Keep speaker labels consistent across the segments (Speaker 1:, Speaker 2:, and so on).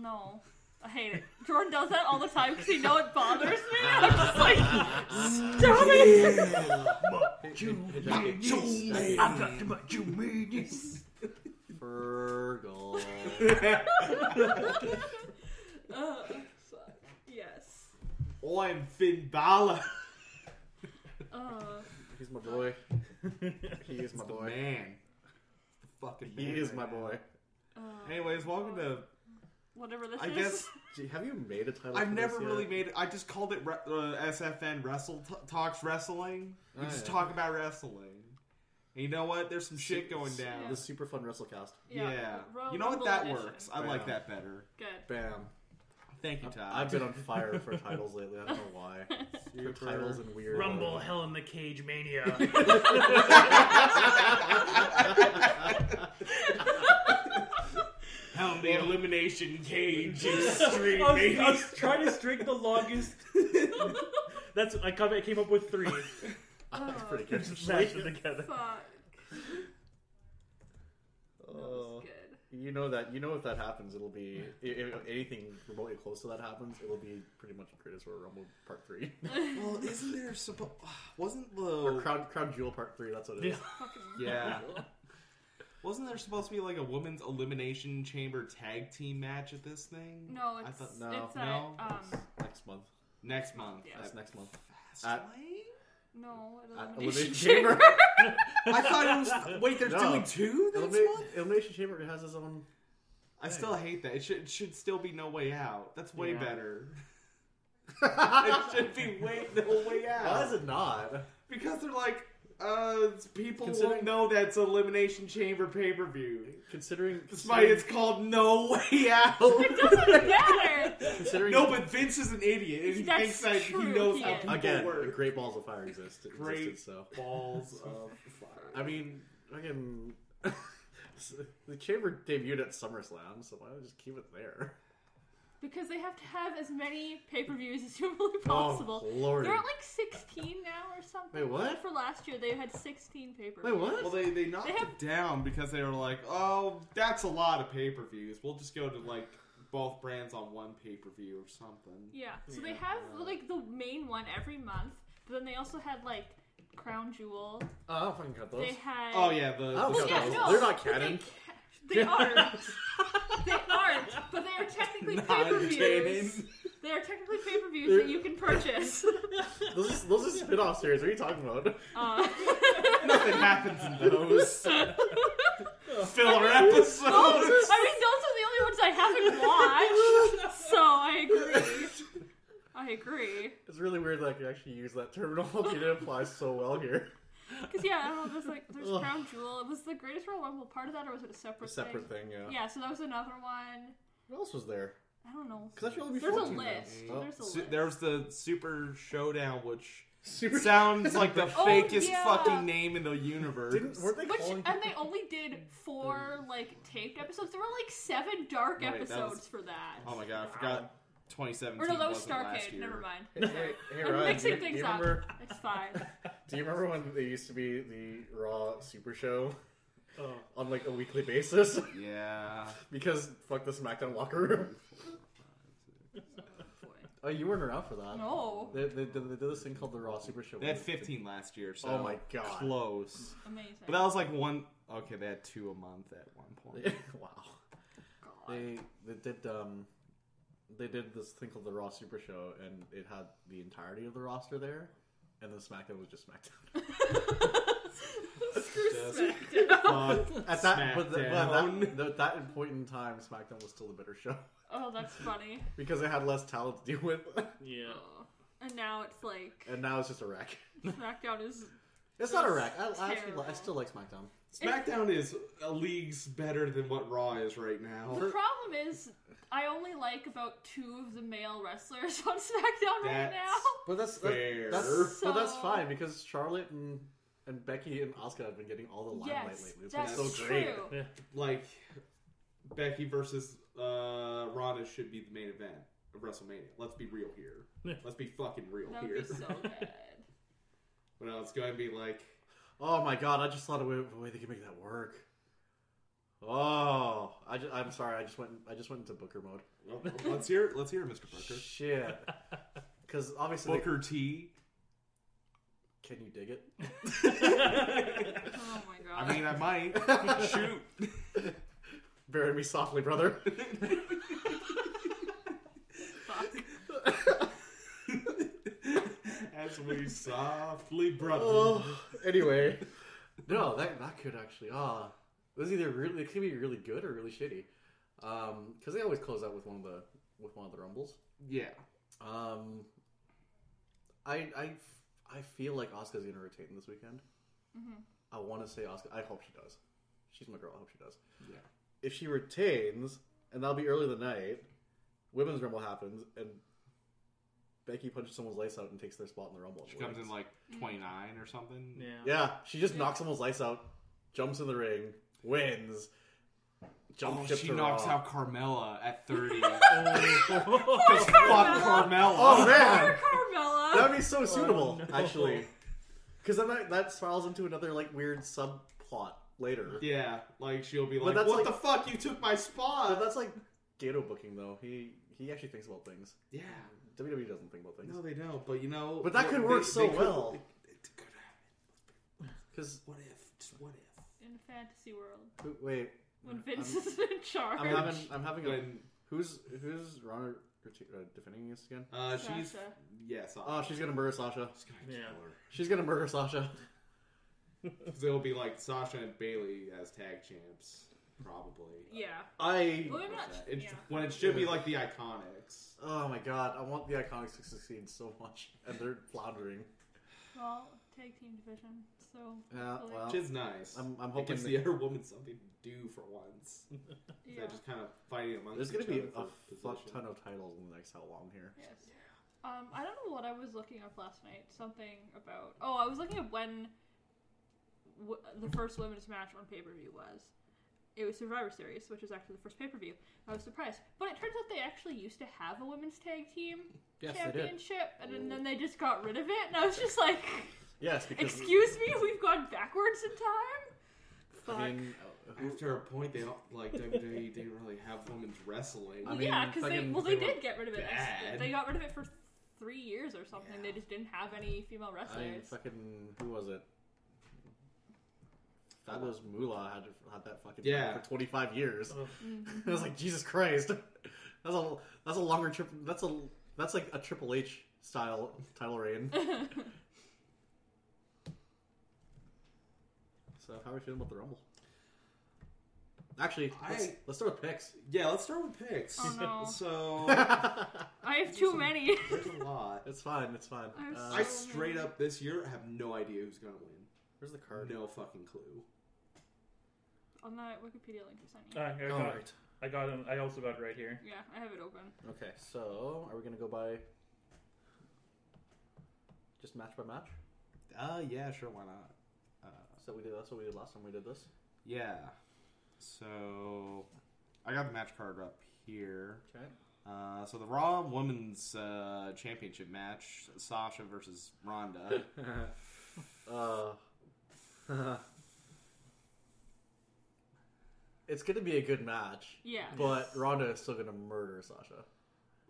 Speaker 1: No. I hate it. Jordan does that all the time because he know it bothers me. And I'm just like, stop it.
Speaker 2: Fergal.
Speaker 1: Uh, fuck. Yes.
Speaker 3: Oh, I'm Finn Balor.
Speaker 1: Uh,
Speaker 2: He's my boy. He is
Speaker 3: He's
Speaker 2: my
Speaker 3: the
Speaker 2: boy.
Speaker 3: Man. He's the fucking
Speaker 2: He
Speaker 3: man
Speaker 2: is
Speaker 3: right
Speaker 2: my
Speaker 3: now.
Speaker 2: boy.
Speaker 1: uh,
Speaker 3: Anyways, welcome to.
Speaker 1: whatever this
Speaker 3: I
Speaker 1: is.
Speaker 3: guess
Speaker 2: Gee, have you made a title?
Speaker 3: I've
Speaker 2: for
Speaker 3: never
Speaker 2: this yet?
Speaker 3: really made it. I just called it re- uh, SFN Wrestle t- Talks Wrestling. We
Speaker 2: Oh,
Speaker 3: just
Speaker 2: yeah.
Speaker 3: talk about wrestling. And you know what? There's some shit
Speaker 2: Super-
Speaker 3: going down.
Speaker 2: The super fun WrestleCast.
Speaker 3: Yeah.
Speaker 1: Ro-
Speaker 3: you know what?
Speaker 1: Rumble
Speaker 3: That
Speaker 1: edition.
Speaker 3: works. I
Speaker 2: Yeah.
Speaker 3: like that better.
Speaker 1: Good.
Speaker 2: Bam.
Speaker 3: Thank you, Todd.
Speaker 2: I've been on fire for titles lately. I don't know why. For titles and weird.
Speaker 4: Rumble, Hell in the Cage Mania.
Speaker 3: Hell in the Elimination Cage Extreme
Speaker 4: I, was, I
Speaker 3: Mania.
Speaker 4: was trying to string the longest. That's I come- I came up with three.
Speaker 2: Oh, That's pretty good.
Speaker 4: Just mashed them together.
Speaker 1: Fuck. That
Speaker 2: Oh.
Speaker 1: was good.
Speaker 2: You know that. You know if that happens, it'll be if, if anything remotely close to that happens, it'll be pretty much Greatest Royal Rumble Part Three
Speaker 3: well, isn't there supposed? Wasn't
Speaker 2: or
Speaker 3: the
Speaker 2: Crown Crown Jewel Part Three. That's what it is.
Speaker 1: Fucking
Speaker 3: yeah? Wasn't there supposed to be like a women's elimination chamber tag team match at this thing?
Speaker 1: No,
Speaker 3: I
Speaker 1: it's
Speaker 3: thought
Speaker 2: no,
Speaker 1: it's
Speaker 3: no.
Speaker 1: at um
Speaker 2: Next month.
Speaker 3: next month.
Speaker 1: Yeah.
Speaker 2: That's next month.
Speaker 3: At,
Speaker 2: At-
Speaker 1: no
Speaker 3: Uh,
Speaker 1: at
Speaker 2: At
Speaker 1: elimination
Speaker 2: Elimination
Speaker 1: chamber.
Speaker 2: Chamber.
Speaker 3: I thought it was. Wait, they're
Speaker 2: No.
Speaker 3: doing two next
Speaker 2: Elimi-
Speaker 3: month.
Speaker 2: Elimination Chamber has his own.
Speaker 3: I still hate that. It should it should still be no way out. That's way
Speaker 4: Yeah.
Speaker 3: better. it should be way no way out.
Speaker 2: Why is it not?
Speaker 3: Because they're like, uh, it's- people won't
Speaker 2: Considering-
Speaker 3: know that's Elimination Chamber pay per view.
Speaker 2: Considering
Speaker 3: That's why it's called No Way Out.
Speaker 1: it doesn't matter.
Speaker 2: considering
Speaker 3: no, but Vince is an idiot. And he
Speaker 1: That's
Speaker 3: thinks that he
Speaker 1: true,
Speaker 3: knows
Speaker 1: he
Speaker 3: how
Speaker 1: is.
Speaker 3: people
Speaker 2: again, the
Speaker 3: work.
Speaker 2: Great Balls of Fire exist. It
Speaker 3: Great.
Speaker 2: Existed, so
Speaker 3: balls of fire.
Speaker 2: I mean, fucking. the Chamber debuted at SummerSlam, so why don't we just keep it there?
Speaker 1: Because they have to have as many pay per views as humanly possible.
Speaker 2: Oh, Lord.
Speaker 1: They're at like 16 now or something.
Speaker 2: Wait, what?
Speaker 1: For last year, they had 16 pay per
Speaker 2: Wait,
Speaker 1: views.
Speaker 2: what?
Speaker 3: Well, they, they knocked
Speaker 1: They have-
Speaker 3: it down because they were like, oh, that's a lot of pay per views. We'll just go to like both brands on one pay per view or something.
Speaker 1: Yeah. So they have like the main one every month, but then they also had like Crown Jewel.
Speaker 2: oh, I don't fucking got those.
Speaker 1: They had.
Speaker 3: Oh yeah, the,
Speaker 2: I don't
Speaker 3: the
Speaker 2: got
Speaker 1: yeah,
Speaker 2: those.
Speaker 1: no,
Speaker 2: They're not
Speaker 1: but
Speaker 2: canon.
Speaker 1: They, ca- they are. they aren't, but they are technically
Speaker 3: Not
Speaker 1: pay per views.
Speaker 3: canon.
Speaker 1: They are technically pay per views that
Speaker 2: They're-
Speaker 1: you can purchase.
Speaker 2: Those, are- those are spin off series. What are you talking about?
Speaker 1: Uh,
Speaker 3: nothing happens in those filler episodes.
Speaker 1: I mean, those are the only ones I haven't watched, so I agree. I agree.
Speaker 2: It's really weird that I could actually use that terminology to apply so well here.
Speaker 1: Because, yeah, I don't know, there's like, there's
Speaker 2: Ugh.
Speaker 1: Crown Jewel. It was the greatest Royal Rumble part of that, or was it a
Speaker 2: A
Speaker 1: separate,
Speaker 2: separate thing, yeah.
Speaker 1: Yeah, so that was another one.
Speaker 2: What else was there?
Speaker 1: I don't know.
Speaker 2: Because that should only be
Speaker 1: There's a
Speaker 2: 14
Speaker 1: list.
Speaker 2: minutes. Oh.
Speaker 1: There's a
Speaker 3: Su-
Speaker 1: list.
Speaker 3: There's the Super Showdown, which
Speaker 2: Super
Speaker 3: sounds like the
Speaker 1: Oh,
Speaker 3: fakest
Speaker 1: yeah.
Speaker 3: fucking name in the universe.
Speaker 2: Didn't, weren't they
Speaker 1: Which
Speaker 2: calling
Speaker 1: and they only did four like taped episodes. There were like seven dark
Speaker 3: Wait, that was-
Speaker 1: episodes for that.
Speaker 3: oh my god, I forgot. 2017
Speaker 1: or no, that was
Speaker 3: wasn't last
Speaker 1: Starcade.
Speaker 3: year.
Speaker 1: Never mind.
Speaker 2: Hey,
Speaker 1: Sorry.
Speaker 2: hey, hey,
Speaker 1: I'm
Speaker 2: Ryan,
Speaker 1: mixing
Speaker 2: do you- do
Speaker 1: things
Speaker 2: you
Speaker 1: up.
Speaker 2: remember-
Speaker 1: It's fine.
Speaker 2: Do you remember when they used to be the Raw Super Show
Speaker 4: Oh.
Speaker 2: on like a weekly basis?
Speaker 3: Yeah.
Speaker 2: because fuck the SmackDown locker room. Oh, you weren't around for that.
Speaker 1: No,
Speaker 2: They, they, did- they did this thing called the Raw Super Show.
Speaker 3: They had 15 last year, so
Speaker 2: Oh my God.
Speaker 3: close.
Speaker 1: amazing.
Speaker 3: But that was like one. Okay, they had two a month at one point.
Speaker 2: wow.
Speaker 1: God.
Speaker 2: They they did um they did this thing called the Raw Super Show, and it had the entirety of the roster there, and then SmackDown was just SmackDown.
Speaker 1: Screw
Speaker 3: Just-
Speaker 1: SmackDown.
Speaker 3: Fuck.
Speaker 2: At that, but, the, but
Speaker 3: SmackDown.
Speaker 2: at that, that point in time, SmackDown was still a better show
Speaker 1: Oh, that's funny.
Speaker 2: because it had less talent to deal with,
Speaker 4: Yeah.
Speaker 1: Oh. And now it's like
Speaker 2: and now it's just a wreck.
Speaker 1: SmackDown is.
Speaker 2: It's not a
Speaker 1: That's
Speaker 2: wreck. I, I actually li- I
Speaker 1: terrible.
Speaker 2: still like SmackDown.
Speaker 3: SmackDown is a leagues better than what Raw is right
Speaker 1: The
Speaker 3: now.
Speaker 1: problem is, I only like about two of the male wrestlers on SmackDown right
Speaker 3: That's-
Speaker 1: now.
Speaker 2: But that's that-
Speaker 3: Fair.
Speaker 2: that's but that's
Speaker 1: So-
Speaker 2: fine because Charlotte and and Becky and Oscar have been getting all the limelight
Speaker 1: Yes,
Speaker 2: lately. It's been
Speaker 1: that's
Speaker 2: so
Speaker 1: true.
Speaker 2: great.
Speaker 3: Like Becky versus uh, Ronda should be the main event of WrestleMania. Let's be real here. Let's be fucking real
Speaker 1: That would
Speaker 3: here.
Speaker 1: be so good.
Speaker 3: When I was going to be like,
Speaker 2: Oh my god! I just thought of a way, of a way they could make that work. Oh, I I just, I'm sorry. I just went. I just went into Booker mode.
Speaker 3: Well, let's hear. Let's hear, it, Mr. Booker.
Speaker 2: Shit. Because obviously, they-
Speaker 3: Booker T.
Speaker 2: can you dig it?
Speaker 1: Oh my god.
Speaker 3: I mean, I might shoot.
Speaker 2: Bury me softly, brother.
Speaker 1: Fuck.
Speaker 3: As we softly brother.
Speaker 2: Oh, anyway, no, that that could actually ah, it was either really it could be really good or really shitty, um, because they always close out with one of the with one of the rumbles.
Speaker 3: Yeah.
Speaker 2: Um, I I I feel like Oscar's gonna retain this weekend. I want to say Oscar. I hope she does. She's my girl. I hope she does.
Speaker 3: Yeah.
Speaker 2: If she retains, and that'll be early the night, women's rumble happens, and Becky punches someone's lights out and takes their spot in the rumble.
Speaker 3: She comes in
Speaker 2: Wins.
Speaker 3: like 29 or something.
Speaker 4: Yeah.
Speaker 2: Yeah, she just knocks someone's lights out, jumps in the ring, wins. Jump
Speaker 3: Oh,
Speaker 2: ship
Speaker 3: she
Speaker 2: to
Speaker 3: knocks
Speaker 2: Raw.
Speaker 3: out Carmella at 30.
Speaker 4: Oh.
Speaker 3: Just fuck Carmella.
Speaker 2: Oh man,
Speaker 1: Carmella.
Speaker 2: that'd be so suitable
Speaker 3: Oh,
Speaker 4: no.
Speaker 2: actually, because then that, that spirals into another like weird subplot later.
Speaker 3: Yeah, like she'll be
Speaker 2: But
Speaker 3: like,
Speaker 2: that's
Speaker 3: "What
Speaker 2: like-
Speaker 3: the fuck? You took my
Speaker 2: But
Speaker 3: spot."
Speaker 2: Uh, that's like Gato booking though. He he actually thinks about things.
Speaker 3: Yeah.
Speaker 2: WWE doesn't think about things
Speaker 3: No, they don't. But you know,
Speaker 2: But that
Speaker 3: they-
Speaker 2: could
Speaker 3: they-
Speaker 2: work
Speaker 3: they
Speaker 2: so
Speaker 3: could-
Speaker 2: well.
Speaker 3: It, it could happen.
Speaker 2: because
Speaker 3: What if? Just what if?
Speaker 1: In a fantasy world.
Speaker 2: wait,
Speaker 1: When Vince is in charge.
Speaker 2: I'm having I'm having a
Speaker 3: When
Speaker 2: who's who's Ronda Rousey, uh, defending us again?
Speaker 3: uh, she's
Speaker 1: Sasha.
Speaker 3: yeah, Sasha.
Speaker 2: Oh, she's gonna murder Sasha.
Speaker 3: She's gonna kill
Speaker 4: Yeah.
Speaker 3: her.
Speaker 2: She's gonna murder Sasha.
Speaker 3: 'Cause it'll be like Sasha and Bailey as tag champs, probably.
Speaker 1: Yeah.
Speaker 2: I
Speaker 1: Well, maybe not.
Speaker 3: It-
Speaker 1: yeah.
Speaker 3: When it should be like the Iconics.
Speaker 2: Oh my god, I want the Iconics to succeed so much, and they're floundering.
Speaker 1: Well, tag team division. So.
Speaker 2: Yeah,
Speaker 1: hopefully-
Speaker 2: well,
Speaker 3: Which is nice.
Speaker 2: I'm, I'm
Speaker 3: it
Speaker 2: hoping
Speaker 3: gives
Speaker 2: that
Speaker 3: the other woman something to do for once.
Speaker 1: yeah.
Speaker 3: They're just kind of fighting amongst
Speaker 2: there's gonna
Speaker 3: each
Speaker 2: be
Speaker 3: other
Speaker 2: a
Speaker 3: for
Speaker 2: fuck
Speaker 3: position.
Speaker 2: ton of titles in the next how long here.
Speaker 1: Yes. Um, I don't know what I was looking up last night. Something about oh, I was looking at when w- the first women's match on pay per view was. It was Survivor Series, which was actually the first pay per view. I was surprised, but it turns out they actually used to have a women's tag team
Speaker 2: Yes, they did.
Speaker 1: championship, and, then- then they just got rid of it. And I was just like,
Speaker 2: Yes, because
Speaker 1: "Excuse me, we've gone backwards in time." Fuck.
Speaker 2: I mean, uh, who-
Speaker 3: After a point, they don't, like WWE didn't really have women's wrestling.
Speaker 2: I
Speaker 1: Well, yeah,
Speaker 2: mean,
Speaker 1: because they
Speaker 2: fucking-
Speaker 1: well they
Speaker 3: they were
Speaker 1: did get rid of it.
Speaker 3: bad.
Speaker 1: They got rid of it for three years or something.
Speaker 3: Yeah.
Speaker 1: They just didn't have any female
Speaker 2: I mean,
Speaker 1: wrestlers.
Speaker 2: fucking who was it? That was Moolah had had that fucking
Speaker 3: Yeah.
Speaker 2: title for 25 years.
Speaker 4: Oh.
Speaker 2: I was like, Jesus Christ, that's a that's a longer trip. That's a that's like a Triple H style title reign. so how are we feeling about the Rumble? Actually, let's,
Speaker 3: I-
Speaker 2: let's start with picks.
Speaker 3: yeah, let's start with picks.
Speaker 1: Oh, no.
Speaker 3: So
Speaker 1: I have too many.
Speaker 3: there's a lot.
Speaker 2: It's fine. It's fine.
Speaker 1: I'm
Speaker 2: Uh,
Speaker 3: I
Speaker 1: so-
Speaker 3: straight up this year have no idea who's gonna win.
Speaker 2: where's the card?
Speaker 3: No fucking clue.
Speaker 1: On the Wikipedia link you sent me.
Speaker 4: All right, I
Speaker 2: All
Speaker 4: got,
Speaker 2: right.
Speaker 4: I got him. I also got it right here.
Speaker 1: yeah, I have it open.
Speaker 2: Okay, so are we gonna go by just match by match?
Speaker 3: Uh, yeah, sure, why not? Uh,
Speaker 2: So we did. That's what we did last time. We did this.
Speaker 3: yeah. So I got the match card up here.
Speaker 2: Okay.
Speaker 3: Uh, so the Raw Women's uh, Championship match: Sasha versus Ronda.
Speaker 2: uh, it's gonna be a good match,
Speaker 1: Yeah.
Speaker 2: but Ronda is still gonna murder Sasha.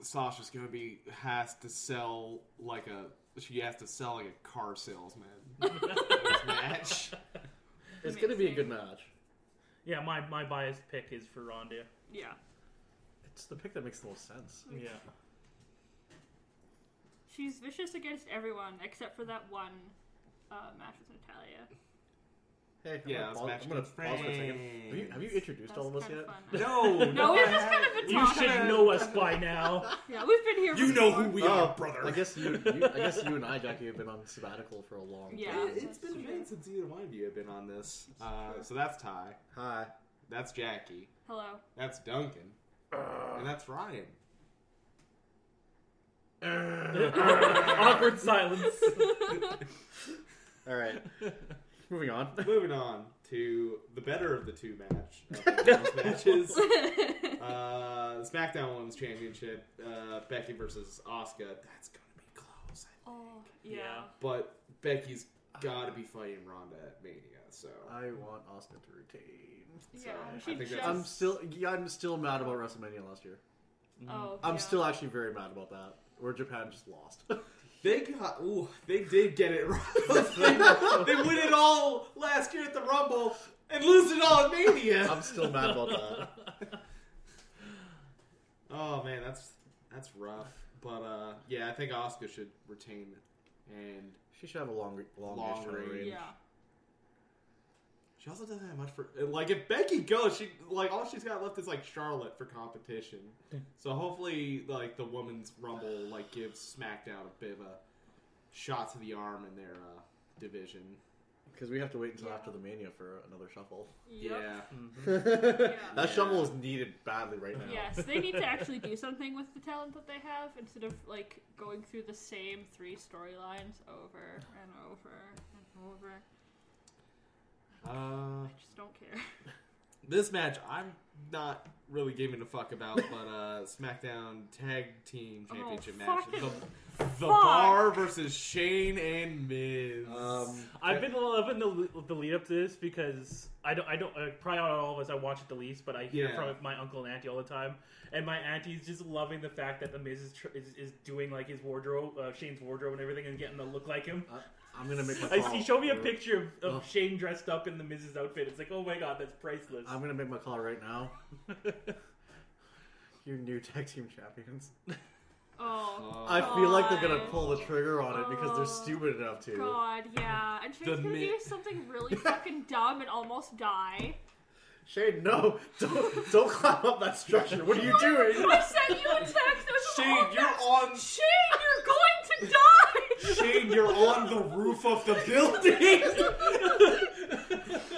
Speaker 3: Sasha's gonna be has to sell like a she has to sell like a car salesman. in this match.
Speaker 2: It's gonna be a good match.
Speaker 4: Yeah, my, my biased pick is for Ronda.
Speaker 1: yeah.
Speaker 2: It's the pick that makes the most sense.
Speaker 4: Yeah.
Speaker 1: She's vicious against everyone except for that one uh, match with Natalia.
Speaker 2: Hey, I'm
Speaker 3: Yeah,
Speaker 2: gonna
Speaker 3: let's
Speaker 2: pause,
Speaker 3: match
Speaker 2: I'm gonna pause
Speaker 3: with
Speaker 2: for a second.
Speaker 3: friends.
Speaker 2: Have you, have you introduced
Speaker 1: That's
Speaker 2: all of us
Speaker 1: kind
Speaker 2: yet?
Speaker 1: of fun.
Speaker 3: No,
Speaker 1: No, we've just kind
Speaker 3: I-
Speaker 1: of been
Speaker 4: You
Speaker 1: talking.
Speaker 4: should know us by now.
Speaker 1: Yeah, we've been here.
Speaker 3: You know who we are,
Speaker 2: Oh,
Speaker 3: brother.
Speaker 2: I guess you, you. I guess you and I, Jackie, have been on sabbatical for a long
Speaker 1: Yeah.
Speaker 2: time.
Speaker 3: It, has
Speaker 1: that's
Speaker 3: been a
Speaker 1: true.
Speaker 3: minute since either one of you have been on this. Uh, so that's Ty.
Speaker 2: Hi.
Speaker 3: That's Jackie.
Speaker 1: Hello.
Speaker 3: That's Duncan. And that's Ryan.
Speaker 4: Awkward silence.
Speaker 2: All right. Moving on.
Speaker 3: Moving on to the better of the two match of the women's matches. Uh, the SmackDown Women's Championship, uh, Becky versus Asuka. That's gonna be close.
Speaker 1: oh yeah.
Speaker 4: Yeah.
Speaker 3: But Becky's got to be fighting Ronda at Mania. So
Speaker 2: I want Austin to retain.
Speaker 1: Yeah,
Speaker 3: I
Speaker 1: she
Speaker 3: think
Speaker 1: just.
Speaker 3: that's-
Speaker 2: I'm still, yeah, I'm still mad about WrestleMania last year.
Speaker 1: oh,
Speaker 2: I'm
Speaker 1: yeah.
Speaker 2: still actually very mad about that. Where Japan just lost.
Speaker 3: they got ooh, they did get it right. they win it all last year at the Rumble and lose it all at Mania.
Speaker 2: I'm still mad about that.
Speaker 3: Oh man, that's that's rough. But uh, yeah, I think Oscar should retain and
Speaker 2: She should have a long, long,
Speaker 3: Long
Speaker 2: range.
Speaker 3: range.
Speaker 1: Yeah.
Speaker 3: She also doesn't have much for like if Becky goes, she like all she's got left is like Charlotte for competition. so hopefully, like the women's rumble, like gives SmackDown a bit of a shot to the arm in their uh, division.
Speaker 2: Because we have to wait until
Speaker 1: Yeah.
Speaker 2: after the Mania for another shuffle.
Speaker 1: Yep.
Speaker 3: Yeah,
Speaker 4: Mm-hmm.
Speaker 2: that
Speaker 3: Yeah.
Speaker 2: shuffle is needed badly right now.
Speaker 1: Yes, they need to actually do something with the talent that they have instead of like going through the same three storylines over and over and over.
Speaker 3: uh,
Speaker 1: I just don't care.
Speaker 3: this match I'm not really giving a fuck about, but uh, SmackDown Tag Team Championship
Speaker 1: oh,
Speaker 3: match:
Speaker 1: fucking
Speaker 3: the,
Speaker 1: fuck.
Speaker 3: the Bar versus Shane and Miz.
Speaker 2: Um,
Speaker 4: I've been loving the the lead up to this because I don't I don't uh, probably out of all of us I watch it the least, but I hear
Speaker 3: Yeah.
Speaker 4: from my uncle and auntie all the time, and my auntie's just loving the fact that the Miz is tr- is, is doing like his wardrobe, uh, Shane's wardrobe and everything, and getting to look like him.
Speaker 2: I, I'm gonna make my.
Speaker 4: I
Speaker 2: call.
Speaker 4: see. Show me a picture of, of
Speaker 2: Ugh.
Speaker 4: Shane dressed up in the Miz's outfit. It's like, oh my god, that's priceless.
Speaker 2: I'm gonna make my call right now. Your new tag team champions.
Speaker 1: Oh
Speaker 3: Uh,
Speaker 2: I feel like they're gonna
Speaker 1: God.
Speaker 2: pull the trigger on it because
Speaker 1: Oh,
Speaker 2: they're stupid enough to.
Speaker 1: god, yeah. And she's
Speaker 3: The
Speaker 1: gonna
Speaker 3: mi-
Speaker 1: do something really fucking dumb and almost die.
Speaker 2: Shane, no, don't don't climb up that structure. What are you doing?
Speaker 1: I sent you a text. That was
Speaker 3: Shane,
Speaker 1: all
Speaker 3: you're
Speaker 1: about-
Speaker 3: on
Speaker 1: Shane, you're going to die.
Speaker 3: Shane, you're on the roof of the building.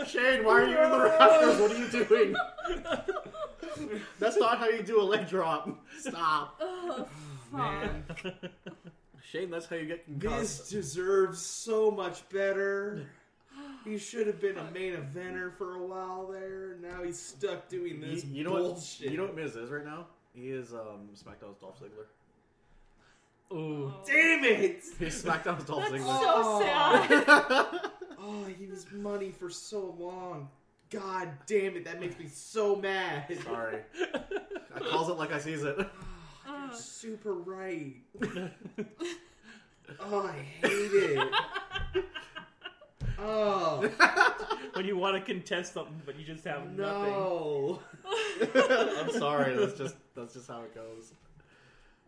Speaker 2: Shane, why are you in the rafters? What are you doing? That's not how you do a leg drop. Stop,
Speaker 1: Oh, fuck.
Speaker 3: Man,
Speaker 2: Shane. That's how you get concussed.
Speaker 3: Miz deserves so much better. He should have been a main eventer for a while there. Now he's stuck doing
Speaker 2: You,
Speaker 3: this
Speaker 2: you know
Speaker 3: bullshit.
Speaker 2: what? You know what Miz is right now? He is um, SmackDown's Dolph Ziggler.
Speaker 4: Ooh.
Speaker 1: Oh.
Speaker 3: Damn it!
Speaker 2: He's SmackDown's Dolph
Speaker 1: That's
Speaker 2: Ziggler.
Speaker 1: so sad.
Speaker 3: Oh, he was money for so long. God damn it! That makes me so mad.
Speaker 2: Sorry, I calls it like I sees it.
Speaker 1: Uh,
Speaker 3: Ah, Super right. oh, I hate it. Oh
Speaker 4: when you want to contest something, but you just have nothing.
Speaker 3: no.
Speaker 2: I'm sorry. That's just that's just how it goes.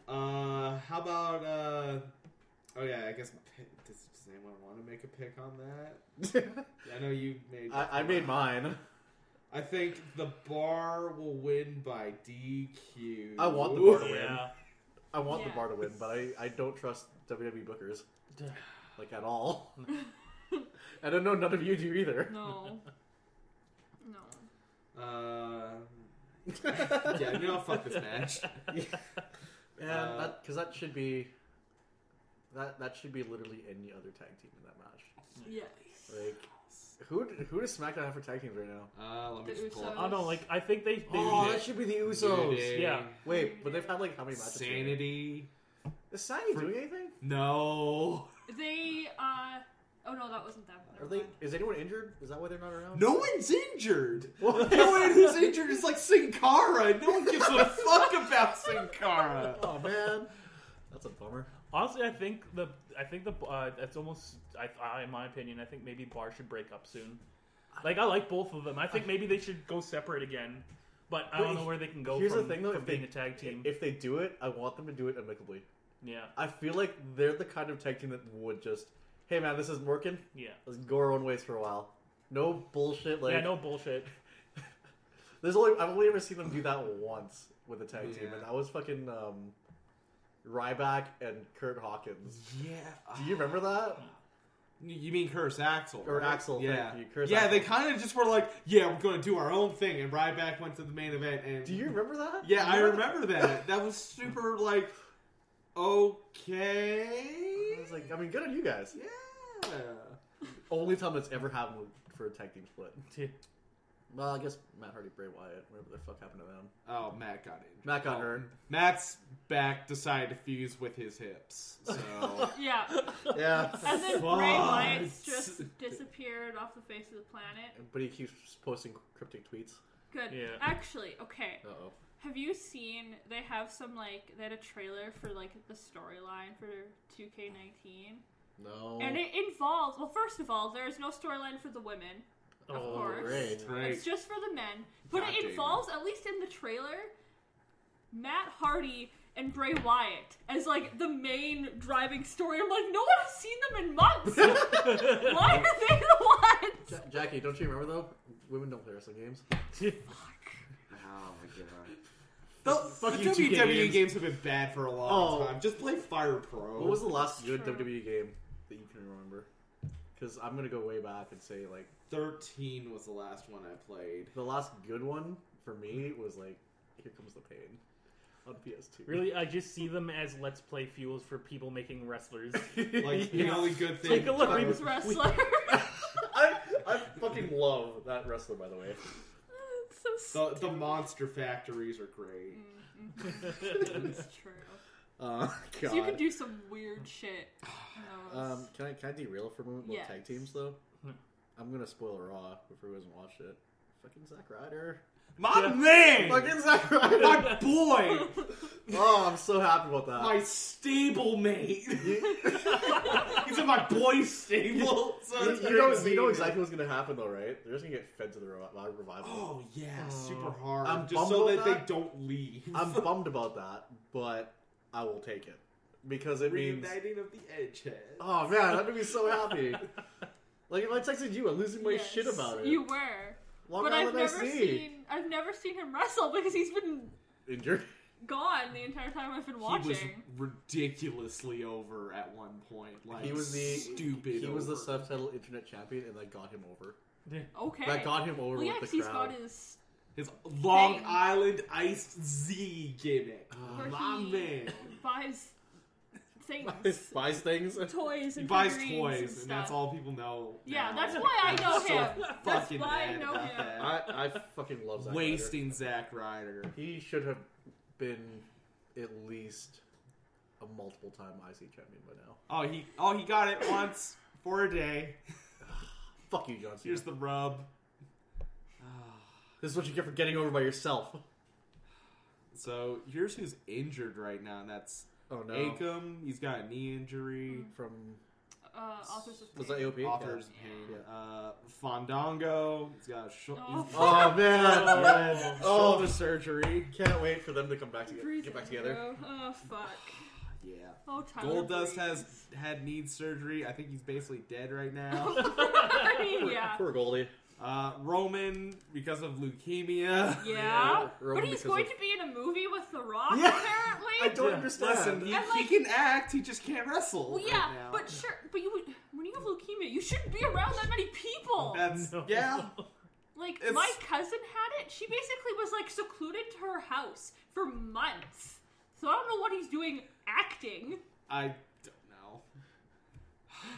Speaker 3: Uh, how about uh? Oh yeah, I guess. p- Does, does anyone want to make a pick on that? I know you made.
Speaker 2: I, I made mine.
Speaker 3: I think the bar will win by DQ.
Speaker 2: I want the bar to win.
Speaker 4: Yeah.
Speaker 2: I want the
Speaker 1: Yeah.
Speaker 2: bar to win, but I, I don't trust WWE bookers like at all. and I know none of you do either.
Speaker 1: no. No.
Speaker 3: Uh, yeah, no, fuck this match.
Speaker 2: Man, that because that should be that that should be literally any other tag team in that match.
Speaker 1: Yes.
Speaker 2: Like who d- who does SmackDown have for tag teams right now?
Speaker 3: Uh, let me
Speaker 1: The
Speaker 3: just pull
Speaker 1: Usos.
Speaker 3: up.
Speaker 4: I don't know. Like I think they. they
Speaker 2: Oh,
Speaker 3: Day.
Speaker 2: that should be the
Speaker 3: New
Speaker 2: Usos.
Speaker 3: Day,
Speaker 4: yeah.
Speaker 2: Wait, but they've had like how many matches? already?
Speaker 3: Sanity.
Speaker 2: Is Sanity
Speaker 3: For-
Speaker 2: doing anything?
Speaker 3: No.
Speaker 1: They, uh. Oh no, that wasn't them.
Speaker 2: Are
Speaker 1: Never
Speaker 2: they?
Speaker 1: mind.
Speaker 2: Is anyone injured? Is that why they're not around?
Speaker 3: No one's injured.
Speaker 2: Well,
Speaker 3: No one who's injured is like Sin Cara. No one gives a fuck about Sin Cara.
Speaker 2: oh man, that's a bummer.
Speaker 4: Honestly, I think the I think the uh, that's almost I, I in my opinion I think maybe Bar should break up soon. Like I like both of them. I think maybe they should go separate again, but I
Speaker 2: But
Speaker 4: don't know
Speaker 2: he-
Speaker 4: where they can go.
Speaker 2: here's the
Speaker 4: from,
Speaker 2: thing, though,
Speaker 4: from
Speaker 2: if
Speaker 4: being
Speaker 2: they-
Speaker 4: a tag team,
Speaker 2: If they do it, I want them to do it amicably.
Speaker 4: yeah,
Speaker 2: I feel like they're the kind of tag team that would just, hey man, this isn't working.
Speaker 4: yeah,
Speaker 2: Let's go our own ways for a while. No bullshit. Like
Speaker 4: yeah, no bullshit.
Speaker 2: there's only I've only ever seen them do that once with a tag team,
Speaker 3: Yeah.
Speaker 2: and that was fucking um, Ryback and Kurt Hawkins. Do
Speaker 3: Yeah.
Speaker 2: you remember that?
Speaker 3: You mean Curse Axel?
Speaker 2: Or
Speaker 3: right?
Speaker 2: Axel,
Speaker 3: Yeah.
Speaker 2: thank you, Curse
Speaker 3: yeah,
Speaker 2: Axel.
Speaker 3: they kind of just were like, yeah, we're going to do our own thing. And Ryback went to the main event. and
Speaker 2: Do you remember that?
Speaker 3: Yeah, I
Speaker 2: You
Speaker 3: remember that. That was super, like, okay.
Speaker 2: I was like, I mean, good on you guys.
Speaker 3: yeah.
Speaker 2: Only time that's ever happened for a tag team split.
Speaker 4: Dude,
Speaker 2: Well, I guess Matt Hardy, Bray Wyatt, whatever the fuck happened to them.
Speaker 3: Oh, Matt got injured.
Speaker 2: Matt got hurt.
Speaker 3: Matt's back decided to fuse with his hips. So
Speaker 1: Yeah.
Speaker 2: Yeah.
Speaker 1: And then gray
Speaker 3: What?
Speaker 1: lights just disappeared off the face of the planet.
Speaker 2: But he keeps posting cryptic tweets.
Speaker 1: Good.
Speaker 4: Yeah.
Speaker 1: Actually, okay.
Speaker 2: Uh oh.
Speaker 1: Have you seen? They have some like they had a trailer for like the storyline for 2K19,
Speaker 2: No.
Speaker 1: and it involves. Well, first of all, there is no storyline for the women.
Speaker 4: Oh,
Speaker 1: Of course.
Speaker 2: great.
Speaker 3: right.
Speaker 1: It's just for the men, but
Speaker 3: God
Speaker 1: it
Speaker 3: damn
Speaker 1: involves at least in the trailer, Matt Hardy and Bray Wyatt as like the main driving story. I'm like, no one has seen them in months. Why are they the ones?
Speaker 2: Ja- Jackie, don't you remember though? Women don't play wrestling games.
Speaker 3: Oh my god.
Speaker 2: Fuck
Speaker 3: the
Speaker 2: you, 2K
Speaker 3: WWE games.
Speaker 2: games.
Speaker 3: have been bad for a long
Speaker 2: Oh.
Speaker 3: time. Just play Fire Pro.
Speaker 2: What was the last
Speaker 1: That's
Speaker 2: good
Speaker 1: true.
Speaker 2: WWE game that you can remember? Because I'm gonna go way back and say like
Speaker 3: Thirteen was the last one I played.
Speaker 2: the last good one for me was like Here Comes the Pain on PS2.
Speaker 4: Really, I just see them as let's play fuels for people making wrestlers.
Speaker 3: Like the only good thing.
Speaker 4: Take a look.
Speaker 1: This wrestler.
Speaker 2: I, I fucking love that wrestler, by the way.
Speaker 1: so mm-hmm.
Speaker 3: The, the monster factories are great.
Speaker 1: It's true.
Speaker 2: Uh, God.
Speaker 1: So you can do some weird shit. in those.
Speaker 2: um, can I can I derail for a moment about
Speaker 1: Yes.
Speaker 2: tag teams though?
Speaker 4: Hmm.
Speaker 2: I'm gonna spoil Raw if who hasn't watched it. Fucking Zack Ryder.
Speaker 3: My
Speaker 4: Yeah.
Speaker 3: man,
Speaker 2: Fucking Zack Ryder.
Speaker 3: my boy,
Speaker 2: oh, I'm so happy about that.
Speaker 3: my stable mate. He's in my boy's stable. So
Speaker 2: You,
Speaker 3: it's
Speaker 2: you
Speaker 3: great
Speaker 2: know,
Speaker 3: to see
Speaker 2: you know
Speaker 3: him.
Speaker 2: exactly what's gonna happen though, right? They're just gonna get fed to the revi- uh, revival.
Speaker 3: Oh yeah,
Speaker 4: Oh.
Speaker 3: super hard.
Speaker 2: Uh, I'm
Speaker 3: just
Speaker 2: bummed
Speaker 3: so that
Speaker 2: about
Speaker 3: they
Speaker 2: that.
Speaker 3: don't leave.
Speaker 2: I'm bummed about that, but I will take it because it means.
Speaker 3: Reuniting of the Edgehead.
Speaker 2: Oh man, I'm gonna be so happy. Like if I texted you, I'm losing my
Speaker 1: Yes,
Speaker 2: shit about it. Oh,
Speaker 1: You were,
Speaker 2: Long
Speaker 1: but I've
Speaker 2: Island
Speaker 1: never
Speaker 2: SC.
Speaker 1: seen. I've never seen him wrestle because he's been
Speaker 2: injured.
Speaker 1: gone the entire time I've been
Speaker 3: He was
Speaker 1: watching.
Speaker 3: ridiculously over at one point. Like
Speaker 2: He was the
Speaker 3: stupid.
Speaker 2: He was the
Speaker 3: over.
Speaker 2: subtitle internet champion, and that got him over.
Speaker 1: Okay.
Speaker 2: That got him over
Speaker 1: well, yeah,
Speaker 2: with
Speaker 1: 'cause
Speaker 2: the
Speaker 1: he's
Speaker 2: crowd.
Speaker 1: got his.
Speaker 3: His Long
Speaker 1: Thing.
Speaker 3: Island Iced Z gimmick.
Speaker 2: Uh, Ah,
Speaker 1: Where
Speaker 3: My
Speaker 1: he
Speaker 3: man.
Speaker 1: buys things,
Speaker 2: buys things.
Speaker 1: toys,
Speaker 3: He
Speaker 1: and
Speaker 3: buys
Speaker 1: figurines
Speaker 3: toys,
Speaker 1: and,
Speaker 3: and,
Speaker 1: stuff.
Speaker 3: that's all people know.
Speaker 1: Yeah,
Speaker 3: now.
Speaker 1: that's why I know
Speaker 3: I'm
Speaker 1: him. That's
Speaker 3: fucking
Speaker 1: why I
Speaker 3: mad
Speaker 1: know
Speaker 3: about
Speaker 1: him.
Speaker 3: that.
Speaker 2: I, I fucking love Zack
Speaker 3: Wasting Zack Ryder.
Speaker 2: Ryder. He should have been at least a multiple time IC champion by now.
Speaker 3: Oh, he oh he got it once for a day.
Speaker 2: Fuck you, John Cena.
Speaker 3: Here's the rub.
Speaker 2: This is what you get for getting over by yourself.
Speaker 3: So here's who's injured right now, and that's
Speaker 2: Oh no.
Speaker 3: Acom. He's got a knee injury.
Speaker 2: From
Speaker 1: Uh, authors of
Speaker 2: was that
Speaker 1: Pain.
Speaker 2: AOP?
Speaker 3: Authors of pain. Uh, Fondango. He's got a sho-
Speaker 1: Oh.
Speaker 2: Yeah.
Speaker 3: he's-
Speaker 2: Oh man. oh,
Speaker 3: Oh, shoulder surgery.
Speaker 2: can't wait for them to come back together.
Speaker 1: Breathe,
Speaker 2: Get back together.
Speaker 1: bro. Oh fuck.
Speaker 3: Yeah.
Speaker 1: Oh, Tyler
Speaker 3: Goldust
Speaker 1: Breeze.
Speaker 3: has had knee surgery. I think he's basically dead right now.
Speaker 1: I mean, yeah.
Speaker 2: Poor Goldie.
Speaker 3: uh, Roman because of leukemia.
Speaker 1: Yeah,
Speaker 2: Roman
Speaker 1: but he's
Speaker 2: because
Speaker 1: going
Speaker 2: of-
Speaker 1: to be in a movie with The Rock,
Speaker 3: Yeah.
Speaker 1: apparently.
Speaker 2: I don't
Speaker 4: Yeah.
Speaker 2: understand.
Speaker 3: Listen, he,
Speaker 1: And, like-
Speaker 3: he can act. He just can't wrestle.
Speaker 1: Well,
Speaker 3: right
Speaker 1: yeah,
Speaker 3: now.
Speaker 1: but sure, but you would, when you have leukemia, you shouldn't be around that many people.
Speaker 3: that's
Speaker 4: No.
Speaker 3: yeah.
Speaker 1: like
Speaker 3: it's-
Speaker 1: my cousin had it. She basically was like secluded to her house for months. So I don't know what he's doing acting.
Speaker 3: I don't know.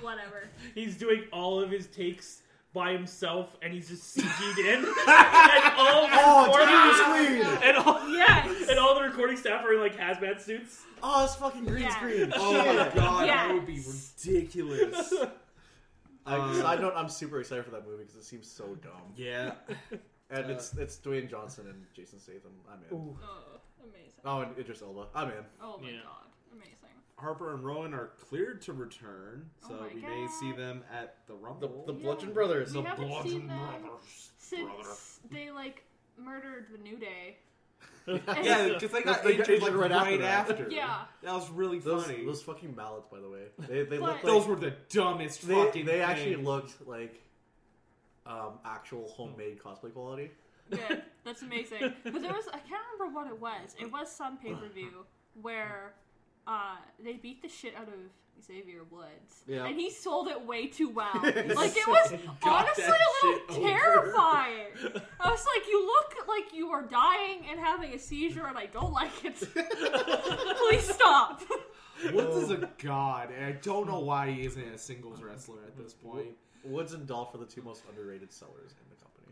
Speaker 1: Whatever.
Speaker 4: He's doing all of his takes by himself, and he's just CG'd in. and all the
Speaker 2: Oh,
Speaker 4: recording-
Speaker 2: green screen!
Speaker 4: and all
Speaker 1: Yes. Oh,
Speaker 4: and all the recording staff are in like hazmat suits.
Speaker 2: Oh, it's fucking green
Speaker 1: Yeah.
Speaker 2: screen.
Speaker 3: Oh
Speaker 2: Shit.
Speaker 3: my god, that would be
Speaker 1: Yes.
Speaker 3: ridiculous.
Speaker 2: I,
Speaker 3: Uh,
Speaker 2: side note, I'm super excited for that movie because it seems so dumb.
Speaker 3: yeah.
Speaker 2: And
Speaker 3: Uh,
Speaker 2: it's it's Dwayne Johnson and Jason Statham. I'm in.
Speaker 4: Ooh.
Speaker 1: Oh, amazing.
Speaker 2: Oh, and Idris Elba. I'm in.
Speaker 1: Oh my
Speaker 4: Yeah.
Speaker 1: god, amazing.
Speaker 3: Harper and Rowan are cleared to return,
Speaker 1: Oh
Speaker 3: so
Speaker 1: my
Speaker 3: we may
Speaker 1: God.
Speaker 3: see them at the Rumble.
Speaker 2: The
Speaker 1: Yeah.
Speaker 2: Bludgeon Brothers.
Speaker 1: We haven't
Speaker 3: Bludgeon
Speaker 1: seen them
Speaker 3: Brothers,
Speaker 1: since
Speaker 3: brother.
Speaker 1: they like murdered the New Day.
Speaker 3: Yeah, because they got
Speaker 2: They got
Speaker 3: injured
Speaker 2: injured right
Speaker 3: like, right,
Speaker 2: after that.
Speaker 3: after.
Speaker 1: Yeah.
Speaker 3: that was really
Speaker 2: Those,
Speaker 3: funny.
Speaker 2: those fucking mallets, by the way. They, they look like.
Speaker 1: But-
Speaker 3: Those were the dumbest
Speaker 2: they,
Speaker 3: fucking.
Speaker 2: they actually
Speaker 3: things.
Speaker 2: looked like um, actual homemade cosplay quality.
Speaker 1: Good. That's amazing. But there was I can't remember what it was. It was some pay per view where uh, they beat the shit out of Xavier Woods.
Speaker 2: Yeah.
Speaker 1: And he sold it way too well.
Speaker 2: Yes.
Speaker 1: Like it was
Speaker 3: Got
Speaker 1: honestly a
Speaker 3: that shit
Speaker 1: little
Speaker 3: over.
Speaker 1: terrifying. I was like, you look like you are dying and having a seizure and I don't like it. Please stop.
Speaker 3: Woods is a god, and I don't know why he isn't a singles wrestler at this point.
Speaker 2: Woods and Dolph are the two most underrated sellers in the company.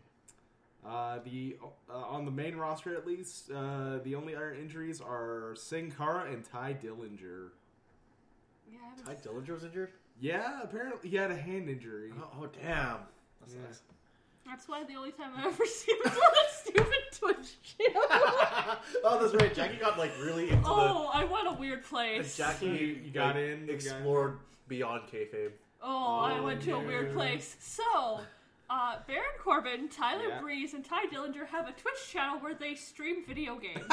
Speaker 3: Uh, the uh, on the main roster at least, uh, the only other injuries are Sin Cara and Ty Dillinger.
Speaker 1: Yeah, I haven't
Speaker 2: Ty
Speaker 1: s-
Speaker 2: Dillinger was injured.
Speaker 3: Yeah, apparently he had a hand injury.
Speaker 2: Oh, oh, damn. That
Speaker 3: Yeah.
Speaker 2: sucks.
Speaker 1: that's why the only time I ever seen was on that stupid Twitch channel.
Speaker 2: oh, that's right. Jackie got like really into
Speaker 1: oh, I want a weird
Speaker 2: the.
Speaker 1: place.
Speaker 2: Jackie,
Speaker 3: You got
Speaker 2: like,
Speaker 3: in, you got in.
Speaker 2: explored beyond kayfabe.
Speaker 1: Oh, I
Speaker 3: Oh,
Speaker 1: went to a weird
Speaker 3: yeah.
Speaker 1: place. So, uh, Baron Corbin, Tyler
Speaker 3: Yeah.
Speaker 1: Breeze, and Ty Dillinger have a Twitch channel where they stream video games.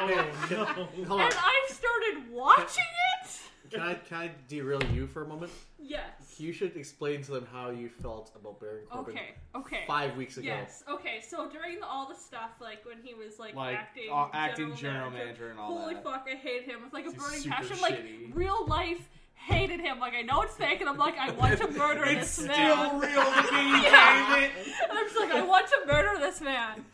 Speaker 4: Oh no.
Speaker 2: Hold on.
Speaker 1: and I've started watching it?
Speaker 2: Can I can I derail you for a moment?
Speaker 1: Yes.
Speaker 2: You should explain to them how you felt about Baron Corbin
Speaker 1: Okay, okay.
Speaker 2: five weeks ago.
Speaker 1: Yes, okay, so during the, all the stuff, like when he was like,
Speaker 3: Like
Speaker 1: acting,
Speaker 3: uh, acting general manager and all
Speaker 1: holy
Speaker 3: that.
Speaker 1: fuck, I hate him with like a
Speaker 3: He's
Speaker 1: burning
Speaker 3: super
Speaker 1: passion, like
Speaker 3: shitty.
Speaker 1: real life hated him. Like I know it's fake, and I'm like, I want to murder
Speaker 3: it's
Speaker 1: this
Speaker 3: still
Speaker 1: man.
Speaker 3: real to me,
Speaker 1: Yeah.
Speaker 3: damn it!
Speaker 1: And I'm just like, I want to murder this man.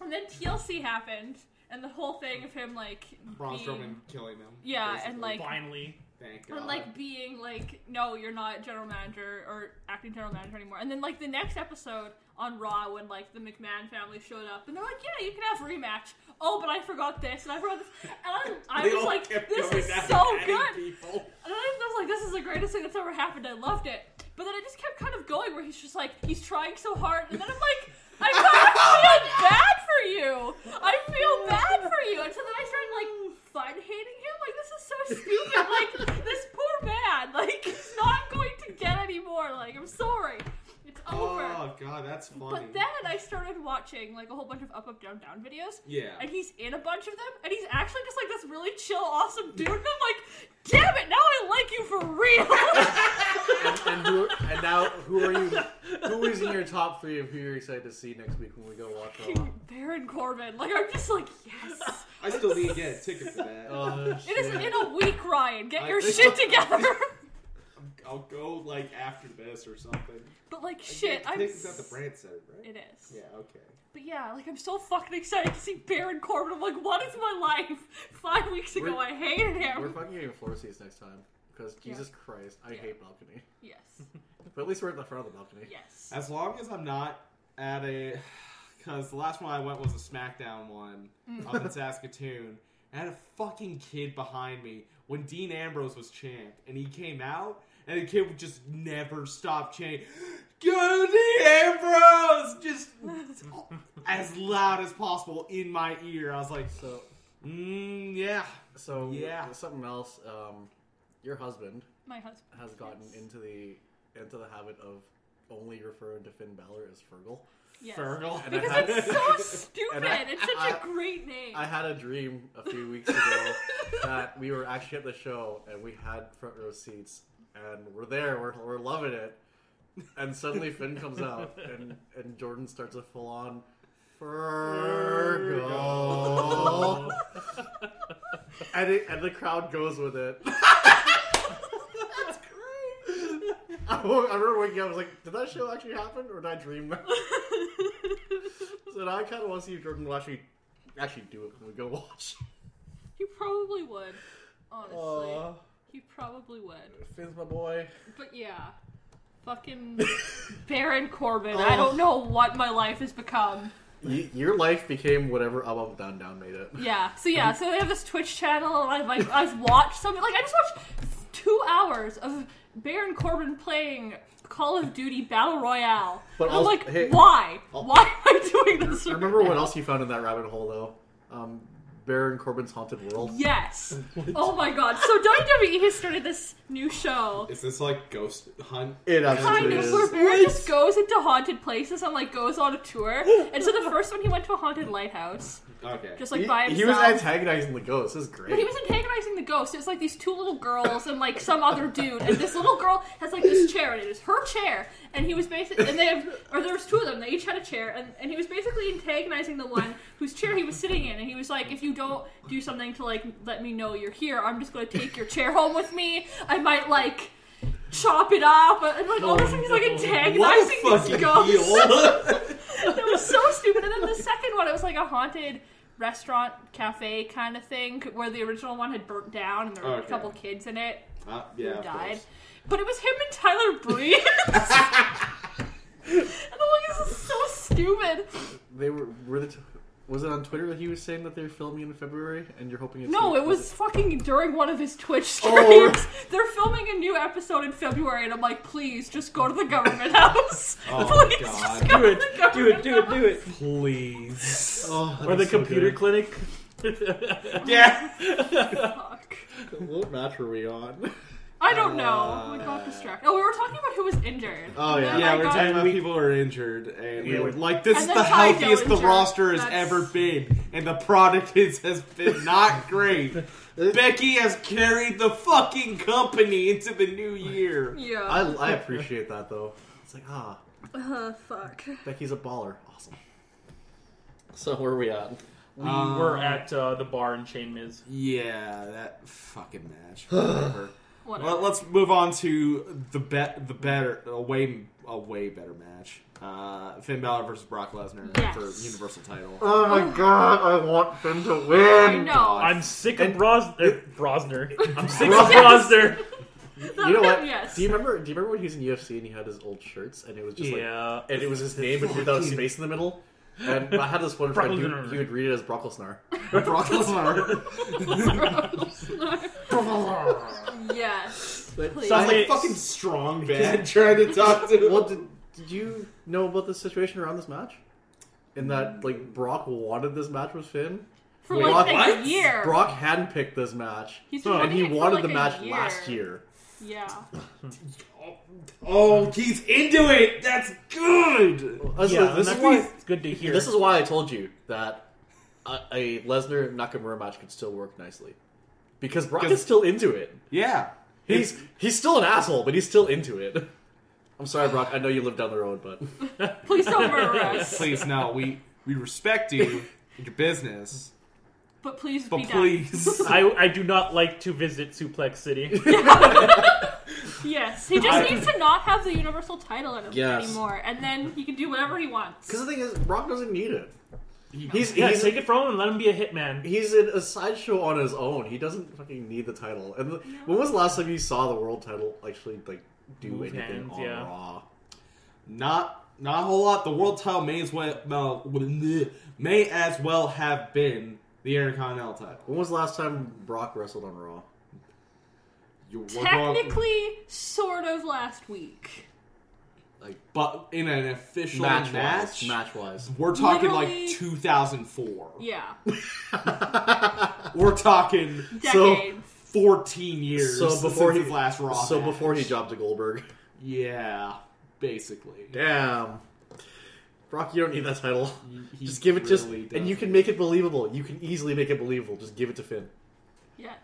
Speaker 1: And then TLC happened, and the whole thing of him like
Speaker 3: Braun
Speaker 1: being,
Speaker 3: Strowman killing him.
Speaker 1: Yeah, and, like,
Speaker 4: Finally.
Speaker 3: thank God.
Speaker 1: and like being like, no, you're not general manager or acting general manager anymore. And then like the next episode on Raw, when like the McMahon family showed up, and they're like, yeah, you can have rematch. Oh, but I forgot this, and I forgot this, and I'm, I
Speaker 3: They
Speaker 1: was
Speaker 3: all
Speaker 1: like,
Speaker 3: kept
Speaker 1: this
Speaker 3: going
Speaker 1: is
Speaker 3: at
Speaker 1: so
Speaker 3: it, adding
Speaker 1: good.
Speaker 3: people.
Speaker 1: And I was like, this is the greatest thing that's ever happened. I loved it. But then it just kept kind of going where he's just like, he's trying so hard. And then I'm like, I kind of feel bad for you. I feel bad for you. And so then I started like fun hating him. Like, this is so stupid. Like, this poor man. Like, he's not going to get any more. Like, I'm sorry. It's over.
Speaker 3: Oh God, that's funny.
Speaker 1: but then I started watching like a whole bunch of up, up, down, down videos
Speaker 3: yeah,
Speaker 1: and he's in a bunch of them, and he's actually just like this really chill, awesome dude. And I'm like, damn it, now I like you for real.
Speaker 2: And, and, who, and now, who are you? Who is in your top three of who you're excited to see next week when we go watch Raw?
Speaker 1: Baron Corbin, like I'm just like, yes.
Speaker 3: I still need to get a ticket for that. Uh,
Speaker 2: Oh,
Speaker 1: It is
Speaker 2: shit.
Speaker 1: in a week, Ryan. Get
Speaker 3: I-
Speaker 1: your shit together.
Speaker 3: I'll go like after this or something.
Speaker 1: but like, shit,
Speaker 3: I
Speaker 1: I'm.
Speaker 3: think it's at
Speaker 1: s-
Speaker 3: the brand center, right?
Speaker 1: It is.
Speaker 3: Yeah. Okay.
Speaker 1: But yeah, like I'm so fucking excited to see Baron Corbin. I'm like, what is my life? Five weeks ago,
Speaker 2: We're-
Speaker 1: I hated
Speaker 2: We're
Speaker 1: him.
Speaker 2: fucking getting floor seats next time because Jesus Christ, I
Speaker 1: Yeah.
Speaker 2: hate balcony.
Speaker 1: Yes.
Speaker 2: But at least we're at the front of the balcony.
Speaker 1: Yes.
Speaker 3: As long as I'm not at a, because the last one I went was a SmackDown one
Speaker 1: Mm.
Speaker 3: up in Saskatoon, and I had a fucking kid behind me when Dean Ambrose was champ, and he came out, and the kid would just never stop chanting, "Go Dean Ambrose!" Just as loud as possible in my ear. I was like,
Speaker 2: So,
Speaker 3: mm, "Yeah,
Speaker 2: so
Speaker 3: Yeah.
Speaker 2: there's something else. Um, your husband
Speaker 1: my husband
Speaker 2: has gotten
Speaker 1: Yes.
Speaker 2: into the into the habit of only referring to Finn Balor as Fergal.
Speaker 1: Yes.
Speaker 3: Fergal."
Speaker 2: And I
Speaker 1: Because
Speaker 2: had-
Speaker 1: it's so stupid.
Speaker 2: And I-
Speaker 1: it's such a
Speaker 2: I-
Speaker 1: great name.
Speaker 2: I had a dream a few weeks ago that we were actually at the show and we had front row seats and we're there, we're, we're loving it. And suddenly Finn comes out and, and Jordan starts a full on Fergal. and, it, and the crowd goes with it. I woke- I remember waking up, I was like, did that show actually happen or did I dream that? So now I kind of want to see if Jordan will actually, actually do it when we go watch.
Speaker 1: He probably would. Honestly.
Speaker 2: Aw.
Speaker 1: He probably would.
Speaker 2: Finn's my boy.
Speaker 1: But yeah. Fucking Baron Corbin.
Speaker 2: Oh.
Speaker 1: I don't know what my life has become.
Speaker 2: Y- your life became whatever Up Up Down Down made it.
Speaker 1: Yeah. So yeah, so they have this Twitch channel and I've like I've watched something like I just watched two hours of Baron Corbin playing Call of Duty Battle Royale.
Speaker 2: But
Speaker 1: and I'm
Speaker 2: also-
Speaker 1: like,
Speaker 2: hey-
Speaker 1: why?
Speaker 2: Al-
Speaker 1: why am I doing this? right
Speaker 2: Remember what
Speaker 1: now?
Speaker 2: else you found in that rabbit hole though? Um, Baron Corbin's Haunted World.
Speaker 1: Yes. oh my god. So WWE has started this new show
Speaker 3: Is this like Ghost Hunt?
Speaker 2: It
Speaker 1: kind
Speaker 2: absolutely
Speaker 1: of
Speaker 2: is.
Speaker 1: where Baron just goes into haunted places and like goes on a tour. and so the first one he went to a haunted lighthouse,
Speaker 3: Okay.
Speaker 1: just like
Speaker 2: He-
Speaker 1: by
Speaker 2: he,
Speaker 1: himself.
Speaker 2: was antagonizing the ghost. This is
Speaker 1: but
Speaker 2: great.
Speaker 1: he was antagonizing the ghost. It's like these two little girls and like some other dude, and this little girl has like this chair, and it is her chair. And he was basically, and they have, or there was two of them. They each had a chair, and, and he was basically antagonizing the one whose chair he was sitting in. And he was like, "If you don't do something to like let me know you're here, I'm just going to take your chair home with me. I might like." Chop it up, and like all this thing, he's like
Speaker 4: Oh, no.
Speaker 1: antagonizing these ghosts.
Speaker 3: heel.
Speaker 1: That was so stupid. And then the second one, it was like a haunted restaurant cafe kind of thing where the original one had burnt down and there were a
Speaker 3: Okay.
Speaker 1: couple kids in it
Speaker 3: Uh,
Speaker 1: who
Speaker 3: yeah, of
Speaker 1: died.
Speaker 3: course.
Speaker 1: But it was him and Tyler Breeze. and I'm like, this is so stupid.
Speaker 2: They were were the t- was it on Twitter that he was saying that they're filming in February and you're hoping it's
Speaker 1: No,
Speaker 2: late?
Speaker 1: it was fucking during one of his Twitch streams.
Speaker 2: Oh.
Speaker 1: They're filming a new episode in February, and I'm like, please, just go to the government house.
Speaker 3: Oh,
Speaker 1: please,
Speaker 3: God.
Speaker 1: just go
Speaker 4: Do it,
Speaker 1: to the
Speaker 4: do it,
Speaker 1: government
Speaker 4: do it, do it.
Speaker 3: Please.
Speaker 2: Oh,
Speaker 4: Or the computer clinic.
Speaker 3: Yeah.
Speaker 1: house. Fuck.
Speaker 2: what match were we on?
Speaker 1: I don't
Speaker 2: Uh,
Speaker 1: know. I got distracted. Oh, we were talking about who was injured.
Speaker 3: Oh
Speaker 1: And
Speaker 3: yeah,
Speaker 1: then I
Speaker 3: yeah. We're
Speaker 1: got-
Speaker 3: talking about people who are injured, and we
Speaker 4: Yeah.
Speaker 3: were like, "This
Speaker 1: And
Speaker 3: is
Speaker 1: then
Speaker 3: the
Speaker 1: Ty
Speaker 3: healthiest the
Speaker 1: Dillinger,
Speaker 3: roster has
Speaker 1: that's-
Speaker 3: ever been, and the product is has been not great." Becky has carried the fucking company into the new year.
Speaker 1: Yeah.
Speaker 2: I, I appreciate that though. It's like ah,
Speaker 1: uh, fuck.
Speaker 2: Becky's a baller. Awesome. So where are we at?
Speaker 4: We
Speaker 3: Um,
Speaker 4: were at uh, the bar in Chain Miz.
Speaker 3: Yeah, that fucking match. Whatever.
Speaker 1: Whatever.
Speaker 3: well, let's move on to the bet, the better, a way, a way better match. Uh, Finn Balor versus Brock Lesnar
Speaker 1: Yes.
Speaker 3: for Universal title.
Speaker 2: Oh my god, I want Finn to
Speaker 1: I
Speaker 2: win.
Speaker 1: know.
Speaker 4: I'm sick of Bros- er, Brosner. I'm sick of
Speaker 1: Yes.
Speaker 4: Brosner.
Speaker 2: You know what?
Speaker 1: Yes.
Speaker 2: Do you remember? Do you remember when he was in UFC and he had his old shirts and it was just like
Speaker 4: Yeah.
Speaker 2: and it was his name but without a space in the middle. And I had this one friend who
Speaker 4: Brocklesnar.
Speaker 2: he would read it as Brocklesnar.
Speaker 3: Brock Lesnar.
Speaker 1: yes.
Speaker 2: But-
Speaker 1: Please.
Speaker 3: Sounds like
Speaker 4: It's-
Speaker 3: fucking strong bad trying to talk to him.
Speaker 2: well, did, did you know about the situation around this match? In that,
Speaker 1: Mm.
Speaker 2: like Brock wanted this match with Finn.
Speaker 1: For
Speaker 2: Wait,
Speaker 1: like
Speaker 3: what?
Speaker 1: a year.
Speaker 2: Brock handpicked this match,
Speaker 1: He's been
Speaker 2: and
Speaker 1: running
Speaker 2: he
Speaker 1: it for,
Speaker 2: wanted
Speaker 1: like,
Speaker 2: the
Speaker 1: a
Speaker 2: match
Speaker 1: year.
Speaker 2: last year.
Speaker 1: Yeah.
Speaker 3: Oh, he's into it. That's good.
Speaker 2: Also,
Speaker 4: yeah,
Speaker 2: this
Speaker 4: and
Speaker 2: is
Speaker 4: that's
Speaker 2: why.
Speaker 4: it's good to hear.
Speaker 2: This is why I told you that a, a Lesnar Nakamura match could still work nicely, because Brock
Speaker 3: Because-
Speaker 2: is still into it.
Speaker 3: Yeah,
Speaker 2: He's he's still an asshole, but he's still into it. I'm sorry, Brock. I know you live down the road, but
Speaker 1: Please don't murder us.
Speaker 3: please no. We we respect you and your business,
Speaker 1: But please
Speaker 3: but
Speaker 1: be
Speaker 3: please.
Speaker 4: I, I do not like to visit Suplex City.
Speaker 1: done. Yes. He just needs to not have the universal title in him
Speaker 2: Yes.
Speaker 1: anymore. And then he can do whatever he wants.
Speaker 2: because the thing is, Brock doesn't need it. He's
Speaker 4: Yeah,
Speaker 2: he's,
Speaker 4: take it from him and let him be a hitman.
Speaker 2: he's in a sideshow on his own. He doesn't fucking need the title. And the, when was the last time you saw the world title actually like do
Speaker 4: Move
Speaker 2: anything
Speaker 4: hands,
Speaker 2: on
Speaker 4: yeah.
Speaker 2: Raw?
Speaker 3: Not not a whole lot. The world title may as well well, bleh, may as well have been the Intercontinental title.
Speaker 2: When was the last time Brock wrestled on Raw?
Speaker 3: You were wrong,
Speaker 1: Technically, sort of last week.
Speaker 2: Like
Speaker 3: but in an official match,
Speaker 2: match wise, match wise.
Speaker 3: we're talking
Speaker 1: Literally-
Speaker 3: like 2004.
Speaker 1: Yeah.
Speaker 3: We're talking
Speaker 2: So-
Speaker 1: Decades.
Speaker 3: 14 years.
Speaker 2: So before
Speaker 3: since
Speaker 2: he
Speaker 3: his last Raw.
Speaker 2: so
Speaker 3: match.
Speaker 2: before he dropped to Goldberg.
Speaker 3: Yeah, basically.
Speaker 2: Damn. Brock, you don't need that title.
Speaker 3: He
Speaker 2: just give it just
Speaker 3: really
Speaker 2: and you
Speaker 3: doesn't.
Speaker 2: can make it believable. You can easily make it believable. Just give it to Finn.
Speaker 1: yes.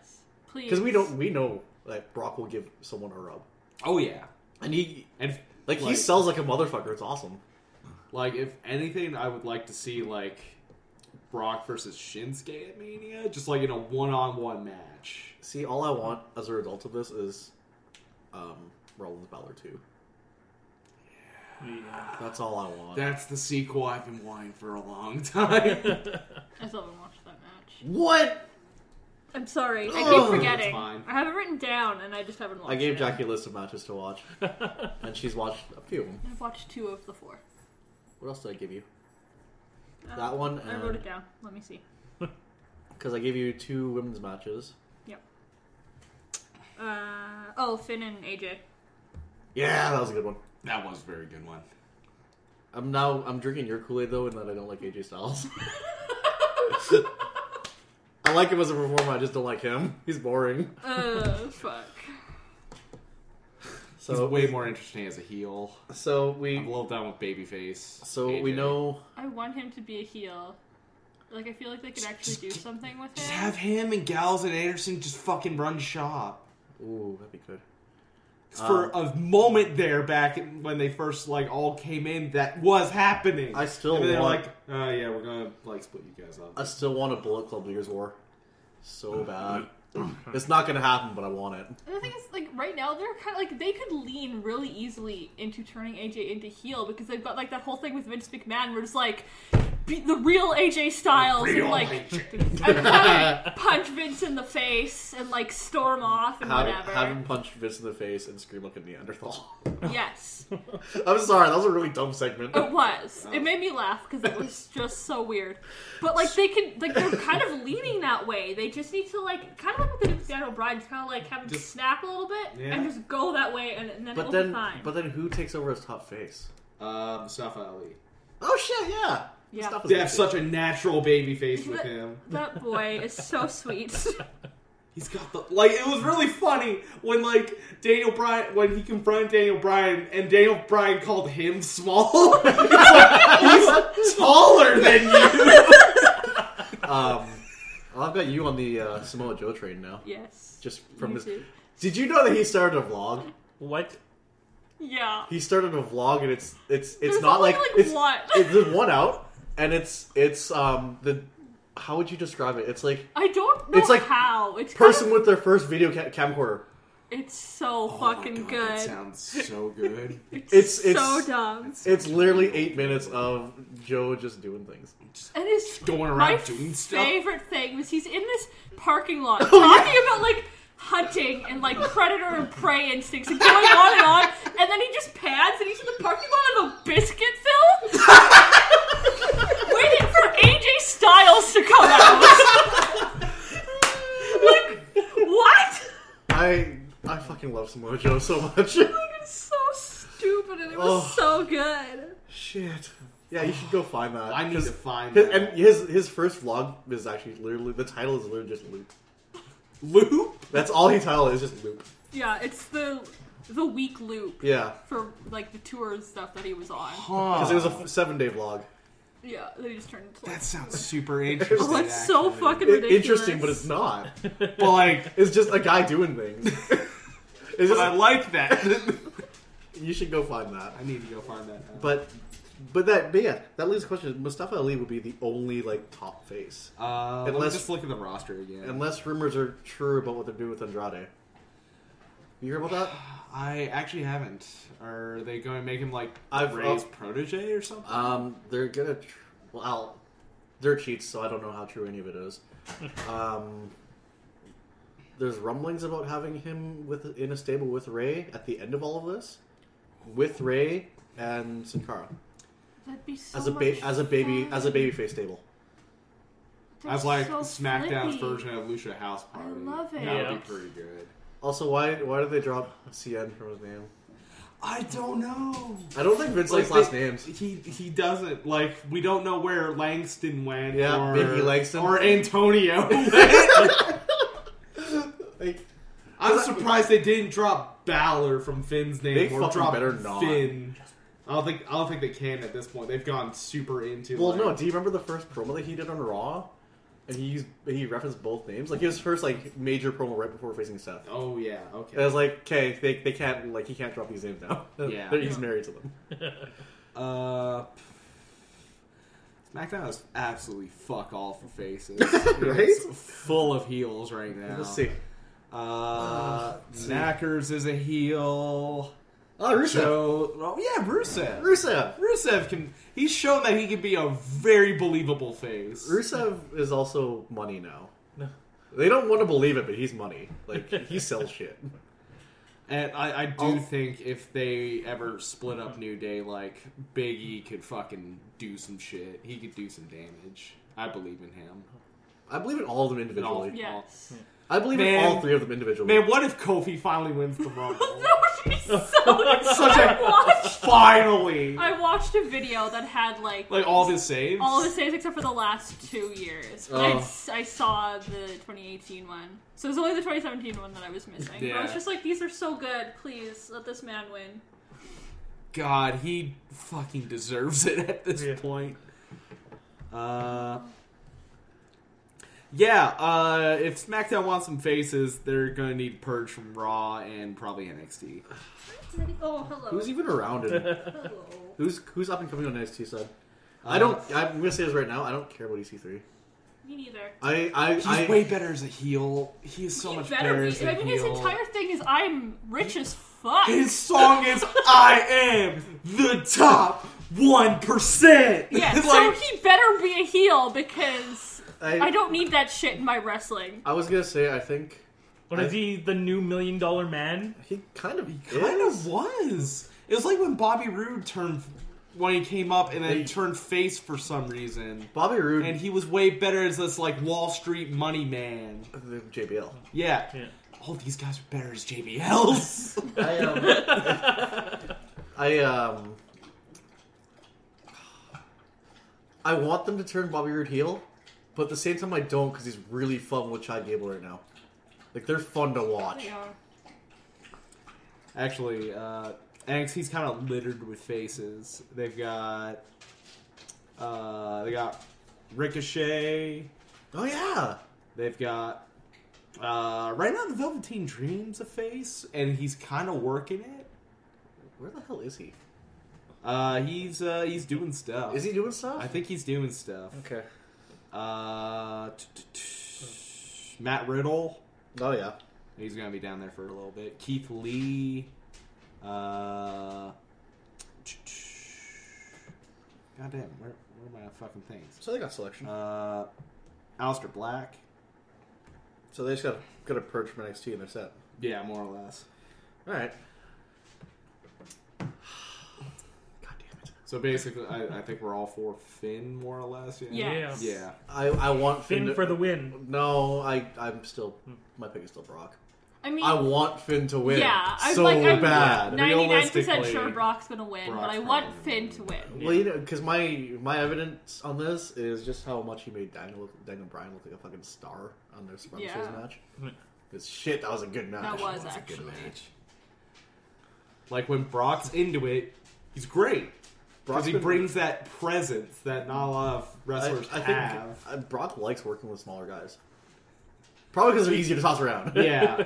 Speaker 1: Please.
Speaker 2: Because we don't we know that Brock will give someone a rub.
Speaker 3: Oh yeah,
Speaker 2: And he
Speaker 3: and
Speaker 2: like, he sells like a motherfucker, it's awesome.
Speaker 3: Like if anything, I would like to see like Brock versus Shinsuke at Mania, just like in a one-on-one match.
Speaker 2: See, all I want as a result of this is um Rollins Balor 2. That's all I want.
Speaker 3: That's the sequel I've been wanting for a long time.
Speaker 1: I still haven't watched that match.
Speaker 2: what?
Speaker 1: I'm sorry. I
Speaker 2: Oh,
Speaker 1: keep forgetting.
Speaker 3: fine.
Speaker 1: I have it written down and I just haven't watched
Speaker 2: I gave
Speaker 1: it.
Speaker 2: Jackie a list of matches to watch, and she's watched a few of them.
Speaker 1: I've watched two of the four.
Speaker 2: What else did I give you?
Speaker 1: Uh,
Speaker 2: That one
Speaker 1: I wrote
Speaker 2: and-
Speaker 1: it down. Let me see.
Speaker 2: Because I gave you two women's matches.
Speaker 1: Uh, oh, Finn and AJ.
Speaker 2: Yeah, that was a good one.
Speaker 3: that was a very good one.
Speaker 2: I'm now I'm drinking your Kool Aid though, in that I don't like AJ Styles. I like him as a performer. I just don't like him. He's boring.
Speaker 1: Uh, fuck.
Speaker 3: He's
Speaker 2: So
Speaker 3: way more interesting as a heel.
Speaker 2: So we
Speaker 3: I'm a little down with babyface.
Speaker 2: so
Speaker 3: AJ.
Speaker 2: we know
Speaker 1: I want him to be a heel. Like, I feel like they could actually do something with
Speaker 3: Just
Speaker 1: him.
Speaker 3: have him and Gals and Anderson just fucking run shop.
Speaker 2: Ooh, that'd be good.
Speaker 3: 'Cause For
Speaker 2: Um,
Speaker 3: a moment there, back in- when they first like all came in, that was happening.
Speaker 2: I still
Speaker 3: and they're
Speaker 2: want-
Speaker 3: like, oh yeah, we're gonna like split you guys up.
Speaker 2: I still want a Bullet Club Leaders War. So bad. it's not gonna happen, but I want it.
Speaker 1: And the thing is, like, right now, they're kind of like, they could lean really easily into turning AJ into heel because they've got, like, that whole thing with Vince McMahon where it's like, be- the real AJ Styles
Speaker 3: Real
Speaker 1: and like
Speaker 3: AJ.
Speaker 1: and kinda punch Vince in the face and like storm off and
Speaker 2: Have,
Speaker 1: whatever.
Speaker 2: have him punch Vince in the face and scream like a Neanderthal.
Speaker 1: Yes,
Speaker 2: I'm sorry, that was a really dumb segment.
Speaker 1: it was. It made me laugh because it was just so weird. But like they can, like they're kind of leaning that way. They just need to like kind of like what they did with Dan O'Brien, just kind of like have him
Speaker 3: Just-
Speaker 1: snap a little bit
Speaker 3: Yeah.
Speaker 1: and just go that way, and, and then
Speaker 2: But
Speaker 1: it'll be
Speaker 2: then,
Speaker 1: fine.
Speaker 2: but then, who takes over as top face?
Speaker 3: Um, Mustafa Ali.
Speaker 2: Oh shit, yeah.
Speaker 1: Yeah.
Speaker 2: Mustafa's
Speaker 3: They have
Speaker 2: good.
Speaker 3: such a natural baby face with
Speaker 1: That-
Speaker 3: him.
Speaker 1: That boy is so sweet.
Speaker 3: He's got the like. It was really funny when like Daniel Bryan when he confronted Daniel Bryan and Daniel Bryan called him small. It's like, he's taller than you.
Speaker 2: Um, well, I've got you on the uh, Samoa Joe train now.
Speaker 1: yes.
Speaker 2: Just from
Speaker 1: You
Speaker 2: his.
Speaker 1: too.
Speaker 2: Did you know that he started a vlog?
Speaker 4: What?
Speaker 1: Yeah.
Speaker 2: He started a vlog, and it's it's it's
Speaker 1: There's
Speaker 2: not
Speaker 1: only,
Speaker 2: like,
Speaker 1: like,
Speaker 2: it's,
Speaker 1: one.
Speaker 2: it's there's one out, and it's it's um the how would you describe it? It's like
Speaker 1: I don't know
Speaker 2: It's like
Speaker 1: how. It's kind
Speaker 2: person with their first video ca- camcorder.
Speaker 1: of- it's so
Speaker 3: Oh my
Speaker 1: fucking
Speaker 3: God, That
Speaker 1: good.
Speaker 3: sounds so good.
Speaker 2: It's it's
Speaker 1: so dumb.
Speaker 2: it's literally eight minutes of Joe just doing things.
Speaker 1: And his
Speaker 3: Going around
Speaker 1: my
Speaker 3: doing stuff. Oh,
Speaker 1: favorite thing was he's in this parking lot talking about like hunting and like predator and prey instincts and going on and on, and then he just pads and he's in the parking lot of a biscuit fill, waiting for AJ Styles to come out. like what?
Speaker 2: I I fucking love Samoa Joe so much.
Speaker 1: It's so stupid and it was
Speaker 2: Ugh.
Speaker 1: so good.
Speaker 2: Shit. Yeah, you should go find that.
Speaker 3: I need to
Speaker 2: 'cause
Speaker 3: find
Speaker 2: his,
Speaker 3: that.
Speaker 2: and his his first vlog is actually literally the title is literally just loop.
Speaker 3: Loop.
Speaker 2: That's all he titled is just loop.
Speaker 1: Yeah, it's the the week loop
Speaker 2: Yeah,
Speaker 1: for like the tour and stuff that he was on.
Speaker 2: because it was a seven day vlog.
Speaker 1: Yeah, they just turned into like
Speaker 3: That sounds super interesting.
Speaker 1: Oh, it's so
Speaker 3: actually.
Speaker 1: fucking
Speaker 2: It-
Speaker 1: ridiculous.
Speaker 2: interesting, but it's not.
Speaker 3: But like,
Speaker 2: It's just a guy doing things. It's
Speaker 3: but
Speaker 2: just-
Speaker 3: I like that.
Speaker 2: you should go find that.
Speaker 3: I need to go find that. Now.
Speaker 2: But but that but yeah, that leaves the question. Mustafa Ali would be the only like top face.
Speaker 3: uh, let me
Speaker 2: Unless-
Speaker 3: just look at the roster again.
Speaker 2: Unless rumors are true about what they're doing with Andrade. You hear about that?
Speaker 3: I actually haven't. Are they going to make him like
Speaker 2: I've-
Speaker 3: Ray's
Speaker 2: oh.
Speaker 3: protege or something?
Speaker 2: Um, they're gonna. Tr- well, they're cheats, so I don't know how true any of it is. Um, there's rumblings about having him with in a stable with Ray at the end of all of this, with Ray and Sin Cara
Speaker 1: That'd be so
Speaker 2: as a
Speaker 1: much
Speaker 2: ba- as a baby
Speaker 1: fun.
Speaker 2: as a baby face stable.
Speaker 1: That's
Speaker 3: As like
Speaker 1: so
Speaker 3: SmackDown's
Speaker 1: flippy.
Speaker 3: version of Lucia House Party.
Speaker 1: love it.
Speaker 3: That would
Speaker 4: Yeah.
Speaker 3: be pretty good.
Speaker 2: Also, why why did they drop CN from his name?
Speaker 3: I don't know.
Speaker 2: I don't think Vince likes
Speaker 3: Like,
Speaker 2: last
Speaker 3: they-
Speaker 2: names.
Speaker 3: He he doesn't like. We don't know where Langston went.
Speaker 2: Yeah,
Speaker 3: or,
Speaker 2: Biggie Langston.
Speaker 3: or Antonio.
Speaker 2: Like,
Speaker 3: I'm surprised they didn't drop Balor from Finn's name.
Speaker 2: They
Speaker 3: or
Speaker 2: fucking
Speaker 3: drop
Speaker 2: better not.
Speaker 3: Finn. I don't think I don't think they can at this point. They've gone super into.
Speaker 2: well,
Speaker 3: like,
Speaker 2: no. Do you remember the first promo that he did on Raw? And he used, he referenced both names. Like his first like major promo right before facing Seth.
Speaker 3: Oh yeah. Okay.
Speaker 2: And I was like, okay, they, they can't like he can't drop these names now.
Speaker 3: Yeah.
Speaker 2: They're- he's married to them.
Speaker 3: Uh, SmackDown is absolutely fuck all for faces.
Speaker 2: Right?
Speaker 3: It's full of heels right now.
Speaker 2: Let's see.
Speaker 3: Uh,
Speaker 2: Let's see.
Speaker 3: Knackers is a heel.
Speaker 2: Oh, Rusev.
Speaker 3: Joe, oh, yeah, Rusev.
Speaker 2: Rusev.
Speaker 3: Rusev can. He's shown that he can be a very believable face.
Speaker 2: Rusev is also money now. They don't want to believe it, but he's money. Like he sells shit.
Speaker 3: And I, I do
Speaker 2: Oh.
Speaker 3: think if they ever split up New Day, like Big E could fucking do some shit. He could do some damage. I believe in him.
Speaker 2: I believe in all of them
Speaker 3: all.
Speaker 2: individually.
Speaker 1: Yes.
Speaker 2: I believe in
Speaker 3: Man.
Speaker 2: all three of them individually.
Speaker 3: Man, what if Kofi finally wins the Rumble?
Speaker 1: That would be so
Speaker 3: Such a finally,
Speaker 1: I watched a video that had like
Speaker 3: like all this saves.
Speaker 1: all of his saves except for the last two years. But I
Speaker 2: Oh.
Speaker 1: s- I, saw the 2018 one. So it was only the 2017 one that I was missing. But I was
Speaker 3: Yeah.
Speaker 1: just like, these are so good. Please, let this man win.
Speaker 3: God, he fucking deserves it at this
Speaker 4: Yeah.
Speaker 3: point. Uh, yeah. Uh, if SmackDown wants some faces, they're gonna need Purge from Raw and probably NXT.
Speaker 1: Oh, hello.
Speaker 2: who's even around him?
Speaker 1: Hello.
Speaker 2: who's who's up and coming on NXT side?
Speaker 3: Um,
Speaker 2: I don't.
Speaker 3: Uh,
Speaker 2: I'm gonna say this right now. I don't care about EC3.
Speaker 1: Me neither.
Speaker 2: I I
Speaker 3: He's
Speaker 2: I,
Speaker 3: way better as a heel. He is so
Speaker 1: he
Speaker 3: much
Speaker 1: better
Speaker 3: better,
Speaker 1: be.
Speaker 3: as a
Speaker 1: I mean, his
Speaker 3: heel.
Speaker 1: entire thing is I'm rich as fuck.
Speaker 3: His song is "I Am the Top." one percent.
Speaker 1: Yeah, so he better be a heel because I don't need that shit in my wrestling.
Speaker 2: I was gonna say I think
Speaker 4: But is he the new million dollar man?
Speaker 2: he kind of
Speaker 3: kind
Speaker 2: is.
Speaker 3: of was. It was like when Bobby Roode turned when he came up and then
Speaker 2: Hey.
Speaker 3: turned face for some reason,
Speaker 2: Bobby Roode
Speaker 3: and he was way better as this like Wall Street money man.
Speaker 2: the JBL.
Speaker 3: Yeah,
Speaker 4: Yeah.
Speaker 3: all these guys are better as JBLs.
Speaker 2: I um, I um, I want them to turn Bobby Roode heel, but at the same time I don't because he's really fun with Chad Gable right now. Like they're fun to watch.
Speaker 1: They are.
Speaker 3: Actually, uh, NXT's kind of littered with faces. They've got uh, they got Ricochet.
Speaker 2: Oh yeah,
Speaker 3: They've got uh, right now the Velveteen Dream's a face, and he's kind of working it.
Speaker 2: where the hell is he?
Speaker 3: Uh, he's uh, he's doing stuff.
Speaker 2: Is he doing stuff?
Speaker 3: I think he's doing stuff.
Speaker 2: Okay.
Speaker 3: Uh, t- t- t- Matt Riddle,
Speaker 2: Oh yeah.
Speaker 3: he's gonna be down there for a little bit. Keith Lee, uh, t- t- goddamn, where where are my fucking things?
Speaker 2: So they got selection.
Speaker 3: Uh, Alistair Black.
Speaker 2: so they just got got a purge from NXT and they're set.
Speaker 3: Yeah, more or less.
Speaker 2: All right. God damn it.
Speaker 3: So basically, I, I think we're all for Finn, more or less.
Speaker 1: Yeah.
Speaker 4: Yeah.
Speaker 3: Yeah.
Speaker 2: I, I want Finn,
Speaker 4: Finn
Speaker 2: to-
Speaker 4: for the Hmm. win.
Speaker 2: No, I I'm still my pick is still Brock.
Speaker 1: I mean,
Speaker 2: I want Finn to win.
Speaker 1: yeah, I'm
Speaker 2: so
Speaker 1: like I'm
Speaker 2: bad.
Speaker 3: no-
Speaker 1: ninety-nine percent
Speaker 3: Realistically,
Speaker 1: sure Brock's gonna win, but
Speaker 3: Brock's
Speaker 1: I want
Speaker 3: probably
Speaker 1: Finn
Speaker 3: gonna
Speaker 1: to win.
Speaker 2: Well, you know, because my my evidence on this is just how much he made Daniel Daniel Bryan look like a fucking star on their Survivor
Speaker 1: Yeah.
Speaker 2: Series match.
Speaker 3: Mm-hmm.
Speaker 2: Because shit, that was a good match.
Speaker 1: That was
Speaker 2: a
Speaker 1: actually.
Speaker 2: good match.
Speaker 3: Like when Brock's into it, he's great because
Speaker 2: Brock's
Speaker 3: he
Speaker 2: been-
Speaker 3: brings that presence that not a lot of
Speaker 2: I,
Speaker 3: wrestlers
Speaker 2: I think
Speaker 3: have.
Speaker 2: uh, Brock likes working with smaller guys. Probably because they're easier to toss around.
Speaker 3: Yeah.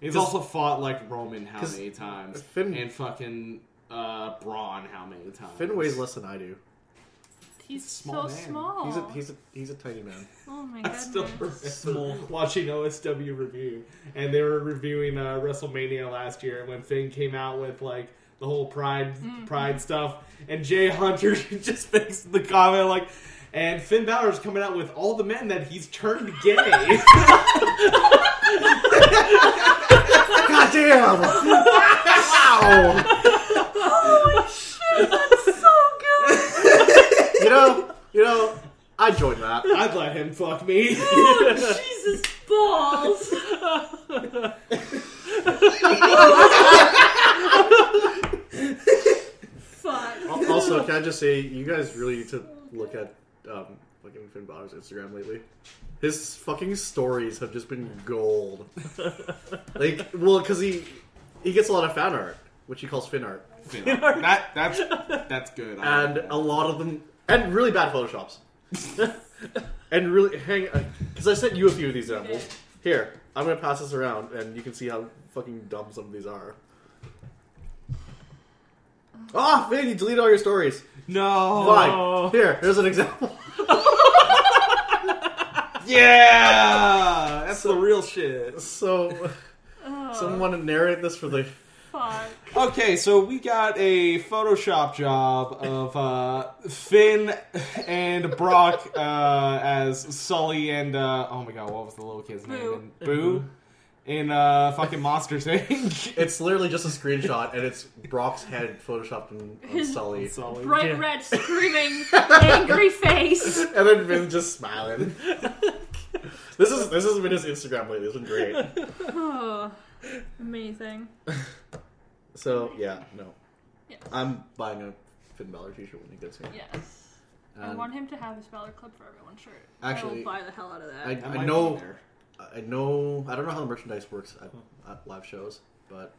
Speaker 3: He's also fought like Roman how
Speaker 2: 'Cause
Speaker 3: many times?
Speaker 2: Finn-
Speaker 3: and fucking uh, Braun how many times?
Speaker 2: Finn weighs less than I do.
Speaker 1: He's
Speaker 3: Small
Speaker 1: so
Speaker 3: man.
Speaker 1: small.
Speaker 2: He's a he's a he's a tiny man.
Speaker 1: oh my
Speaker 3: I
Speaker 1: goodness.
Speaker 3: still remember watching OSW review, and they were reviewing uh, WrestleMania last year, and when Finn came out with like the whole Pride Pride stuff, and Jay Hunter just makes the comment like, and Finn Balor's coming out with all the men that he's turned gay.
Speaker 2: God damn! wow!
Speaker 1: Holy shit, that's so good.
Speaker 2: You know, you know, I joined that.
Speaker 3: I'd let him fuck me.
Speaker 1: Oh, Jesus balls. Fuck.
Speaker 2: Al- Also, can I just say, you guys really need to look at um, fucking Finn Balor's Instagram lately. His fucking stories have just been gold. like, well, because he he gets a lot of fan art, which he calls Finn art,
Speaker 3: that that's that's good. I like
Speaker 2: and
Speaker 3: that.
Speaker 2: a lot of them, and really bad photoshops, and really hang. Because I sent you a few of these examples. Here, I'm gonna pass this around, and you can see how fucking dumb some of these are. Ah, Finn, you deleted all your stories.
Speaker 3: no.
Speaker 2: Fine. Here, here's an example.
Speaker 3: Yeah, that's the real shit.
Speaker 2: So,
Speaker 1: Oh,
Speaker 2: someone narrate this for the.
Speaker 1: fuck.
Speaker 3: Okay, so we got a Photoshop job of uh, Finn and Brock uh, as Sully and uh, oh my god, what was the little kid's
Speaker 1: Boo.
Speaker 3: name? Boo in uh, fucking Monsters Inc.
Speaker 2: It's literally just a screenshot, and it's Brock's head photoshopped on, on
Speaker 1: His-
Speaker 2: Sully,
Speaker 3: Sully.
Speaker 1: Bright
Speaker 4: Yeah.
Speaker 1: red, screaming, angry face.
Speaker 2: and then Vin just smiling. this is this has been his Instagram lately. It's been great.
Speaker 1: Oh, amazing.
Speaker 2: So yeah, no,
Speaker 1: Yes.
Speaker 2: I'm buying a Finn Balor t-shirt when he gets here.
Speaker 1: Yes. I
Speaker 2: Um,
Speaker 1: want him to have his Valor clip for everyone shirt. I
Speaker 2: Actually,
Speaker 1: will buy the hell out of that.
Speaker 2: I,
Speaker 3: That might
Speaker 2: I
Speaker 3: be
Speaker 2: know
Speaker 3: there.
Speaker 2: I know I don't know how the merchandise works at, at live shows, but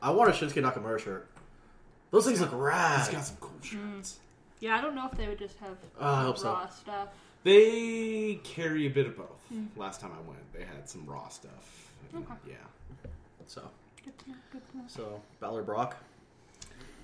Speaker 2: I want a Shinsuke Nakamura shirt. Those things look rad.
Speaker 3: He's got some cool shirts.
Speaker 1: yeah, I don't know if they would just have
Speaker 2: Uh, I hope so.
Speaker 1: raw stuff.
Speaker 3: They carry a bit of both. Last time I went, they had some raw stuff. And,
Speaker 1: Hmm. Okay.
Speaker 3: Yeah.
Speaker 2: So
Speaker 1: Good to know, good to know.
Speaker 2: so Balor Brock.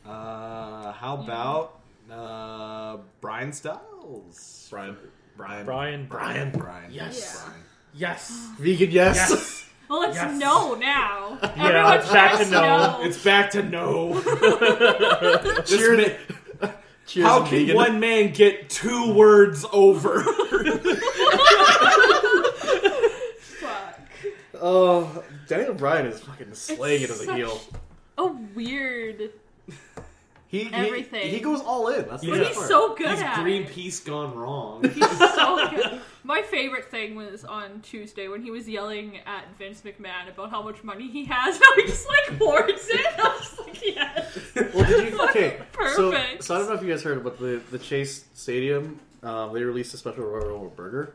Speaker 3: Uh, how about uh, Brian Styles?
Speaker 2: Brian. Brian.
Speaker 4: Brian.
Speaker 2: Brian.
Speaker 3: Brian.
Speaker 1: Yes.
Speaker 3: Brian.
Speaker 4: Yes.
Speaker 2: Vegan, yes.
Speaker 4: Yes.
Speaker 1: Well, it's
Speaker 4: Yes.
Speaker 1: no now.
Speaker 4: Yeah,
Speaker 1: Everyone
Speaker 4: it's back to
Speaker 1: says
Speaker 4: no.
Speaker 3: It's back to no. This
Speaker 2: Cheer-
Speaker 3: ma-
Speaker 2: Cheers,
Speaker 3: how can
Speaker 2: vegan.
Speaker 3: one man get two words over?
Speaker 1: Fuck.
Speaker 2: Oh, Daniel Bryan is fucking slaying it as a
Speaker 1: such
Speaker 2: heel.
Speaker 1: A weird.
Speaker 2: He, he
Speaker 1: everything.
Speaker 2: he goes all in. That's the
Speaker 4: Yeah.
Speaker 1: But
Speaker 2: best
Speaker 1: he's
Speaker 2: part.
Speaker 1: so good
Speaker 3: He's
Speaker 1: at it.
Speaker 3: Greenpeace gone wrong.
Speaker 1: He's so good. My favorite thing was on Tuesday when he was yelling at Vince McMahon about how much money he has. How he just like hoards it. I was like, yes.
Speaker 2: Well, did you? Okay, so,
Speaker 1: Perfect.
Speaker 2: so I don't know if you guys heard, but the the Chase Stadium, um, they released a special Royal Rumble burger,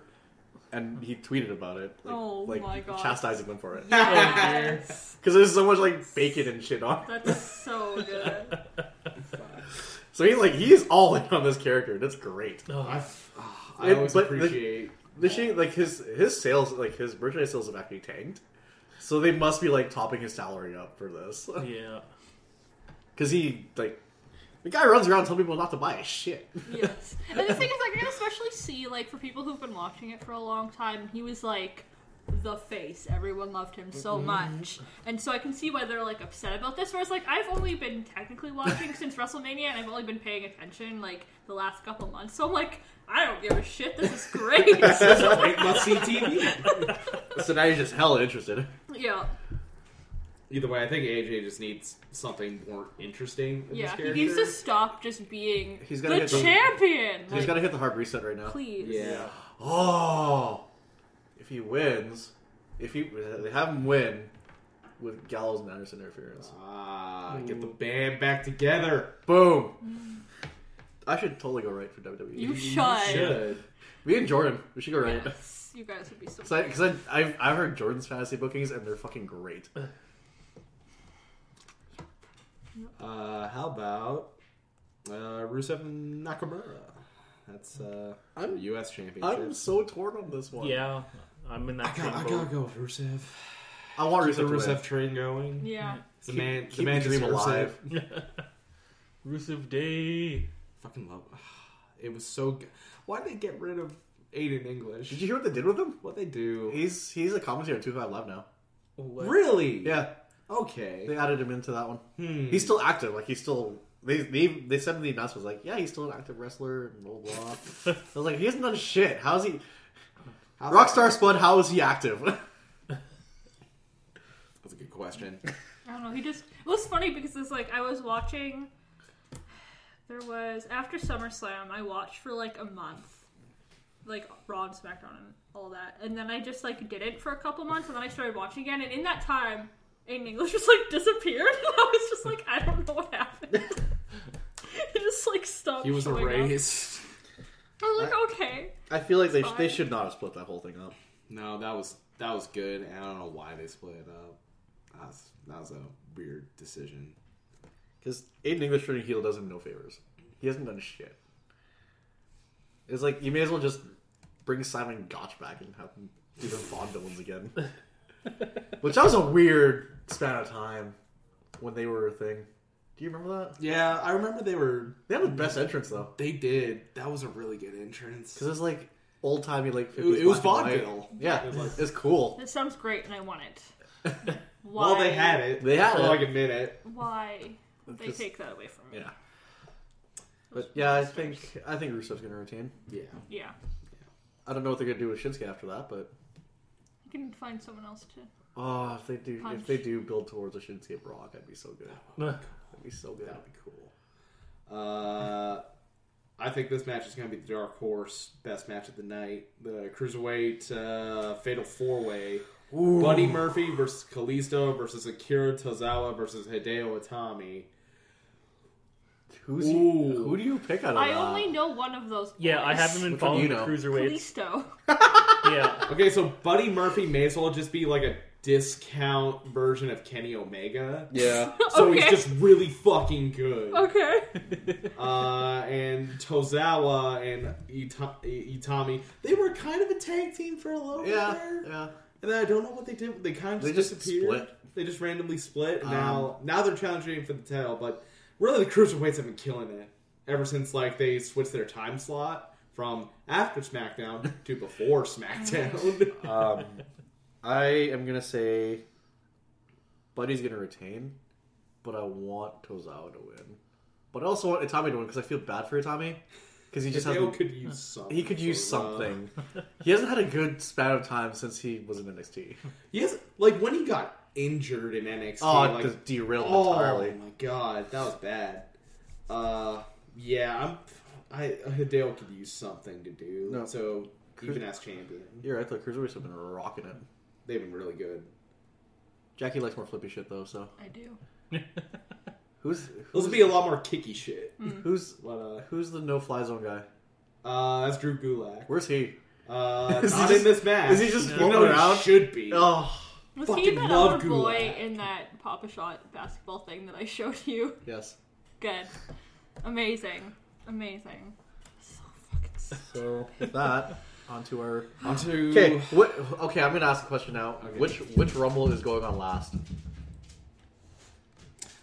Speaker 2: and he tweeted about it. Like,
Speaker 1: Oh
Speaker 2: like,
Speaker 1: my God.
Speaker 2: chastising them for it
Speaker 1: Yes.
Speaker 2: because there's so much like bacon and shit on. it.
Speaker 1: That's so good.
Speaker 2: So he like he's all in on this character. That's great.
Speaker 4: Oh,
Speaker 3: I, I
Speaker 2: It-
Speaker 3: always
Speaker 2: but the-
Speaker 3: appreciate.
Speaker 2: The shit like his his sales like his merchandise sales have actually tanked, so they must be like topping his salary up for this
Speaker 4: Yeah.
Speaker 2: because he like. The guy runs around telling people not to buy his shit.
Speaker 1: Yes. And the thing is, like, I can especially see, like, for people who've been watching it for a long time, he was like the face. Everyone loved him so much, and so I can see why they're like upset about this. Whereas, like, I've only been technically watching since WrestleMania, and I've only been paying attention like the last couple months. So I'm like, I don't give a shit. This is great.
Speaker 3: Wait, must see TV.
Speaker 2: So now he's just hella interested.
Speaker 1: yeah.
Speaker 3: Either way, I think AJ just needs something more interesting. In
Speaker 1: Yeah,
Speaker 3: this
Speaker 1: he
Speaker 3: character.
Speaker 1: needs to stop just being
Speaker 2: He's gotta
Speaker 1: the
Speaker 2: get some-
Speaker 1: champion.
Speaker 2: He's
Speaker 1: Like,
Speaker 2: got to hit the hard reset right now.
Speaker 1: please.
Speaker 3: Yeah.
Speaker 2: Oh, if he wins, if he they have him win with Gallows and Anderson interference.
Speaker 3: Ah, get the band back together.
Speaker 2: Boom. I should totally go right for WWE.
Speaker 1: Mm. You should.
Speaker 3: Should.
Speaker 2: Me and Jordan, we should go right.
Speaker 1: Yes, you guys would be so.
Speaker 2: Because I, I've, I've heard Jordan's fantasy bookings and they're fucking great.
Speaker 3: Uh, how about uh, Rusev and Nakamura? That's uh,
Speaker 2: I'm-
Speaker 3: the U.S. Championship.
Speaker 2: I'm so torn on this one.
Speaker 4: Yeah. I'm in
Speaker 3: I
Speaker 4: that same
Speaker 3: gotta, I gotta
Speaker 4: boat.
Speaker 3: go with Rusev.
Speaker 2: I want
Speaker 3: Keep
Speaker 2: Rusev
Speaker 3: the
Speaker 2: to win.
Speaker 3: Rusev train going.
Speaker 1: Yeah.
Speaker 3: The
Speaker 2: Keep-
Speaker 3: man,
Speaker 2: keep
Speaker 3: the man
Speaker 2: dream
Speaker 3: deserves
Speaker 2: alive.
Speaker 3: it.
Speaker 4: Rusev Day.
Speaker 3: Fucking love. It was so good. Why did they get rid of Aiden English?
Speaker 2: Did you hear what they did with him?
Speaker 3: What they do?
Speaker 2: He's he's a commentator on 2-5 Live now.
Speaker 3: Really?
Speaker 2: Yeah,
Speaker 3: Okay.
Speaker 2: they added him into that one.
Speaker 3: Hmm.
Speaker 2: He's still active. Like he's still. They they they said in the announcement like, yeah, he's still an active wrestler and blah blah. blah. I was like, he hasn't done shit. How's he?
Speaker 3: How's
Speaker 2: Rockstar Spud, how is he active?
Speaker 3: That's a good question.
Speaker 1: I don't know. He just it was funny because it's like I was watching. There was after SummerSlam, I watched for like a month, like Raw and SmackDown and all that, and then I just like didn't for a couple months, and then I started watching again, and in that time, Aiden English just like disappeared, and I was just like, I don't know what happened. he just like stopped.
Speaker 3: He was
Speaker 1: showing up.
Speaker 3: erased.
Speaker 1: I was like, okay,
Speaker 2: I feel like they
Speaker 1: Fine.
Speaker 2: they should not have split that whole thing up.
Speaker 3: No, that was that was good, and I don't know why they split it up. That was, that was a weird decision.
Speaker 2: Because Aiden English turning heel does him no favors. He hasn't done shit. It's like you may as well just bring Simon Gotch back and have him do the Vaughn villains again. Which that was a weird span of time when they were a thing. Do you remember that?
Speaker 3: Yeah, I remember they were.
Speaker 2: They had the best
Speaker 3: Mm-hmm.
Speaker 2: entrance though.
Speaker 3: They did. That was a really good entrance.
Speaker 2: Because it's like old timey like 50s
Speaker 3: It, it was
Speaker 2: black and white.
Speaker 3: vaudeville.
Speaker 2: Yeah,
Speaker 3: It was.
Speaker 2: it's cool.
Speaker 1: this sounds great, and I want it. Why?
Speaker 3: Well, they had it.
Speaker 2: They had
Speaker 3: for
Speaker 2: it.
Speaker 3: like a minute.
Speaker 1: Why would they
Speaker 2: Just-
Speaker 1: take that away from me?
Speaker 2: Yeah, but yeah, I think I think Rusev's gonna retain.
Speaker 3: Yeah.
Speaker 1: yeah.
Speaker 2: I don't know what they're gonna do with Shinsuke after that, but
Speaker 1: You can find someone else to.
Speaker 2: oh, if they do if
Speaker 1: Punch.
Speaker 2: they do build towards a Shinsuke Brock, that'd be so good. That'd be so good.
Speaker 3: That would be cool. Uh, I think this match is going to be the dark horse best match of the night. The cruiserweight uh, fatal four way. Buddy Murphy versus Kalisto versus Akira Tozawa versus Hideo Itami.
Speaker 2: Who's he,
Speaker 3: Ooh.
Speaker 2: who do you pick out of
Speaker 1: I
Speaker 2: that?
Speaker 1: only know one of those.
Speaker 4: uh, Yeah, I
Speaker 1: boys.
Speaker 4: haven't been
Speaker 2: Which one do
Speaker 4: following
Speaker 2: you
Speaker 4: the
Speaker 2: know?
Speaker 4: cruiserweights.
Speaker 1: Kalisto.
Speaker 4: Yeah.
Speaker 3: Okay, so Buddy Murphy may as well just be like a discount version of Kenny Omega.
Speaker 2: yeah.
Speaker 3: So he's
Speaker 1: Okay.
Speaker 3: just really fucking good.
Speaker 1: Okay.
Speaker 3: Uh, and Tozawa and Ita- I- Itami, they were kind of a tag team for a little
Speaker 2: Yeah,
Speaker 3: bit there.
Speaker 2: yeah.
Speaker 3: And then I don't know what they did. They kind of
Speaker 2: They
Speaker 3: just,
Speaker 2: just
Speaker 3: disappeared.
Speaker 2: split.
Speaker 3: They just randomly split. And
Speaker 2: Um,
Speaker 3: now, now they're challenging for the title, but really the cruiserweights have been killing it ever since like they switched their time slot from after SmackDown to before SmackDown.
Speaker 2: Um, I am gonna say, Buddy's gonna retain, but I want Tozawa to win. But I also want Itami to win because I feel bad for Itami because he just
Speaker 3: Hideo
Speaker 2: hasn't.
Speaker 3: could use something.
Speaker 2: He could use
Speaker 3: for, uh,
Speaker 2: something. he hasn't had a good span of time since he was in NXT.
Speaker 3: He has like when he got injured in NXT.
Speaker 2: Oh, it
Speaker 3: like,
Speaker 2: just derailed him
Speaker 3: oh
Speaker 2: entirely.
Speaker 3: my god, that was bad. Uh, yeah, I'm. I Hideo could use something to do.
Speaker 2: No.
Speaker 3: So
Speaker 2: Cruise-
Speaker 3: even as champion,
Speaker 2: You're right. The cruiserweights have been rocking it.
Speaker 3: they've been really good.
Speaker 2: Jackie likes more flippy shit though. So
Speaker 1: I do.
Speaker 2: who's
Speaker 3: Those
Speaker 2: who's,
Speaker 3: would be a lot more kicky shit.
Speaker 2: who's
Speaker 3: But uh,
Speaker 2: who's the no fly zone guy?
Speaker 3: uh that's Drew Gulak.
Speaker 2: Where's he?
Speaker 3: Uh,
Speaker 2: Is he
Speaker 3: not
Speaker 2: just-
Speaker 3: in this match.
Speaker 2: is he just
Speaker 3: Even
Speaker 2: floating
Speaker 3: though he
Speaker 2: around?
Speaker 3: Should be.
Speaker 2: Oh
Speaker 1: Was
Speaker 3: Fucking
Speaker 1: he that
Speaker 3: love
Speaker 1: other boy
Speaker 3: Gulak.
Speaker 1: in that Papa Shot basketball thing that I showed you?
Speaker 2: yes.
Speaker 1: Good. Amazing. Amazing. So fucking s-
Speaker 2: So with that, onto our
Speaker 3: Onto
Speaker 2: okay. What, okay, I'm gonna ask a question now.
Speaker 3: Okay.
Speaker 2: Which which rumble is going on last?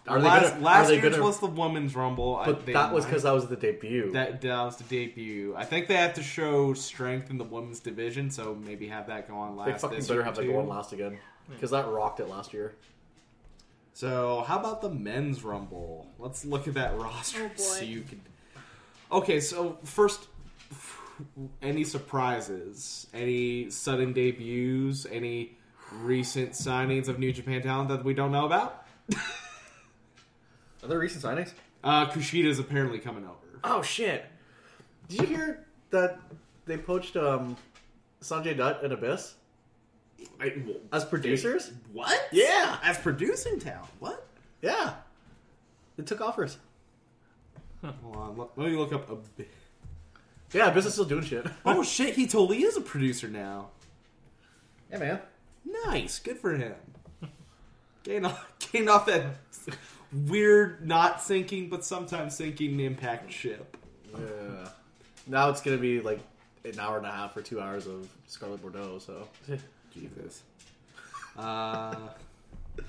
Speaker 2: Are they
Speaker 3: last,
Speaker 2: gonna-
Speaker 3: last
Speaker 2: are they
Speaker 3: year's
Speaker 2: gonna-
Speaker 3: was the women's rumble. I-
Speaker 2: But
Speaker 3: they
Speaker 2: that was
Speaker 3: might-
Speaker 2: because that was the debut.
Speaker 3: That, that was the debut. I think they have to show strength in the women's division, so maybe have that go on last.
Speaker 2: they fucking
Speaker 3: this
Speaker 2: better
Speaker 3: year,
Speaker 2: have that
Speaker 3: too. Hmm.
Speaker 2: go on last again because that rocked it last year.
Speaker 3: So how about the men's rumble? Let's look at that roster.
Speaker 1: Oh, boy.
Speaker 3: So you can. Okay, so first, any surprises? Any sudden debuts? Any recent signings of New Japan talent that we don't know about?
Speaker 2: Are there recent signings?
Speaker 3: Uh, Kushida is apparently coming over.
Speaker 2: Oh shit! Did you hear that they poached um, Sanjay Dutt and Abyss as producers?
Speaker 3: What?
Speaker 2: Yeah.
Speaker 3: as producing talent. What?
Speaker 2: Yeah, they took offers.
Speaker 3: Hold on, let, let me look up a bit.
Speaker 2: Yeah, Abyss is still doing shit.
Speaker 3: Oh shit, he totally is a producer now.
Speaker 2: yeah, man.
Speaker 3: Nice, good for him. Gained off, gained off that weird, not sinking, but sometimes sinking impact ship.
Speaker 2: Yeah. Now it's gonna be like an hour and a half or two hours of Scarlet Bordeaux. So
Speaker 3: Jesus. Uh,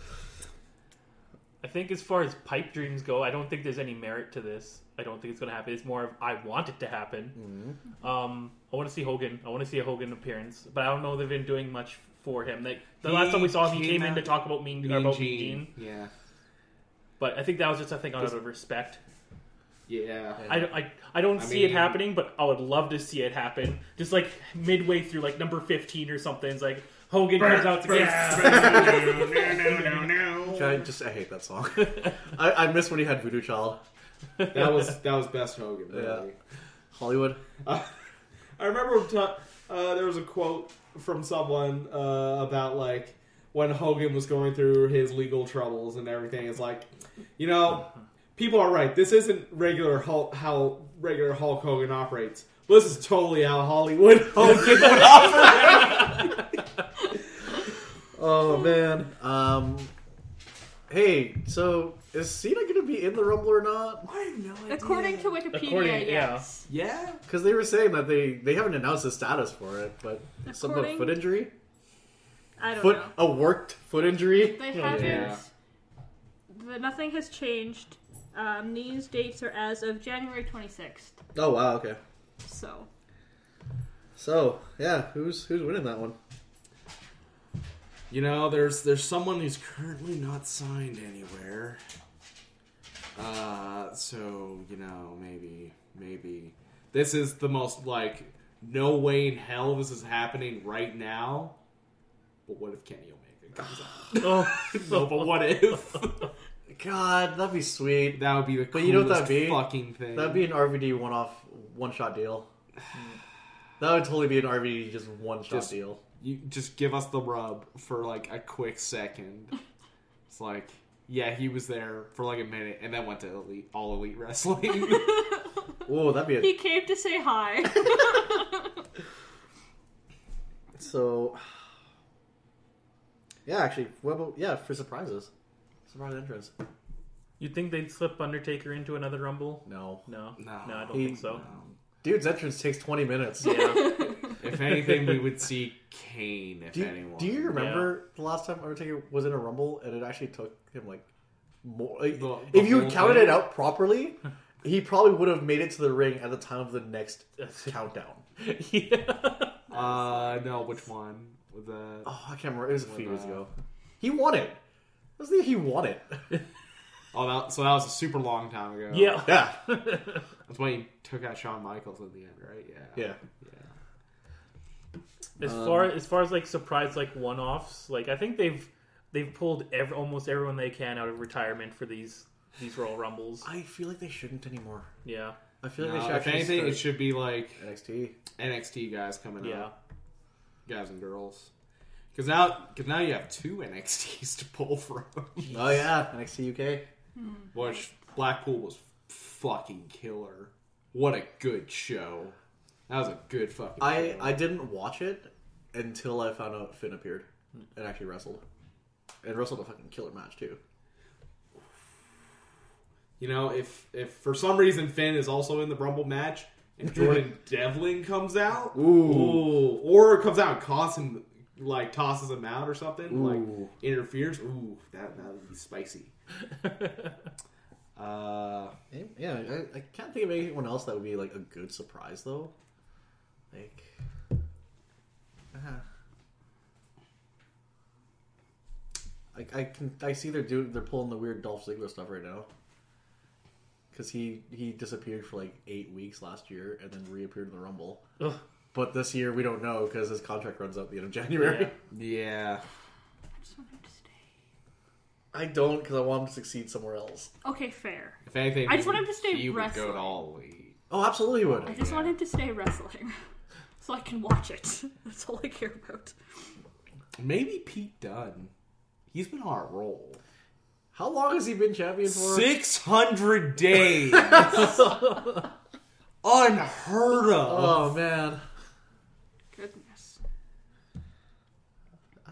Speaker 4: I think as far as pipe dreams go, I don't think there's any merit to this. I don't think it's going to happen. It's more of I want it to happen. Um, I want to see Hogan. I want to see a Hogan appearance, but I don't know they've been doing much for him. Like the
Speaker 3: He
Speaker 4: last time we saw him, he
Speaker 3: came
Speaker 4: came in
Speaker 3: out-
Speaker 4: to talk about Mean,
Speaker 3: Mean
Speaker 4: about Mean
Speaker 3: Gene.
Speaker 4: Gene,
Speaker 3: Yeah.
Speaker 4: but I think that was just I think out of respect.
Speaker 3: Yeah.
Speaker 2: Yeah.
Speaker 4: I, don't- I, I don't
Speaker 3: I
Speaker 4: see it
Speaker 3: mean-
Speaker 4: happening, but I would love to see it happen. Just like midway through, like number fifteen or something, it's like Hogan comes out to
Speaker 2: Can I just I hate that song. I, I miss when he had Voodoo Child,
Speaker 3: That was that was best Hogan. Really.
Speaker 2: Hollywood.
Speaker 3: Uh, I remember ta- uh, there was a quote from someone uh, about like when Hogan was going through his legal troubles and everything. It's like, you know, people are right. This isn't regular Hulk, how regular Hulk Hogan operates. This is totally how Hollywood Hogan would operate.
Speaker 2: Oh man. Um. Hey, so is Cena gonna be in the Rumble or not?
Speaker 3: I have no idea.
Speaker 1: According to Wikipedia,
Speaker 4: According- yeah.
Speaker 1: yes.
Speaker 3: yeah,
Speaker 2: Because they were saying that they they haven't announced the status for it, but some
Speaker 1: According-
Speaker 2: foot injury,
Speaker 1: I don't
Speaker 2: foot
Speaker 1: know.
Speaker 2: a worked foot injury.
Speaker 1: They
Speaker 4: Oh, Yeah.
Speaker 1: haven't.
Speaker 3: Yeah.
Speaker 1: The, nothing has changed. Um, these dates are as of January 26th.
Speaker 2: Oh wow. Okay.
Speaker 1: So,
Speaker 2: So yeah, who's who's winning that one?
Speaker 3: you know, there's there's someone who's currently not signed anywhere. Uh, so you know, maybe maybe this is the most like no way in hell this is happening right now. But what if Kenny Omega comes out?
Speaker 4: Oh.
Speaker 3: no, but what if?
Speaker 2: God, that'd be sweet.
Speaker 3: that would be the
Speaker 2: But
Speaker 3: coolest
Speaker 2: you know what that'd be?
Speaker 3: fucking thing.
Speaker 2: That'd be an RVD one off one shot deal. That would totally be an RVD just one shot
Speaker 3: Just-
Speaker 2: deal.
Speaker 3: you just give us the rub for like a quick second. It's like, yeah, he was there for like a minute and then went to elite, all elite wrestling.
Speaker 2: Oh, that'd be a
Speaker 1: he came to say hi.
Speaker 2: so. Yeah, actually, what about yeah for surprises? Surprise entrance?
Speaker 4: You'd think they'd slip Undertaker into another Rumble?
Speaker 2: No,
Speaker 4: No,
Speaker 3: No.
Speaker 4: I don't
Speaker 2: He-
Speaker 4: think so.
Speaker 3: Um,
Speaker 2: dude's entrance takes twenty minutes.
Speaker 4: Yeah,
Speaker 3: If anything, we would see Kane. If
Speaker 2: Do you,
Speaker 3: anyone,
Speaker 2: do you remember the last time Undertaker was in a Rumble and it actually took him like more? Like,
Speaker 3: The- the
Speaker 2: if you
Speaker 3: whole
Speaker 2: counted
Speaker 3: thing?
Speaker 2: it out properly, he probably would have made it to the ring at the time of the next countdown.
Speaker 4: yeah.
Speaker 3: Uh, no, which one? The
Speaker 2: Oh, I can't remember. It was a few
Speaker 3: When,
Speaker 2: years
Speaker 3: uh,
Speaker 2: ago. He won it. Wasn't it? He won it.
Speaker 3: oh, that, so that was a super long time ago.
Speaker 4: Yeah.
Speaker 2: yeah,
Speaker 3: that's why you took out Shawn Michaels in the end, right? Yeah,
Speaker 2: yeah.
Speaker 4: As
Speaker 2: Um,
Speaker 4: far as far as like surprise like one offs, like I think they've they've pulled ev almost everyone they can out of retirement for these these Royal Rumbles.
Speaker 2: I feel like they shouldn't anymore.
Speaker 4: Yeah,
Speaker 2: I feel like
Speaker 3: No,
Speaker 2: they should
Speaker 3: if
Speaker 2: actually
Speaker 3: anything, it
Speaker 2: start
Speaker 3: should be like
Speaker 2: NXT.
Speaker 3: NXT guys coming
Speaker 4: yeah.
Speaker 3: up, guys and girls. Because now, cause now you have two NXTs to pull from.
Speaker 2: Oh yeah, NXT UK.
Speaker 3: Which Blackpool was fucking killer. What a good show. That was a good fucking.
Speaker 2: I
Speaker 3: show.
Speaker 2: I didn't watch it until I found out Finn appeared and actually wrestled, and wrestled a fucking killer match too.
Speaker 3: You know, if if for some reason Finn is also in the Rumble match and Jordan Devlin comes out,
Speaker 2: Ooh.
Speaker 3: ooh, or comes out and costs him like tosses him out or something,
Speaker 2: Ooh.
Speaker 3: like interferes, ooh, that that would be spicy. uh,
Speaker 2: Yeah, I, I can't think of anyone else that would be like a good surprise though. Like, uh-huh. uh, I, I can I see they're doing they're pulling the weird Dolph Ziggler stuff right now. Because he he disappeared for like eight weeks last year and then reappeared in the Rumble.
Speaker 4: Ugh.
Speaker 2: But this year we don't know because his contract runs out the end of January.
Speaker 4: Yeah.
Speaker 3: yeah,
Speaker 1: I just want him to stay.
Speaker 2: I don't because I want him to succeed somewhere else.
Speaker 1: Okay, fair.
Speaker 3: if anything,
Speaker 1: I just want him to stay
Speaker 3: He would go
Speaker 1: wrestling.
Speaker 3: to all elite.
Speaker 2: Oh, absolutely he would.
Speaker 1: I just want him to stay wrestling, so I can watch it. That's all I care about.
Speaker 3: Maybe Pete Dunne. He's been on a roll.
Speaker 2: How long has he been champion for?
Speaker 3: Six hundred days. Unheard of.
Speaker 2: Oh man.
Speaker 1: Goodness.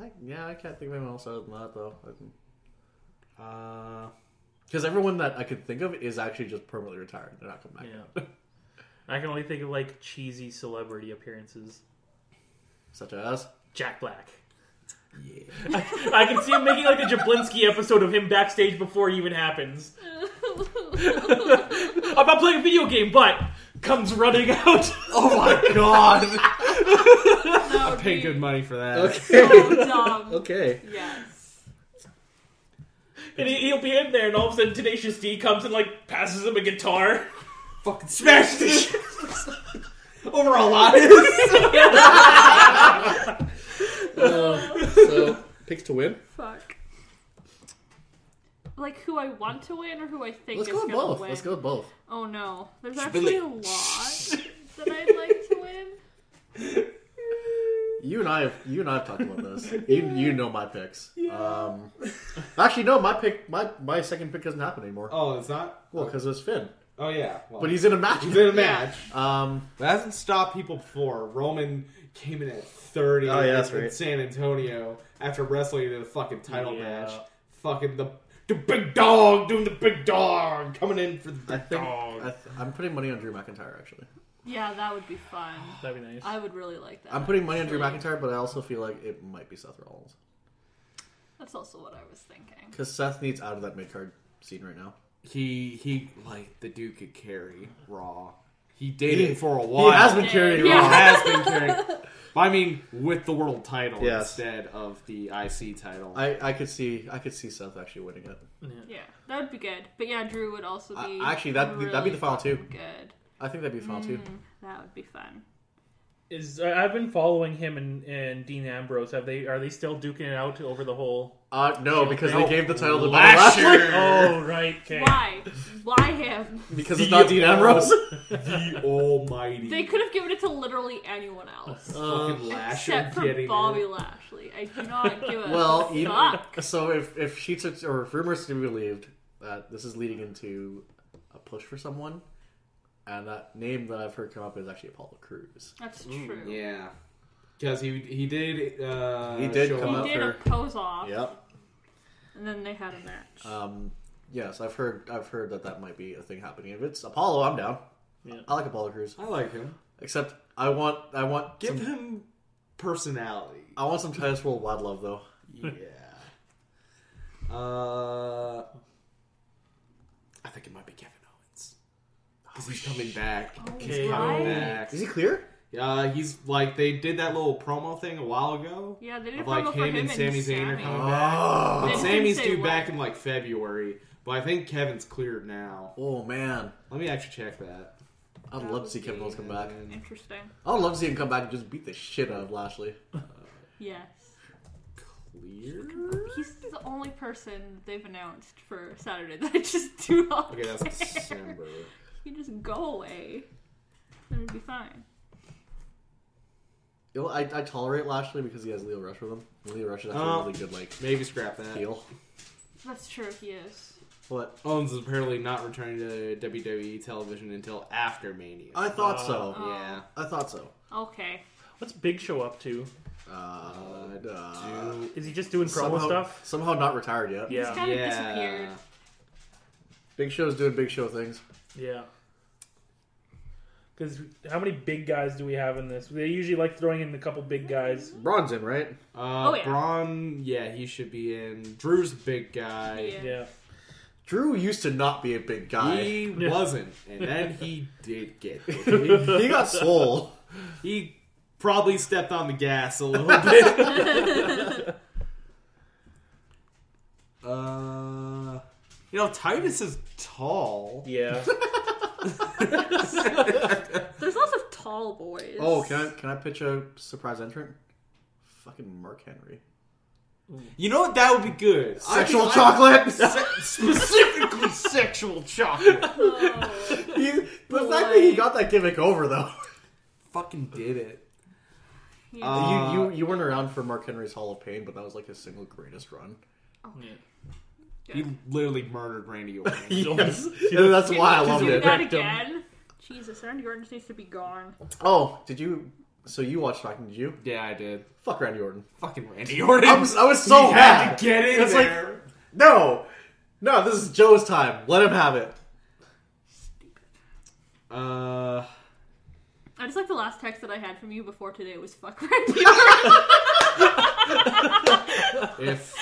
Speaker 2: I, yeah, I can't think of anyone else other than that though.
Speaker 3: Uh,
Speaker 2: Because everyone that I could think of is actually just permanently retired. They're not coming back.
Speaker 4: Yeah. I can only think of like cheesy celebrity appearances.
Speaker 2: Such as
Speaker 4: Jack Black.
Speaker 3: yeah.
Speaker 4: I can see him making like a Jablinski episode of him backstage before it even happens. I'm not playing a video game, but comes running out.
Speaker 2: Oh my god.
Speaker 1: No,
Speaker 3: Pay
Speaker 1: dude,
Speaker 3: good money for that.
Speaker 1: So dumb.
Speaker 2: okay.
Speaker 1: Yes.
Speaker 4: and he, he'll be in there, and all of a sudden Tenacious D comes and like passes him a guitar.
Speaker 3: Fucking smash this shit over Elias.
Speaker 2: Um, so picks to win.
Speaker 1: Fuck. Like who I want to win or who I think
Speaker 2: Let's
Speaker 1: is
Speaker 2: go with
Speaker 1: gonna
Speaker 2: both.
Speaker 1: win.
Speaker 2: Let's go with both.
Speaker 1: Oh no, there's
Speaker 3: Spill it.
Speaker 1: actually a lot that I'd like to win.
Speaker 2: You and I have you and I have talked about this. You you know my picks. Um, actually, no, my pick my my second pick doesn't happen anymore.
Speaker 3: Oh, it's not.
Speaker 2: Well, because it's Finn,
Speaker 3: oh yeah, well,
Speaker 2: but he's in a match.
Speaker 3: he's in a match.
Speaker 2: Um,
Speaker 3: That hasn't stopped people before. Roman came in at thirty.
Speaker 2: Oh, yeah, that's
Speaker 3: in
Speaker 2: right.
Speaker 3: San Antonio after wrestling in a fucking title
Speaker 4: Yeah.
Speaker 3: match. Fucking the the big dog doing the big dog coming in for the
Speaker 2: I
Speaker 3: big
Speaker 2: think
Speaker 4: Oh,
Speaker 3: dog.
Speaker 2: I th- I'm putting money on Drew McIntyre. Actually,
Speaker 1: Yeah, that would be fun.
Speaker 4: That'd be nice.
Speaker 1: I would really like that.
Speaker 2: I'm putting money on Drew
Speaker 1: actually.
Speaker 2: McIntyre, but I also feel like it might be Seth Rollins
Speaker 1: That's also what I was thinking.
Speaker 2: because Seth needs out of that mid card scene right now.
Speaker 3: he he like the dude could carry Raw. He did it for a
Speaker 2: He
Speaker 3: while.
Speaker 2: has been carrying
Speaker 1: Yeah.
Speaker 3: It
Speaker 2: Raw.
Speaker 3: has been carrying. But I mean, with the world title
Speaker 2: Yes.
Speaker 3: instead of the IC title.
Speaker 2: I, I could see I could see Seth actually winning it.
Speaker 1: Yeah, that would be good. But yeah, Drew would also
Speaker 2: I-
Speaker 1: be
Speaker 2: actually, that'd be- that'd be the final
Speaker 1: fucking
Speaker 2: two.
Speaker 1: Good.
Speaker 2: I think that'd be fun too.
Speaker 1: Mm. That would be fun.
Speaker 4: Is I- I've been following him and, and Dean Ambrose. Have they are they still duking it out over the whole?
Speaker 2: Uh, no, because they
Speaker 4: No.
Speaker 2: gave the title to Bobby
Speaker 3: Last
Speaker 2: Lashley
Speaker 3: year.
Speaker 4: Oh right, okay.
Speaker 1: Why? Why him?
Speaker 2: because it's not Dean Ambrose.
Speaker 3: the Almighty.
Speaker 1: They could have given it to literally anyone else.
Speaker 3: fucking Lasher
Speaker 1: Except for
Speaker 3: getting
Speaker 1: Bobby
Speaker 3: it.
Speaker 1: Lashley. I do not give a
Speaker 2: Well, even,
Speaker 1: fuck.
Speaker 2: so if if sheets are, or if rumors to be believed, uh, this is leading into a push for someone, and that name that I've heard come up is actually Apollo Cruz.
Speaker 1: That's true.
Speaker 3: mm, Yeah, because he he did uh,
Speaker 2: He did
Speaker 3: show
Speaker 2: come
Speaker 3: up.
Speaker 2: out.
Speaker 1: He did a pose off,
Speaker 2: Yep.
Speaker 1: and then they had a match.
Speaker 3: Uh,
Speaker 2: Um. Yes, I've heard I've heard that that might be a thing happening. If it's Apollo, I'm down.
Speaker 4: Yeah.
Speaker 2: I like Apollo Cruz.
Speaker 3: I like him.
Speaker 2: Except I want I want
Speaker 3: Give
Speaker 2: some,
Speaker 3: him personality.
Speaker 2: I want some Titus World Wide Love though.
Speaker 3: Yeah. Uh, I think it might be Kevin Owens because he's coming back.
Speaker 1: Oh,
Speaker 3: He's coming
Speaker 1: right.
Speaker 3: back.
Speaker 2: Is he clear?
Speaker 3: Uh, he's like they did that little promo thing a while ago.
Speaker 1: Yeah, they did a
Speaker 3: Of, like,
Speaker 1: promo for him
Speaker 3: him and
Speaker 1: and
Speaker 3: Sami
Speaker 1: Sammy
Speaker 3: Zayn are coming back.
Speaker 1: They
Speaker 2: Oh,
Speaker 3: But
Speaker 1: didn't
Speaker 3: Sammy's
Speaker 1: say
Speaker 3: due
Speaker 1: when.
Speaker 3: back in like February, but I think Kevin's cleared now.
Speaker 2: oh man,
Speaker 3: Let me actually check that.
Speaker 2: I'd
Speaker 1: That
Speaker 2: love to see
Speaker 1: would
Speaker 2: Kevin
Speaker 1: be-
Speaker 2: Owens come back.
Speaker 3: And
Speaker 1: Interesting.
Speaker 2: I'd love to see him come back and just beat the shit out of Lashley.
Speaker 1: Yes.
Speaker 3: Clear?
Speaker 1: He's the only person they've announced for Saturday that I just do not.
Speaker 3: Okay, that's
Speaker 1: care.
Speaker 3: December.
Speaker 1: You just go away. Then it'd be fine.
Speaker 2: You know, I, I tolerate Lashley because he has Leo Rush with him. Leo Rush is actually
Speaker 3: Oh.
Speaker 2: a really good like
Speaker 3: Maybe scrap that.
Speaker 2: heel.
Speaker 1: That's true, he is.
Speaker 2: But
Speaker 3: Owens is apparently not returning to WWE television until after Mania.
Speaker 2: I thought so.
Speaker 1: Uh,
Speaker 3: yeah.
Speaker 2: I thought so.
Speaker 1: Okay.
Speaker 4: What's Big Show up to?
Speaker 2: Uh, uh,
Speaker 3: Dude.
Speaker 4: Is he just doing promo
Speaker 2: somehow,
Speaker 4: stuff?
Speaker 2: somehow not retired yet.
Speaker 1: He's
Speaker 4: Yeah.
Speaker 1: kind of
Speaker 3: Yeah.
Speaker 1: disappeared.
Speaker 2: Big Show's doing Big Show things.
Speaker 4: Yeah. Because how many big guys do we have in this? They usually like throwing in a couple big guys.
Speaker 2: Braun's in, right?
Speaker 3: Uh,
Speaker 1: Oh, yeah.
Speaker 3: Braun, yeah, he should be in. Drew's big guy.
Speaker 1: Yeah.
Speaker 4: Yeah.
Speaker 2: Drew used to not be a big guy. He,
Speaker 3: He
Speaker 4: Yeah.
Speaker 3: wasn't, and then he did get. big.
Speaker 2: he got soul.
Speaker 3: He probably stepped on the gas a little bit. uh, you know, Titus is tall.
Speaker 4: Yeah.
Speaker 1: There's lots of tall boys.
Speaker 2: Oh, can I can I pitch a surprise entrant? Fucking Mark Henry.
Speaker 3: You know what? That would be good. I
Speaker 2: Sexual
Speaker 3: think I-
Speaker 2: chocolate.
Speaker 3: Se- specifically sexual chocolate.
Speaker 1: Oh.
Speaker 2: He- the fact that he
Speaker 1: Boy.
Speaker 2: got that gimmick over though.
Speaker 3: Fucking did it.
Speaker 1: Yeah.
Speaker 3: Uh,
Speaker 2: you you you weren't around for Mark Henry's Hall of Pain, but that was like his single greatest run.
Speaker 3: He literally murdered Randy Orton.
Speaker 2: Yes, and that's why I
Speaker 1: Can
Speaker 2: loved
Speaker 1: you do
Speaker 2: it.
Speaker 1: that
Speaker 4: Correct 'em.
Speaker 1: again? Jesus, Randy Orton just needs to be gone.
Speaker 2: Oh, did you? So you watched Talking? Did you?
Speaker 3: yeah, I did.
Speaker 2: Fuck Randy Orton.
Speaker 3: Fucking Randy Orton.
Speaker 2: I was I was so
Speaker 3: he
Speaker 2: mad.
Speaker 3: had to get in
Speaker 2: It's like-
Speaker 3: there.
Speaker 2: No, no, this is Joe's time. Let him have it.
Speaker 3: uh,
Speaker 1: I just like the last text that I had from you before today was fuck Randy.
Speaker 3: if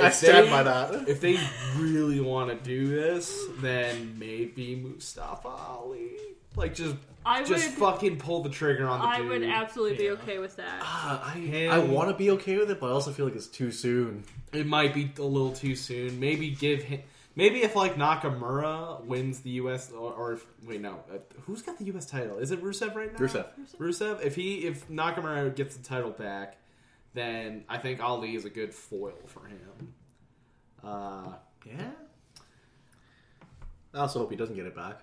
Speaker 2: I
Speaker 3: If
Speaker 2: stand
Speaker 3: they-
Speaker 2: by that.
Speaker 3: if they really want to do this, then maybe Mustafa Ali. Like just
Speaker 1: I
Speaker 3: just
Speaker 1: would-
Speaker 3: fucking pull the trigger on the
Speaker 1: I
Speaker 3: dude.
Speaker 1: would absolutely be
Speaker 4: Yeah.
Speaker 1: okay with that.
Speaker 2: Uh, I
Speaker 3: Him.
Speaker 2: I want to be okay with it, but I also feel like it's too soon.
Speaker 3: it might be a little too soon. Maybe give him. Maybe if like Nakamura wins the U.S. or, or if wait no, uh, who's got the U.S. title? Is it Rusev right now?
Speaker 2: Rusev.
Speaker 3: Rusev. If he if Nakamura gets the title back, then I think Ali is a good foil for him. Uh,
Speaker 2: Yeah. I also hope he doesn't get it back,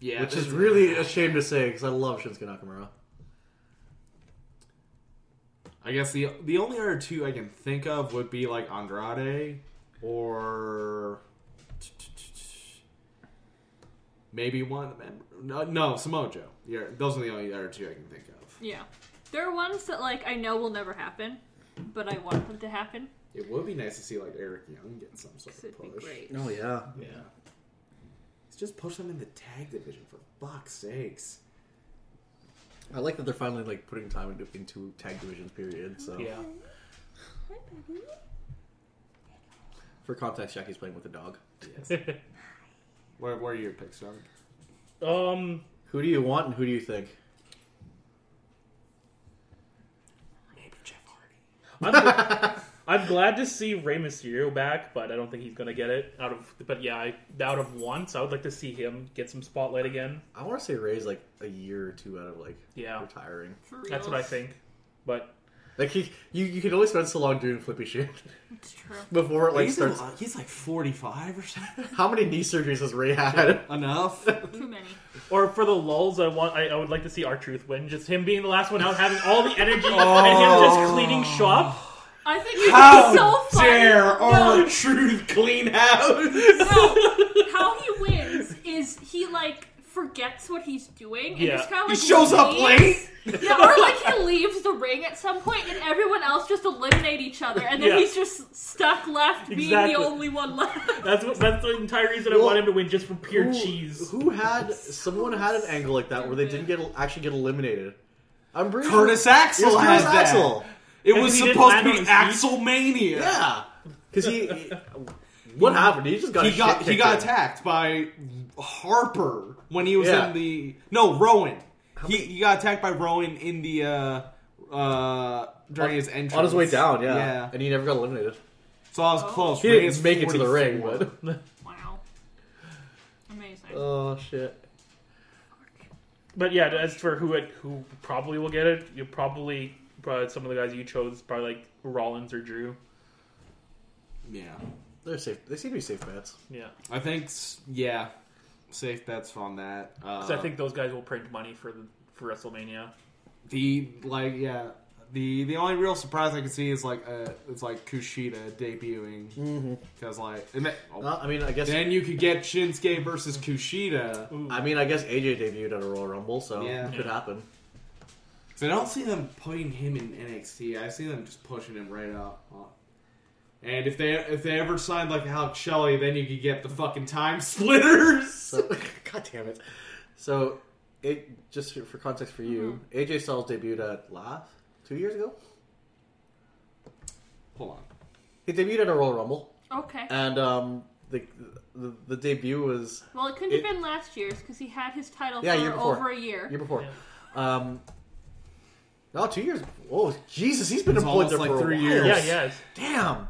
Speaker 3: yeah,
Speaker 2: which
Speaker 3: this
Speaker 2: is really a shame to say because I love Shinsuke Nakamura.
Speaker 3: I guess the the only other two I can think of would be like Andrade or maybe one. No, no Samoa Joe. Yeah, those are the only other two I can think of.
Speaker 1: Yeah. There are ones that like I know will never happen, but I want them to happen
Speaker 3: It would be nice to see like Eric Young get some sort
Speaker 1: because it'd
Speaker 3: of
Speaker 1: be
Speaker 3: push.
Speaker 1: great.
Speaker 2: Oh yeah.
Speaker 3: Yeah, Let's just push them in the tag division for fuck's sakes.
Speaker 2: I like that they're finally like putting time into, into tag divisions. Period. So
Speaker 4: Yeah.
Speaker 2: for context, Jackie's playing with a dog.
Speaker 3: Yes. where, where are your picks, Sean?
Speaker 4: um.
Speaker 2: Who do you want and who do you think?
Speaker 3: Maybe Jeff Hardy.
Speaker 4: I'm, gl- I'm glad to see Rey Mysterio back, but I don't think he's gonna get it out of. But yeah, I, out of once, I would like to see him get some spotlight again.
Speaker 2: I want to say Ray's like a year or two out of like
Speaker 4: Yeah.
Speaker 2: retiring.
Speaker 1: For
Speaker 4: That's what I
Speaker 1: reals.
Speaker 4: think. But
Speaker 2: Like he, you, you can only spend so long doing flippy shit
Speaker 1: It's true.
Speaker 2: before it like
Speaker 3: He's,
Speaker 2: starts.
Speaker 3: a- he's like forty five or something.
Speaker 2: How many knee surgeries has Ray had?
Speaker 3: Enough.
Speaker 1: Too many.
Speaker 4: or for the lulls, I want I, I would like to see R Truth win. Just him being the last one out, having all the energy, and him just cleaning
Speaker 3: Oh.
Speaker 4: shop.
Speaker 1: I think it'd
Speaker 3: How
Speaker 1: be so funny.
Speaker 3: dare our
Speaker 1: No,
Speaker 3: truth clean house?
Speaker 1: no. How he wins is he like forgets what he's doing and
Speaker 4: Yeah.
Speaker 1: just kind of
Speaker 3: He
Speaker 1: like
Speaker 3: shows up
Speaker 1: leaves.
Speaker 3: late.
Speaker 1: Yeah, or like he leaves the ring at some point and everyone else just eliminate each other and then
Speaker 4: Yeah.
Speaker 1: he's just stuck left being
Speaker 4: Exactly.
Speaker 1: the only one left.
Speaker 4: That's what, that's the entire reason I
Speaker 2: Well,
Speaker 4: want him to win, just for pure
Speaker 2: Who-
Speaker 4: cheese.
Speaker 2: Who had someone had an angle like that where they didn't
Speaker 1: stupid.
Speaker 2: get actually get eliminated? I'm pretty
Speaker 3: Curtis
Speaker 2: sure-
Speaker 3: Axel
Speaker 2: It was
Speaker 3: had
Speaker 2: Curtis
Speaker 3: that.
Speaker 2: Axel.
Speaker 3: It
Speaker 4: And
Speaker 3: was
Speaker 4: he didn't
Speaker 3: supposed to
Speaker 4: land on
Speaker 3: be
Speaker 4: his feet?
Speaker 3: Axel Mania.
Speaker 2: Yeah, because he, he- What happened? He just got
Speaker 3: He
Speaker 2: his
Speaker 3: got
Speaker 2: shit
Speaker 3: he
Speaker 2: kicked
Speaker 3: got
Speaker 2: in.
Speaker 3: attacked by Harper when he was
Speaker 2: Yeah.
Speaker 3: in the no Rowan. he, he got attacked by Rowan in the uh, uh, during
Speaker 2: On-
Speaker 3: his entrance
Speaker 2: on his way down, yeah.
Speaker 3: Yeah.
Speaker 2: and he never got eliminated.
Speaker 3: So I was
Speaker 1: Oh.
Speaker 3: close.
Speaker 2: He
Speaker 3: Reyes
Speaker 2: didn't make it to the
Speaker 3: 44.
Speaker 2: ring, but
Speaker 1: Wow. Amazing.
Speaker 2: oh shit.
Speaker 4: But yeah, as for who it, who probably will get it, you probably probably some of the guys you chose probably like Rollins or Drew.
Speaker 3: yeah,
Speaker 2: They're safe. They seem to be safe bets.
Speaker 4: Yeah,
Speaker 3: I think s- yeah, safe bets on that. Uh,
Speaker 4: because I think those guys will print money for the for WrestleMania.
Speaker 3: the like yeah the the only real surprise I can see is like uh it's like Kushida debuting because like and that, oh.
Speaker 2: Well, I mean, I guess.
Speaker 3: then you could get Shinsuke versus Kushida.
Speaker 4: Ooh.
Speaker 2: I mean, I guess AJ debuted at a Royal Rumble, so
Speaker 3: Yeah.
Speaker 2: it could happen.
Speaker 3: So I don't see them putting him in NXT. I see them just pushing him right out. And if they if they ever signed like Alex Shelley, then you could get the fucking time splitters.
Speaker 2: So, God damn it. So, it just for- for context for you, AJ Styles debuted at last two years ago.
Speaker 3: Hold on.
Speaker 2: He debuted at a Royal Rumble,
Speaker 1: Okay.
Speaker 2: and um, the the, the debut was
Speaker 1: Well, it couldn't
Speaker 2: it-
Speaker 1: have been last year's because he had his title
Speaker 2: Yeah, year
Speaker 1: for
Speaker 2: before.
Speaker 1: over a year.
Speaker 2: year before. Um, no, two years. Oh Jesus, he's been
Speaker 3: It's
Speaker 2: employed
Speaker 3: almost
Speaker 2: there
Speaker 3: like
Speaker 2: for
Speaker 3: three
Speaker 2: a while.
Speaker 3: years.
Speaker 4: Yeah, yes.
Speaker 2: Damn.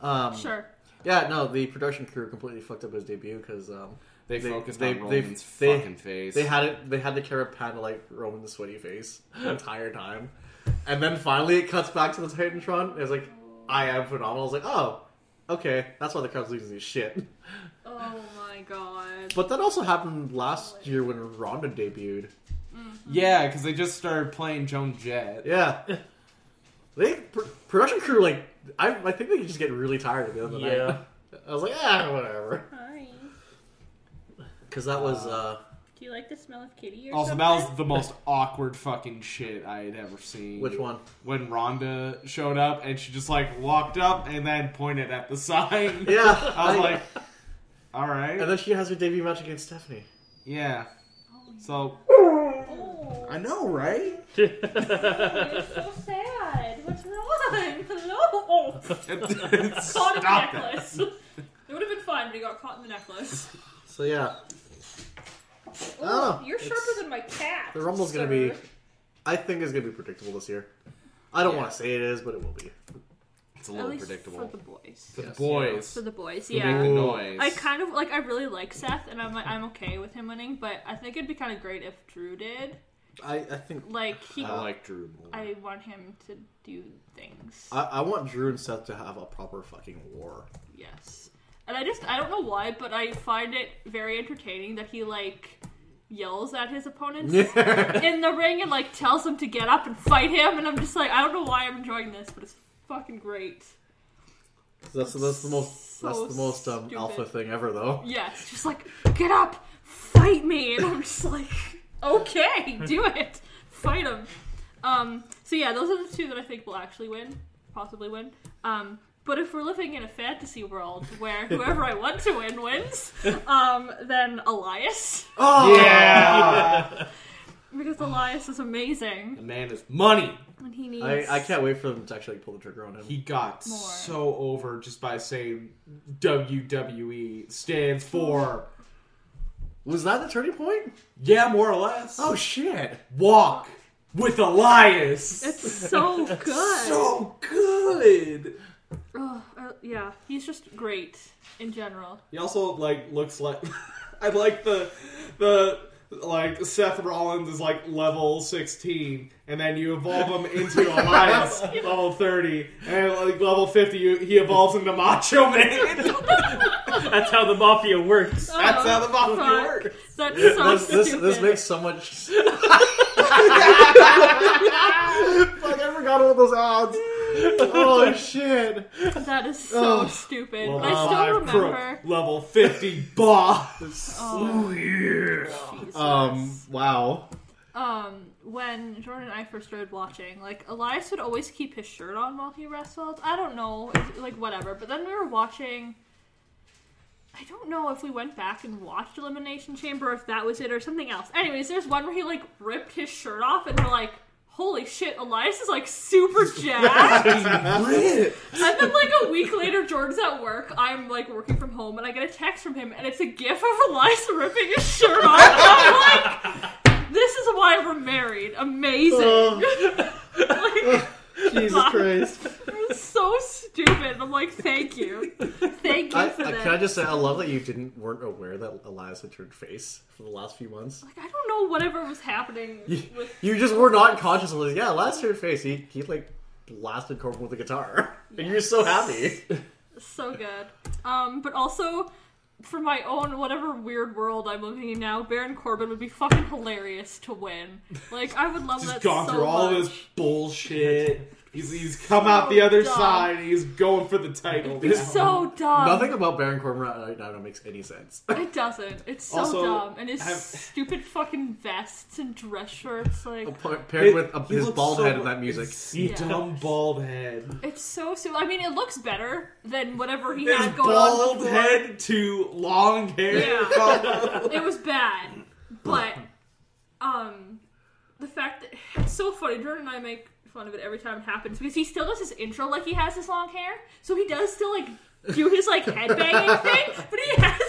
Speaker 2: Um,
Speaker 1: Sure.
Speaker 2: Yeah, no, the production crew completely fucked up his debut because um,
Speaker 3: They, focused on Roman's
Speaker 2: they-
Speaker 3: fucking face.
Speaker 2: They had it. They had the carrot pan to, like Roman's sweaty face the entire time, and then finally it cuts back to the Titantron. And it's like, I am phenomenal. I was like, oh, okay, that's why the crowd's losing his shit.
Speaker 1: Oh my god.
Speaker 2: But that also happened last year when Ronda debuted.
Speaker 3: yeah, because they just started playing Joan Jett.
Speaker 2: Yeah, they pr- production crew like I, I think they just get really tired at the end of the night.
Speaker 4: Yeah.
Speaker 2: I was like, ah, whatever,
Speaker 1: Hi.
Speaker 2: because that was uh,
Speaker 1: Do you like the smell of kitty or
Speaker 3: Also,
Speaker 1: something?
Speaker 3: that was the most awkward fucking shit I had ever seen.
Speaker 2: which one?
Speaker 3: When Rhonda showed up and she just like walked up and then pointed at the sign.
Speaker 2: Yeah,
Speaker 3: I was like, all right.
Speaker 2: and then she has her debut match against Stephanie.
Speaker 3: Yeah. So
Speaker 1: Oh,
Speaker 3: I know, right?
Speaker 1: you're so sad. What's wrong? Hello. Caught in
Speaker 3: Stop
Speaker 1: the
Speaker 3: that.
Speaker 1: necklace. It would have been fine, but he got caught in the necklace.
Speaker 2: So yeah,
Speaker 1: Ooh,
Speaker 2: Oh,
Speaker 1: you're
Speaker 2: it's-
Speaker 1: sharper than my cat.
Speaker 2: The Rumble's
Speaker 1: sir.
Speaker 2: gonna be. I think it's gonna be predictable this year. I don't
Speaker 3: Yeah.
Speaker 2: want to say it is, but it will be.
Speaker 3: It's a
Speaker 1: At
Speaker 3: little
Speaker 1: least
Speaker 3: predictable.
Speaker 1: for the boys.
Speaker 3: For the
Speaker 2: Yes.
Speaker 3: boys
Speaker 1: For the boys,
Speaker 3: who make the
Speaker 1: yeah.
Speaker 2: Ooh.
Speaker 3: noise.
Speaker 1: I kind of like. I really like Seth, and I'm like, I'm okay with him winning. But I think it'd be kind of great if Drew did.
Speaker 2: I, I think
Speaker 1: Like he,
Speaker 2: Uh,
Speaker 3: I like Drew more.
Speaker 1: I want him to do things.
Speaker 2: I, I want Drew and Seth to have a proper fucking war.
Speaker 1: Yes. And I just I don't know why, but I find it very entertaining that he like yells at his opponents in the ring and like tells them to get up and fight him and I'm just like I don't know why I'm enjoying this, but it's fucking great.
Speaker 2: That's that's the most
Speaker 1: So
Speaker 2: that's the most um,
Speaker 1: stupid.
Speaker 2: alpha thing ever though.
Speaker 1: Yeah, it's just like get up, fight me and I'm just like okay, do it. Fight him. Um so yeah, those are the two that I think will actually win, possibly win. Um but if we're living in a fantasy world where whoever I want to win wins, um, then Elias.
Speaker 2: Oh
Speaker 1: Because Elias is amazing.
Speaker 3: the man is money.
Speaker 1: And he needs.
Speaker 2: I, I can't wait for them to actually pull the trigger on him.
Speaker 3: He got
Speaker 1: More.
Speaker 3: so over just by saying WWE stands for
Speaker 2: Was that the turning point?
Speaker 3: yeah, more or less.
Speaker 2: Oh shit!
Speaker 3: walk with Elias.
Speaker 1: It's so good.
Speaker 3: so good.
Speaker 1: Ugh, uh, yeah, he's just great in general.
Speaker 3: He also like looks like I like the the like Seth Rollins is like level sixteen, and then you evolve him into Elias level thirty, and like level fifty, you, he evolves into Macho Man.
Speaker 1: uh,
Speaker 4: That's how the mafia works.
Speaker 3: That's
Speaker 1: Oh,
Speaker 3: how the mafia
Speaker 1: fuck.
Speaker 3: works.
Speaker 1: That's so
Speaker 2: This, this,
Speaker 1: stupid.
Speaker 2: this makes so much. Fuck! I forgot all those odds. Oh shit!
Speaker 1: That is so
Speaker 2: Ugh.
Speaker 1: stupid.
Speaker 3: Level
Speaker 1: but I still
Speaker 3: five crook,
Speaker 1: remember.
Speaker 3: level fifty boss.
Speaker 1: Oh,
Speaker 2: Weird.
Speaker 1: Jesus.
Speaker 2: Um. Wow.
Speaker 1: um, when Jordan and I first started watching, like Elias would always keep his shirt on while he wrestled. I don't know, it's- like whatever. But then we were watching. I don't know if we went back and watched Elimination Chamber, if that was it or something else. Anyways, there's one where he like ripped his shirt off, and we're like, "Holy shit!" Elias is like super jacked. and then like a week later, Jordan's at work. I'm like working from home, and I get a text from him, and it's a gif of Elias ripping his shirt off. And I'm like, This is why we're married. Amazing. like,
Speaker 2: Oh. Jesus
Speaker 1: Fuck.
Speaker 2: Christ.
Speaker 1: it was so stupid. I'm like, thank you, thank you
Speaker 2: I,
Speaker 1: for
Speaker 2: I,
Speaker 1: that.
Speaker 2: can I just say I love that you didn't weren't aware that Eliza turned face for the last few months.
Speaker 1: Like, I don't know whatever was happening
Speaker 2: You,
Speaker 1: with.
Speaker 2: you just were not conscious of this. Yeah, Eliza turned face. He he like blasted Corbin with a guitar, and you're so happy.
Speaker 1: So good. Um, but also, for my own whatever weird world I'm living in now, Baron Corbin would be fucking hilarious to win. Like, I would love
Speaker 3: He's
Speaker 1: that
Speaker 3: gone
Speaker 1: so
Speaker 3: through all
Speaker 1: much.
Speaker 3: this bullshit. He's, he's come
Speaker 1: So
Speaker 3: out the other
Speaker 1: dumb.
Speaker 3: side and he's going for the title. now.
Speaker 1: So dumb.
Speaker 2: Nothing about Baron Corbin right now makes any sense.
Speaker 1: It doesn't. It's so
Speaker 3: Also,
Speaker 1: dumb. And his
Speaker 3: have-
Speaker 1: stupid fucking vests and dress shirts, like
Speaker 3: Oh.
Speaker 2: Pa- Paired
Speaker 3: It-
Speaker 2: with a,
Speaker 3: he
Speaker 2: his
Speaker 3: looks
Speaker 2: bald
Speaker 3: so
Speaker 2: head in that music.
Speaker 4: Yeah.
Speaker 3: Dumb bald head.
Speaker 1: it's so stupid. I mean, it looks better than whatever he
Speaker 3: His
Speaker 1: had going on
Speaker 3: bald
Speaker 1: before.
Speaker 3: head to long hair.
Speaker 1: Yeah. It was bad, but um, the fact that it's so funny. Jordan and I make fun of it every time it happens because he still does his intro like he has his long hair, so he does still like do his like headbanging thing, but he has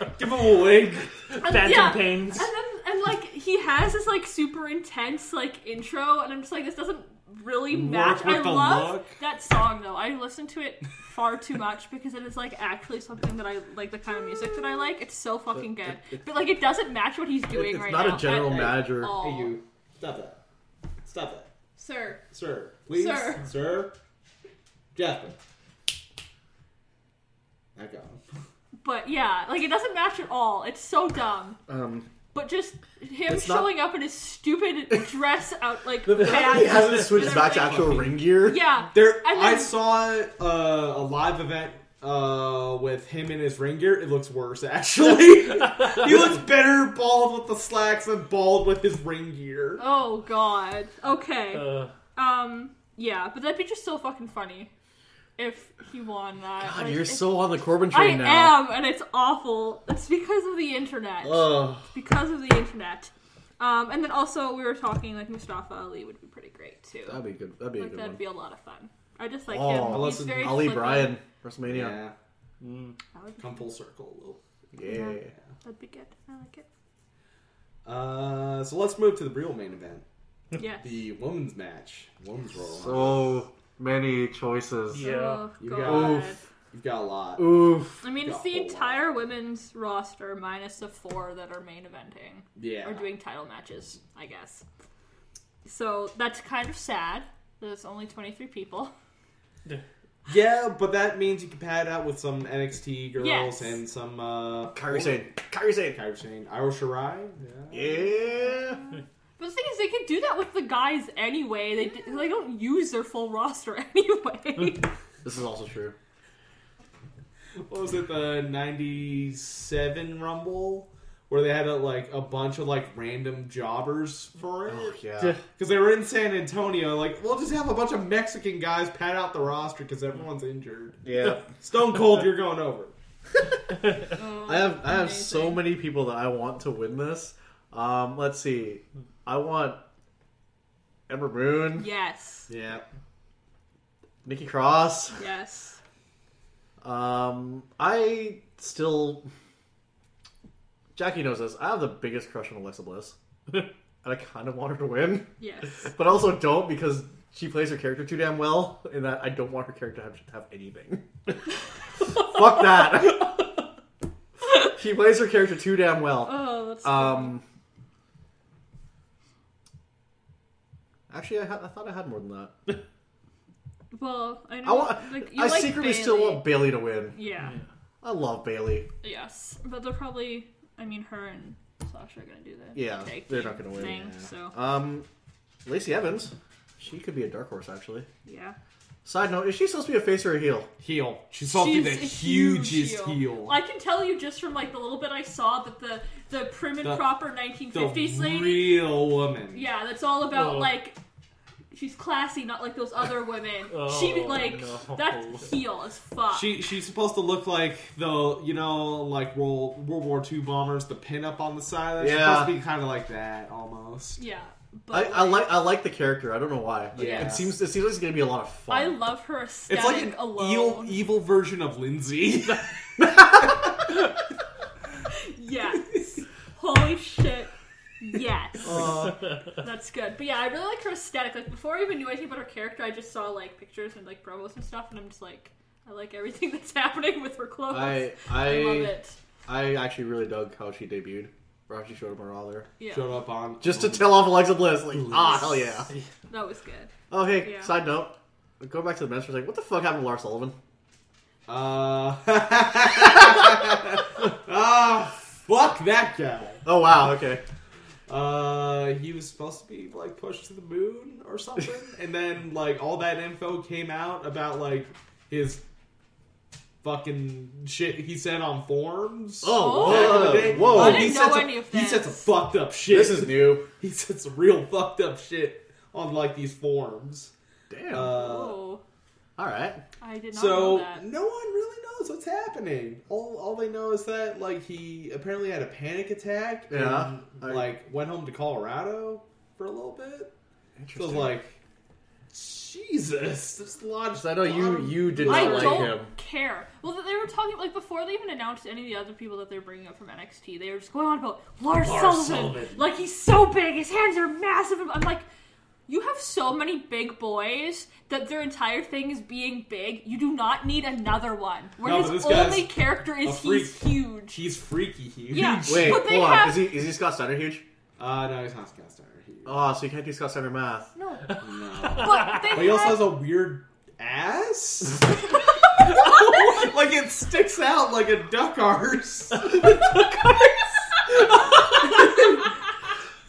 Speaker 1: no
Speaker 3: Give him a wig.
Speaker 1: And-
Speaker 4: Phantom
Speaker 1: yeah.
Speaker 4: pains.
Speaker 1: And then and like he has this like super intense like intro, and I'm just like this doesn't really match.
Speaker 3: with
Speaker 1: I
Speaker 3: the
Speaker 1: love
Speaker 3: look.
Speaker 1: that song though. I listen to it far too much because it is like actually something that I like the kind of music that I like. It's so fucking good, but like it doesn't match what he's doing
Speaker 2: it's
Speaker 1: right
Speaker 2: not
Speaker 1: now.
Speaker 2: a general
Speaker 1: at
Speaker 2: manager.
Speaker 1: all.
Speaker 3: Hey, you. Stop that. Stop that.
Speaker 1: sir.
Speaker 3: Sir. Please.
Speaker 1: Sir.
Speaker 3: Sir. Jasper. I got him.
Speaker 1: But yeah, like it doesn't match at all. It's so dumb.
Speaker 2: Um,
Speaker 1: But just him
Speaker 2: It's not-
Speaker 1: showing up in his stupid dress out like
Speaker 2: the fact that he
Speaker 1: bad.
Speaker 2: hasn't switched back to actual ring gear.
Speaker 1: Yeah,
Speaker 3: There,
Speaker 1: And
Speaker 3: I
Speaker 1: then-
Speaker 3: saw uh, a live event uh, with him in his ring gear. It looks worse, actually. he looks better bald with the slacks than bald with his ring gear.
Speaker 1: Oh god. Okay.
Speaker 4: Uh,
Speaker 1: um. Yeah, but that'd be just so fucking funny if he won that.
Speaker 2: God,
Speaker 1: Like,
Speaker 2: you're
Speaker 1: it's-
Speaker 2: so on the Corbin
Speaker 1: I
Speaker 2: train now.
Speaker 1: am, and it's awful. It's because of the internet.
Speaker 2: Ugh.
Speaker 1: Because of the internet. Um, and then also we were talking like Mustafa Ali would be pretty great too.
Speaker 2: that'd be good. That'd be a
Speaker 1: like
Speaker 2: good
Speaker 1: that'd
Speaker 2: one.
Speaker 1: be a lot of fun. I just like
Speaker 2: Oh,
Speaker 1: him. He's
Speaker 3: listen,
Speaker 1: very
Speaker 2: Ali
Speaker 1: flippant.
Speaker 2: Bryan, WrestMania.
Speaker 3: Yeah,
Speaker 1: That would be,
Speaker 3: come full circle a little.
Speaker 2: Yeah.
Speaker 1: that'd be good. I like it.
Speaker 3: Uh, so let's move to the real main event,
Speaker 1: Yes.
Speaker 3: the women's match, women's royal. rumble.
Speaker 2: So many choices.
Speaker 4: Yeah.
Speaker 1: Oh,
Speaker 3: You
Speaker 1: god.
Speaker 3: got-
Speaker 2: Oof.
Speaker 3: You've got a lot.
Speaker 2: Oof.
Speaker 1: I mean,
Speaker 3: got
Speaker 1: it's
Speaker 3: a
Speaker 1: the
Speaker 3: whole lot.
Speaker 1: entire women's roster minus the four that are main eventing.
Speaker 3: Yeah,
Speaker 1: or doing title matches, I guess. So that's kind of sad. There's only 23 people.
Speaker 3: yeah, but that means you can pad it out with some NXT girls
Speaker 1: Yes.
Speaker 3: and some uh,
Speaker 2: Kyrie Sane. Kyrie Sane.
Speaker 3: Kairi Sane, Io Shirai.
Speaker 2: Yeah.
Speaker 1: But the thing is, they can do that with the guys anyway. They d- they don't use their full roster anyway.
Speaker 2: This is also true.
Speaker 3: what was it the 97 rumble where they had a, like a bunch of like random jobbers for it
Speaker 2: Oh, yeah.
Speaker 4: Yeah.
Speaker 3: because they were in san antonio like we'll just have a bunch of mexican guys pad out the roster because everyone's injured
Speaker 2: Yeah.
Speaker 3: stone cold you're going over
Speaker 1: Oh,
Speaker 2: I have I have so many people that I want to win this. Um, let's see. I want Ember Moon,
Speaker 1: Yes,
Speaker 3: yeah
Speaker 2: Nikki Cross.
Speaker 1: yes.
Speaker 2: Um, I still. Jackie knows this. I have the biggest crush on Alexa Bliss, and I kind of want her to win,
Speaker 1: Yes.
Speaker 2: but also don't because she plays her character too damn well. In that, I don't want her character to have, to have anything. Fuck that. she plays her character too damn well.
Speaker 1: Oh, that's
Speaker 2: Um. Actually, I, had, I thought I had more than that.
Speaker 1: well. I know.
Speaker 2: I want.
Speaker 1: like, you
Speaker 2: I
Speaker 1: like
Speaker 2: secretly still
Speaker 1: Bayley.
Speaker 2: want Bailey to win.
Speaker 1: Yeah.
Speaker 2: I love Bailey.
Speaker 1: Yes, but they're probably. I mean, her and Sasha are gonna do that.
Speaker 2: Yeah, they're not gonna win,
Speaker 1: Thing,
Speaker 3: yeah.
Speaker 1: So
Speaker 2: Um, Lacey Evans. She could be a dark horse, actually.
Speaker 1: yeah.
Speaker 2: Side note: Is she supposed to be a face or a heel?
Speaker 3: heel she's probably the
Speaker 1: a
Speaker 3: hugest heel,
Speaker 1: I can tell you just from like the little bit I saw that the the prim and
Speaker 3: The-
Speaker 1: proper
Speaker 3: the
Speaker 1: 1950s lady.
Speaker 3: real woman
Speaker 1: yeah, that's all about
Speaker 4: Oh.
Speaker 1: like she's classy, not like those other women.
Speaker 4: Oh,
Speaker 1: she like
Speaker 4: no.
Speaker 1: that's heel as fuck.
Speaker 3: She she's supposed to look like the you know like World World War II bombers, the pin up on the side. She's
Speaker 2: Yeah.
Speaker 3: supposed to be kind of like that almost.
Speaker 1: yeah,
Speaker 2: I,
Speaker 1: but
Speaker 2: I like I like the character. I don't know why. Like,
Speaker 3: Yeah.
Speaker 2: it seems it seems like it's gonna be a lot of
Speaker 1: I
Speaker 2: fun.
Speaker 1: love her
Speaker 3: It's
Speaker 1: aesthetic
Speaker 3: like an evil,
Speaker 1: alone.
Speaker 3: evil version of Lindsay.
Speaker 1: Yes. Holy shit. Yes.
Speaker 3: Oh.
Speaker 2: Uh,
Speaker 1: That's good. But yeah, I really like her aesthetic. Like before I even knew anything about her character, I just saw like pictures and like promos and stuff, and I'm just like, I like everything that's happening with her clothes.
Speaker 2: I
Speaker 1: I love
Speaker 2: I
Speaker 1: it.
Speaker 2: I actually really dug how she debuted. Or how she showed up her all there.
Speaker 1: Yeah,
Speaker 3: Showed up on
Speaker 2: Just to tell off Alexa Bliss, like, ah, hell yeah.
Speaker 1: that was good.
Speaker 2: Oh, hey,
Speaker 1: Yeah.
Speaker 2: side note. Go back to the men's like, what the fuck happened to Lars Sullivan?
Speaker 3: Uh, ah, fuck that guy.
Speaker 2: Oh, wow, okay.
Speaker 3: Uh, he was supposed to be like pushed to the moon or something, and then like all that info came out about like his fucking shit he said on forums.
Speaker 2: Oh,
Speaker 3: back in the
Speaker 2: whoa,
Speaker 3: day.
Speaker 2: whoa.
Speaker 1: I didn't
Speaker 3: he said
Speaker 1: know
Speaker 3: some-
Speaker 1: any of
Speaker 3: He said
Speaker 1: this.
Speaker 3: some fucked up shit.
Speaker 2: This is new.
Speaker 3: He said some real fucked up shit on like these forums.
Speaker 2: Damn.
Speaker 3: Uh,
Speaker 1: Oh,
Speaker 2: all right.
Speaker 1: I did not know
Speaker 3: so
Speaker 1: that.
Speaker 3: no one really knows what's happening. All all they know is that like he apparently had a panic attack
Speaker 2: Yeah,
Speaker 3: and
Speaker 2: I-
Speaker 3: like went home to Colorado for a little bit. So
Speaker 2: Interesting.
Speaker 3: like Jesus, this lodge.
Speaker 2: So I know you you did
Speaker 1: I
Speaker 2: not like
Speaker 1: don't
Speaker 2: him.
Speaker 1: care. Well, they were talking like before they even announced any of the other people that they're bringing up from NXT. They were just going on about Lars,
Speaker 3: Lars
Speaker 1: Sullivan.
Speaker 3: Sullivan.
Speaker 1: Like he's so big, his hands are massive. I'm like, you have so many big boys that their entire thing is being big. You do not need another one. Where
Speaker 3: No, but
Speaker 1: his
Speaker 3: this guy's
Speaker 1: only character is
Speaker 3: freak.
Speaker 1: he's huge.
Speaker 3: He's freaky huge.
Speaker 1: Yeah.
Speaker 2: Wait,
Speaker 1: But they
Speaker 2: hold on.
Speaker 1: have-
Speaker 2: Is he is he Scott Steiner huge?
Speaker 3: Uh, no, he's not Scott Steiner. He,
Speaker 2: Oh, so you can't do Scott Steiner math.
Speaker 1: No,
Speaker 3: no.
Speaker 1: but they
Speaker 3: But he also
Speaker 1: had-
Speaker 3: has a weird ass. like it sticks out like a duck arse.
Speaker 2: Hold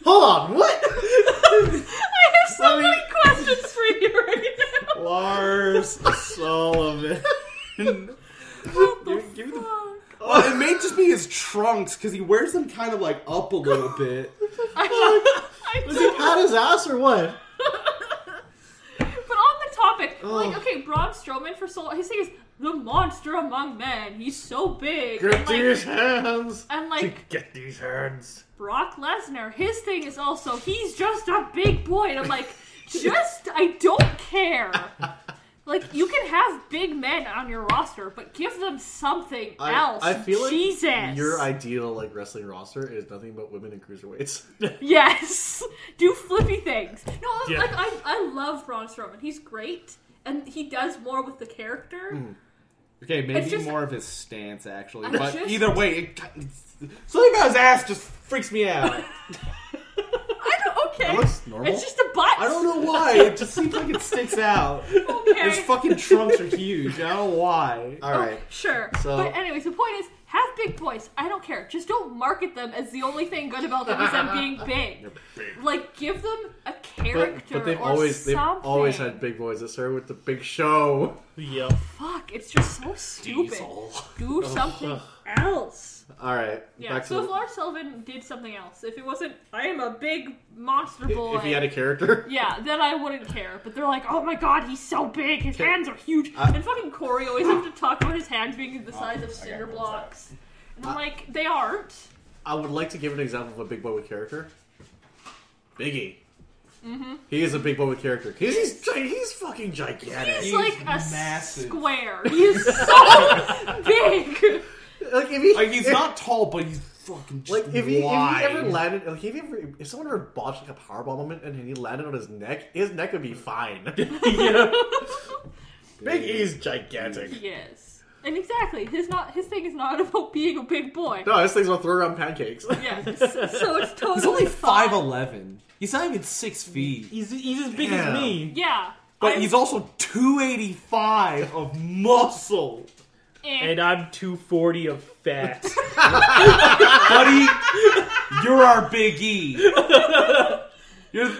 Speaker 2: on, what?
Speaker 1: I have so
Speaker 2: Let me-
Speaker 1: many questions for you right now.
Speaker 2: Lars Sullivan.
Speaker 1: What the
Speaker 3: Give- give me the-
Speaker 1: fuck?
Speaker 3: Well, it may just be his trunks because he wears them kind of like up a little bit.
Speaker 1: I, I
Speaker 2: Was he
Speaker 1: don't-
Speaker 2: pat his ass or what?
Speaker 1: But on the topic, like,
Speaker 2: Ugh.
Speaker 1: okay, Braun Strowman for so long, his thing is the monster among men. He's so big.
Speaker 2: Grip
Speaker 1: And
Speaker 2: these
Speaker 1: like,
Speaker 2: hands.
Speaker 1: and like
Speaker 4: Get these hands.
Speaker 1: Brock Lesnar, his thing is also he's just a big boy, and I'm like, just I don't care. Like you can have big men on your roster, but give them something
Speaker 2: I,
Speaker 1: else.
Speaker 2: I feel like
Speaker 1: Jesus.
Speaker 2: your ideal like wrestling roster is nothing but women and cruiserweights.
Speaker 1: Yes, do flippy things. No,
Speaker 4: Yeah.
Speaker 1: like I, I love Braun Strowman. He's great, and he does more with the character.
Speaker 2: Hmm.
Speaker 3: Okay, maybe
Speaker 1: It's just-
Speaker 3: more of his stance actually.
Speaker 1: I
Speaker 3: But
Speaker 1: just-
Speaker 3: either way, it, it's, something about his ass just freaks me out.
Speaker 1: I don't. Okay,
Speaker 2: That looks normal.
Speaker 1: It's just a butt.
Speaker 3: I don't know why. It just seems like it sticks out.
Speaker 1: Okay. Oh,
Speaker 3: His fucking trunks are huge. I don't know why.
Speaker 2: All right.
Speaker 1: Sure.
Speaker 2: So-
Speaker 1: But anyways, the point is, have big boys. I don't care. Just don't market them as the only thing good about them is them being big. Like, give them a character
Speaker 2: But, but they've
Speaker 1: or
Speaker 2: always they've
Speaker 1: something.
Speaker 2: always had big boys that started with the big show.
Speaker 4: Yep.
Speaker 1: Fuck, it's just so stupid.
Speaker 3: Diesel.
Speaker 2: Oh,
Speaker 1: Do something else.
Speaker 2: All right.
Speaker 1: Yeah.
Speaker 2: back to
Speaker 1: so
Speaker 2: the-
Speaker 1: if Lars Sullivan did something else, if it wasn't, I am a big monster boy.
Speaker 2: if he had a character.
Speaker 1: yeah, then I wouldn't care. But they're like, oh my god, he's so big, his hands are huge.
Speaker 2: I-
Speaker 1: and fucking Corey always have to talk about his hands being the size of
Speaker 3: I
Speaker 1: cinder
Speaker 3: got
Speaker 1: blocks. And I'm like, they aren't.
Speaker 2: I would like to give an example of a big boy with character. Biggie.
Speaker 1: Mm-hmm.
Speaker 2: He is a big boy with character. He's he's, gi- he's fucking gigantic.
Speaker 1: He's,
Speaker 3: He's
Speaker 1: like a
Speaker 3: massive.
Speaker 1: square. He's so big.
Speaker 2: Like if he
Speaker 3: Like he's not tall, but he's fucking just
Speaker 2: like if he, if he
Speaker 3: wide.
Speaker 2: ever landed like if he ever if someone ever botched like a power bomb him and he landed on his neck, his neck would be fine.
Speaker 4: Yeah.
Speaker 2: Big E's gigantic.
Speaker 1: Yes. And exactly, his not his thing is not about being a big boy.
Speaker 2: No, this thing's gonna throw around pancakes.
Speaker 1: Yes. So it's totally
Speaker 3: he's only
Speaker 1: fine.
Speaker 3: five eleven. He's not even six feet.
Speaker 4: He's, he's as big
Speaker 2: Damn.
Speaker 4: as me.
Speaker 1: Yeah.
Speaker 3: But
Speaker 1: I'm-
Speaker 3: he's also two eighty five of muscle.
Speaker 1: eh.
Speaker 4: And I'm 240 of fat.
Speaker 3: Buddy, you're our Big E. You're...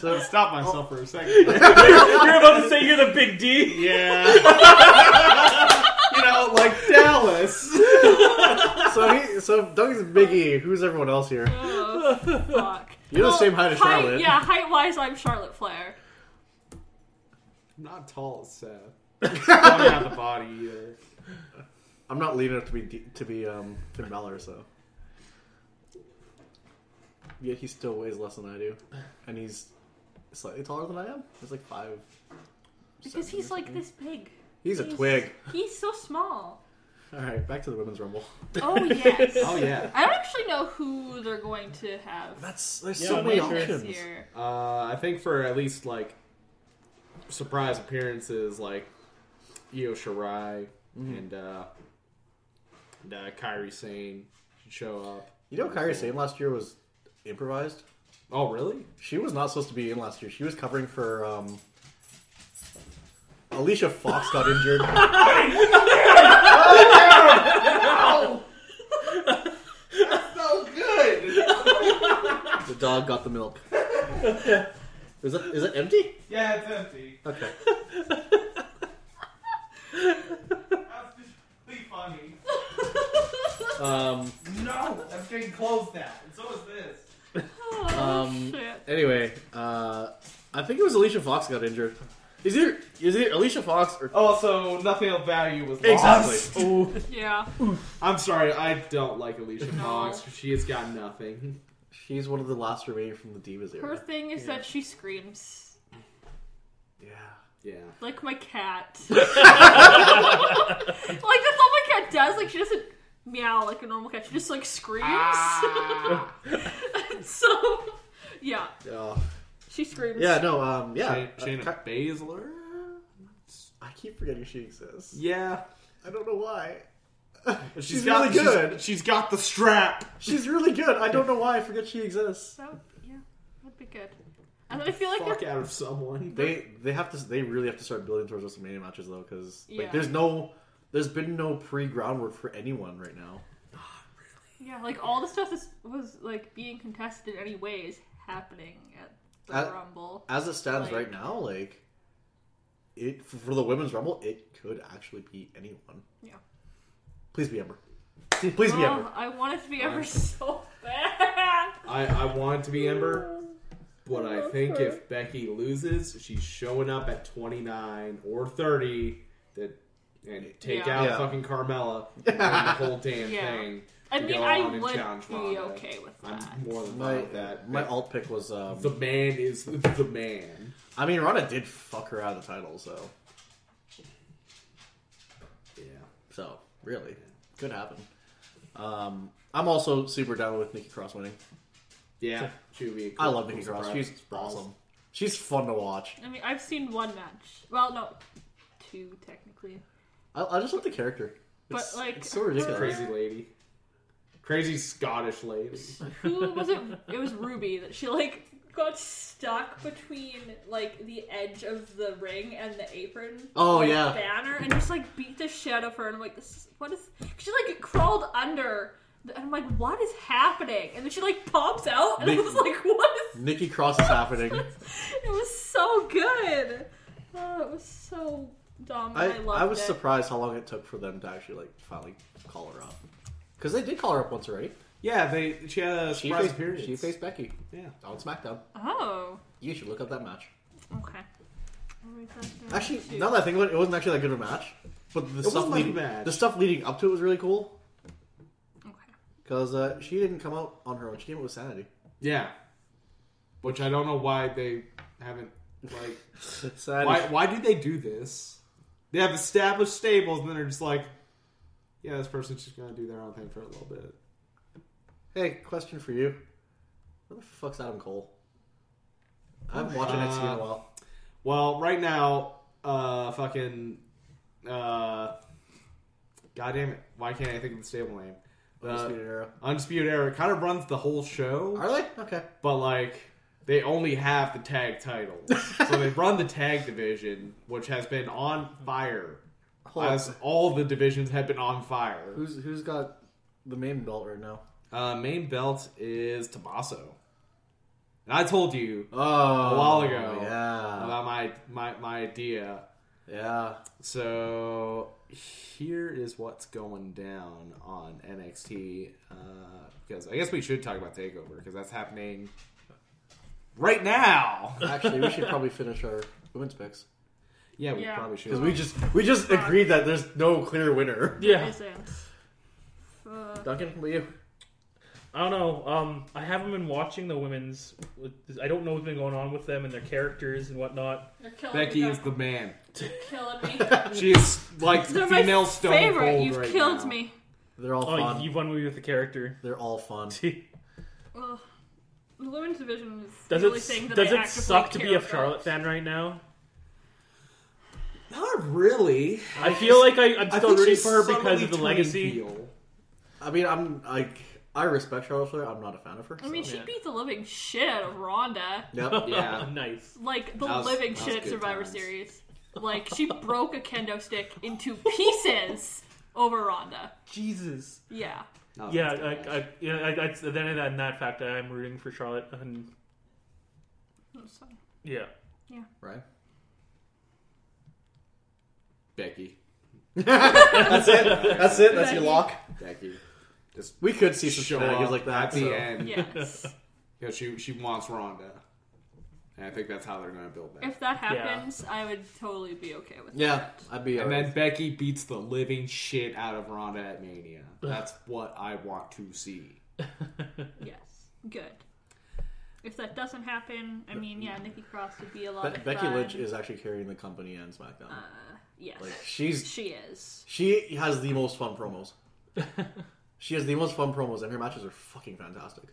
Speaker 2: So
Speaker 3: Stop myself for a second.
Speaker 4: You're about to say you're the big D?
Speaker 3: Yeah. you know, like Dallas.
Speaker 2: so he so Doug's Big E. Who's everyone else here?
Speaker 1: Oh, fuck.
Speaker 2: You're the
Speaker 1: Well,
Speaker 2: same height as
Speaker 1: height-
Speaker 2: Charlotte.
Speaker 1: yeah, height wise, I'm Charlotte Flair.
Speaker 3: I'm not tall as Seth. I'm not the body either.
Speaker 2: I'm not leaving it to be D- to be um Finn Balor, so. Yeah, he still weighs less than I do, and he's slightly taller than I am. He's like five.
Speaker 1: Because
Speaker 2: seven or
Speaker 1: he's like
Speaker 2: something.
Speaker 1: this big.
Speaker 2: He's a twig.
Speaker 1: He's so small.
Speaker 2: All right, back to the women's rumble.
Speaker 1: Oh yes.
Speaker 3: Oh yeah.
Speaker 1: I don't actually know who they're going to have
Speaker 2: That's there's
Speaker 4: Yeah,
Speaker 2: so
Speaker 4: I'm
Speaker 2: many
Speaker 4: not sure.
Speaker 1: this
Speaker 2: options.
Speaker 1: year.
Speaker 3: Uh, I think for at least like surprise appearances, like Io Shirai
Speaker 2: Mm-hmm.
Speaker 3: and uh, and uh, Kyrie Sane should show up.
Speaker 2: You know, Kyrie Sane last year was improvised.
Speaker 3: Oh really?
Speaker 2: She was not supposed to be in last year. She was covering for um. Alicia Fox got injured.
Speaker 3: So good.
Speaker 2: the dog got the milk. Is it is it empty?
Speaker 3: Yeah, it's empty.
Speaker 2: Okay.
Speaker 3: That's just funny.
Speaker 2: Um.
Speaker 3: No, I'm getting close now. And so is this.
Speaker 1: Oh
Speaker 2: Um,
Speaker 1: shit.
Speaker 2: Anyway, uh, I think it was Alicia Fox got injured. Is either is either Alicia Fox or
Speaker 3: Also, Oh, nothing of value was
Speaker 2: exactly?
Speaker 3: lost.
Speaker 4: Oh,
Speaker 1: Yeah.
Speaker 3: I'm sorry, I don't like Alicia
Speaker 1: No.
Speaker 3: Fox. She has got nothing.
Speaker 2: She's one of the last remaining from the Divas
Speaker 1: Her
Speaker 2: era.
Speaker 1: thing is
Speaker 3: Yeah.
Speaker 1: that she screams
Speaker 2: Yeah.
Speaker 3: Yeah.
Speaker 1: like my cat. like that's all my cat does. Like she doesn't meow like a normal cat. She just like screams. so yeah,
Speaker 2: Oh.
Speaker 1: she screams.
Speaker 2: Yeah. No. Um. Yeah.
Speaker 3: Shayna, Shayna
Speaker 2: Uh, Ky-
Speaker 3: Baszler?
Speaker 2: I keep forgetting she exists.
Speaker 3: Yeah.
Speaker 2: I don't know why.
Speaker 3: But
Speaker 2: She's
Speaker 3: got,
Speaker 2: really good.
Speaker 3: She's, she's got the strap.
Speaker 2: She's really good. I don't know why I forget she exists.
Speaker 1: So yeah, that'd be good. And then I feel like
Speaker 3: Fuck
Speaker 1: they're-
Speaker 3: out of someone.
Speaker 2: They they have to they really have to start building towards WrestleMania matches though because
Speaker 1: Yeah.
Speaker 2: like there's no there's been no pre groundwork for anyone right now.
Speaker 1: yeah, like all the stuff that was like being contested anyway is happening at the
Speaker 3: Uh,
Speaker 2: At-
Speaker 1: Rumble.
Speaker 2: As it stands
Speaker 1: Like-
Speaker 2: right now, like it for the women's rumble, it could actually be anyone.
Speaker 1: Yeah.
Speaker 2: Please be Ember. Please be Ember.
Speaker 1: Oh, I want it to be ever so bad.
Speaker 3: I, I want it to be Ember, but I think if Becky loses, she's showing up at 29 or 30 that, and take
Speaker 1: Yeah.
Speaker 3: out
Speaker 2: Yeah.
Speaker 3: fucking Carmella and the whole damn
Speaker 1: Yeah.
Speaker 3: thing.
Speaker 1: I
Speaker 3: Go
Speaker 1: mean,
Speaker 3: on
Speaker 1: I
Speaker 3: and
Speaker 1: would
Speaker 3: challenge
Speaker 1: be
Speaker 3: Ronda.
Speaker 1: okay with that.
Speaker 3: I'm more than fine
Speaker 2: My
Speaker 3: with that.
Speaker 2: my alt pick was um,
Speaker 3: the man is the man.
Speaker 2: I mean Ronda did fuck her out of the title, so
Speaker 3: Yeah.
Speaker 2: so really could happen. Um, I'm also super down with Nikki Cross winning.
Speaker 3: Yeah. She would be a cool,
Speaker 2: I love
Speaker 3: cool
Speaker 2: Nikki Cross.
Speaker 3: surprise.
Speaker 2: She's awesome. She's fun to watch.
Speaker 1: I mean, I've seen one match. Well, no, two technically.
Speaker 2: I, I just love the character.
Speaker 1: But
Speaker 2: It's-
Speaker 1: like,
Speaker 2: it's so ridiculous.
Speaker 3: Crazy lady. Crazy Scottish lady.
Speaker 1: who was it? It was Ruby that she like got stuck between like the edge of the ring and the apron.
Speaker 2: Oh,
Speaker 1: like,
Speaker 2: yeah.
Speaker 1: banner and just like beat the shit out of her. And I'm like, this is, what is? She like crawled under. the- And I'm like, what is happening? And then she like pops out, and I
Speaker 2: Big-
Speaker 1: was like, what is?
Speaker 2: Nikki Cross is happening.
Speaker 1: It was so good. Oh, it was so dumb.
Speaker 2: I,
Speaker 1: and I loved
Speaker 2: I was
Speaker 1: it.
Speaker 2: surprised how long it took for them to actually like finally call her up because they did call her up once already.
Speaker 3: Yeah, they she had a
Speaker 2: She
Speaker 3: surprise
Speaker 2: faced,
Speaker 3: appearance.
Speaker 2: she faced Becky
Speaker 3: Yeah.
Speaker 2: on SmackDown.
Speaker 1: Oh,
Speaker 2: You should look up that match.
Speaker 1: okay. I'll write that down,
Speaker 2: Actually,
Speaker 1: too.
Speaker 2: now that I think about it, it wasn't actually that good of a match. But the
Speaker 3: wasn't
Speaker 2: stuff
Speaker 3: that
Speaker 2: leading
Speaker 3: bad.
Speaker 2: the stuff leading up to it was really cool
Speaker 1: Okay.
Speaker 2: because uh, she didn't come out on her own. She came out with Sanity.
Speaker 3: Yeah. Which I don't know why they haven't like
Speaker 2: Sanity.
Speaker 3: why why do they do this? They have established stables and then they're just like Yeah, this person's just gonna do their own thing for a little bit.
Speaker 2: Hey, question for you. Where the fuck's Adam Cole? I haven't watched
Speaker 3: Uh,
Speaker 2: NXT in a while.
Speaker 3: Well, right now, uh fucking uh God damn it, why can't I think of the stable name? Uh,
Speaker 2: Undisputed Era.
Speaker 3: Undisputed Era kind of runs the whole show.
Speaker 2: Are they? Okay.
Speaker 3: but like they only have the tag title. so they run the tag division, which has been on fire.
Speaker 2: Hold on.
Speaker 3: As all the divisions have been on fire.
Speaker 2: Who's who's got the main belt right now?
Speaker 3: Uh, main belt is Tommaso. And I told you
Speaker 2: Oh, a
Speaker 3: while ago.
Speaker 2: Yeah,
Speaker 3: about my, my my idea.
Speaker 2: yeah.
Speaker 3: So here is what's going down on NXT. Uh, because I guess we should talk about Takeover because that's happening right now.
Speaker 2: Actually, we should probably finish our women's picks
Speaker 3: Yeah, we
Speaker 1: Yeah.
Speaker 3: probably should.
Speaker 2: because we just we just agreed that there's no clear winner.
Speaker 4: yeah.
Speaker 1: Isn't. Fuck.
Speaker 2: Duncan, what about you?
Speaker 4: I don't know. Um, I haven't been watching the women's. I don't know what's been going on with them and their characters and whatnot.
Speaker 1: You're killing
Speaker 3: Becky
Speaker 1: me.
Speaker 3: is the man.
Speaker 1: You're killing me.
Speaker 3: She is like
Speaker 1: They're my
Speaker 3: female stone
Speaker 1: favorite.
Speaker 3: cold
Speaker 1: You've
Speaker 3: right
Speaker 1: killed
Speaker 3: now.
Speaker 1: me.
Speaker 2: They're all
Speaker 4: Oh,
Speaker 2: fun.
Speaker 4: you've won me with the character.
Speaker 2: They're all fun.
Speaker 1: Ugh. The women's division is
Speaker 4: Does
Speaker 1: the only
Speaker 4: it
Speaker 1: thing that I
Speaker 4: does it
Speaker 1: actively
Speaker 4: suck to
Speaker 1: care
Speaker 4: be a
Speaker 1: about.
Speaker 4: Charlotte fan right now?
Speaker 3: Not really.
Speaker 4: I feel like I, I'm
Speaker 3: I
Speaker 4: still
Speaker 3: think
Speaker 4: rooting
Speaker 3: she's
Speaker 4: for her because
Speaker 3: subtly
Speaker 4: of the
Speaker 3: turning
Speaker 4: legacy.
Speaker 3: heel.
Speaker 2: I mean, I'm like, I respect Charlotte Flair. I'm not a fan of her.
Speaker 1: I mean, she
Speaker 4: Yeah.
Speaker 1: beat the living shit out of Ronda.
Speaker 2: yep.
Speaker 3: Yeah.
Speaker 4: Oh, nice.
Speaker 1: Like, the
Speaker 3: That was-
Speaker 1: living
Speaker 3: that was
Speaker 1: shit at
Speaker 3: good
Speaker 1: Survivor
Speaker 3: times.
Speaker 1: Series. Like, she broke a kendo stick into pieces over Ronda.
Speaker 4: Jesus.
Speaker 1: Yeah.
Speaker 3: That was
Speaker 4: Yeah,
Speaker 3: fantastic.
Speaker 4: I, I, yeah. I, I, then in that, in that fact, I'm rooting for Charlotte. And
Speaker 1: That's fine.
Speaker 4: yeah,
Speaker 2: Right.
Speaker 3: Becky.
Speaker 2: That's it. That's it. That's your
Speaker 1: Becky.
Speaker 2: lock.
Speaker 3: Becky. Just
Speaker 2: We could see some
Speaker 3: show
Speaker 2: shenanigans
Speaker 3: up
Speaker 2: like that.
Speaker 3: at the
Speaker 2: so.
Speaker 3: end.
Speaker 1: Yes.
Speaker 3: You know, she she wants Rhonda, and I think that's how they're going to build that.
Speaker 1: if that happens, I would totally be okay with
Speaker 2: Yeah,
Speaker 1: that.
Speaker 2: I'd be.
Speaker 3: and
Speaker 2: alright.
Speaker 3: then Becky beats the living shit out of Rhonda at Mania. That's what I want to see.
Speaker 1: Yes. Good. If that doesn't happen, I mean, yeah, Nikki Cross would be a lot
Speaker 2: Be-
Speaker 1: of
Speaker 2: Becky
Speaker 1: fun.
Speaker 2: Lynch is actually carrying the company and SmackDown.
Speaker 1: Uh, yes.
Speaker 2: like she's
Speaker 1: she is.
Speaker 2: she has the most fun promos. she has the most fun promos, and her matches are fucking fantastic.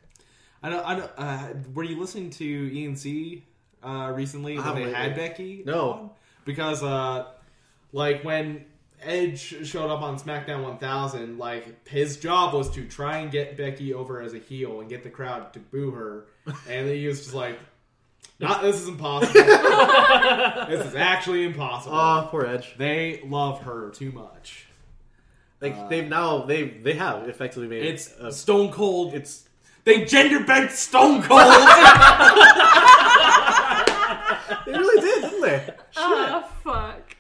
Speaker 3: I know. I know. Uh, were you listening to ENC uh, recently
Speaker 2: I
Speaker 3: when they
Speaker 2: haven't
Speaker 3: had
Speaker 2: lately.
Speaker 3: Becky?
Speaker 2: No.
Speaker 3: on? because uh, like when Edge showed up on SmackDown 1000, like his job was to try and get Becky over as a heel and get the crowd to boo her, and he was just like, "Not this is impossible. this is actually impossible."
Speaker 2: Ah, poor Edge.
Speaker 3: they love her too much.
Speaker 2: Like they've now they they have effectively made
Speaker 3: It's
Speaker 2: a,
Speaker 3: Stone Cold.
Speaker 2: uh, it's
Speaker 3: they gender bent Stone Cold.
Speaker 2: they really did, didn't they? Shit.
Speaker 3: Uh,
Speaker 1: Oh, fuck.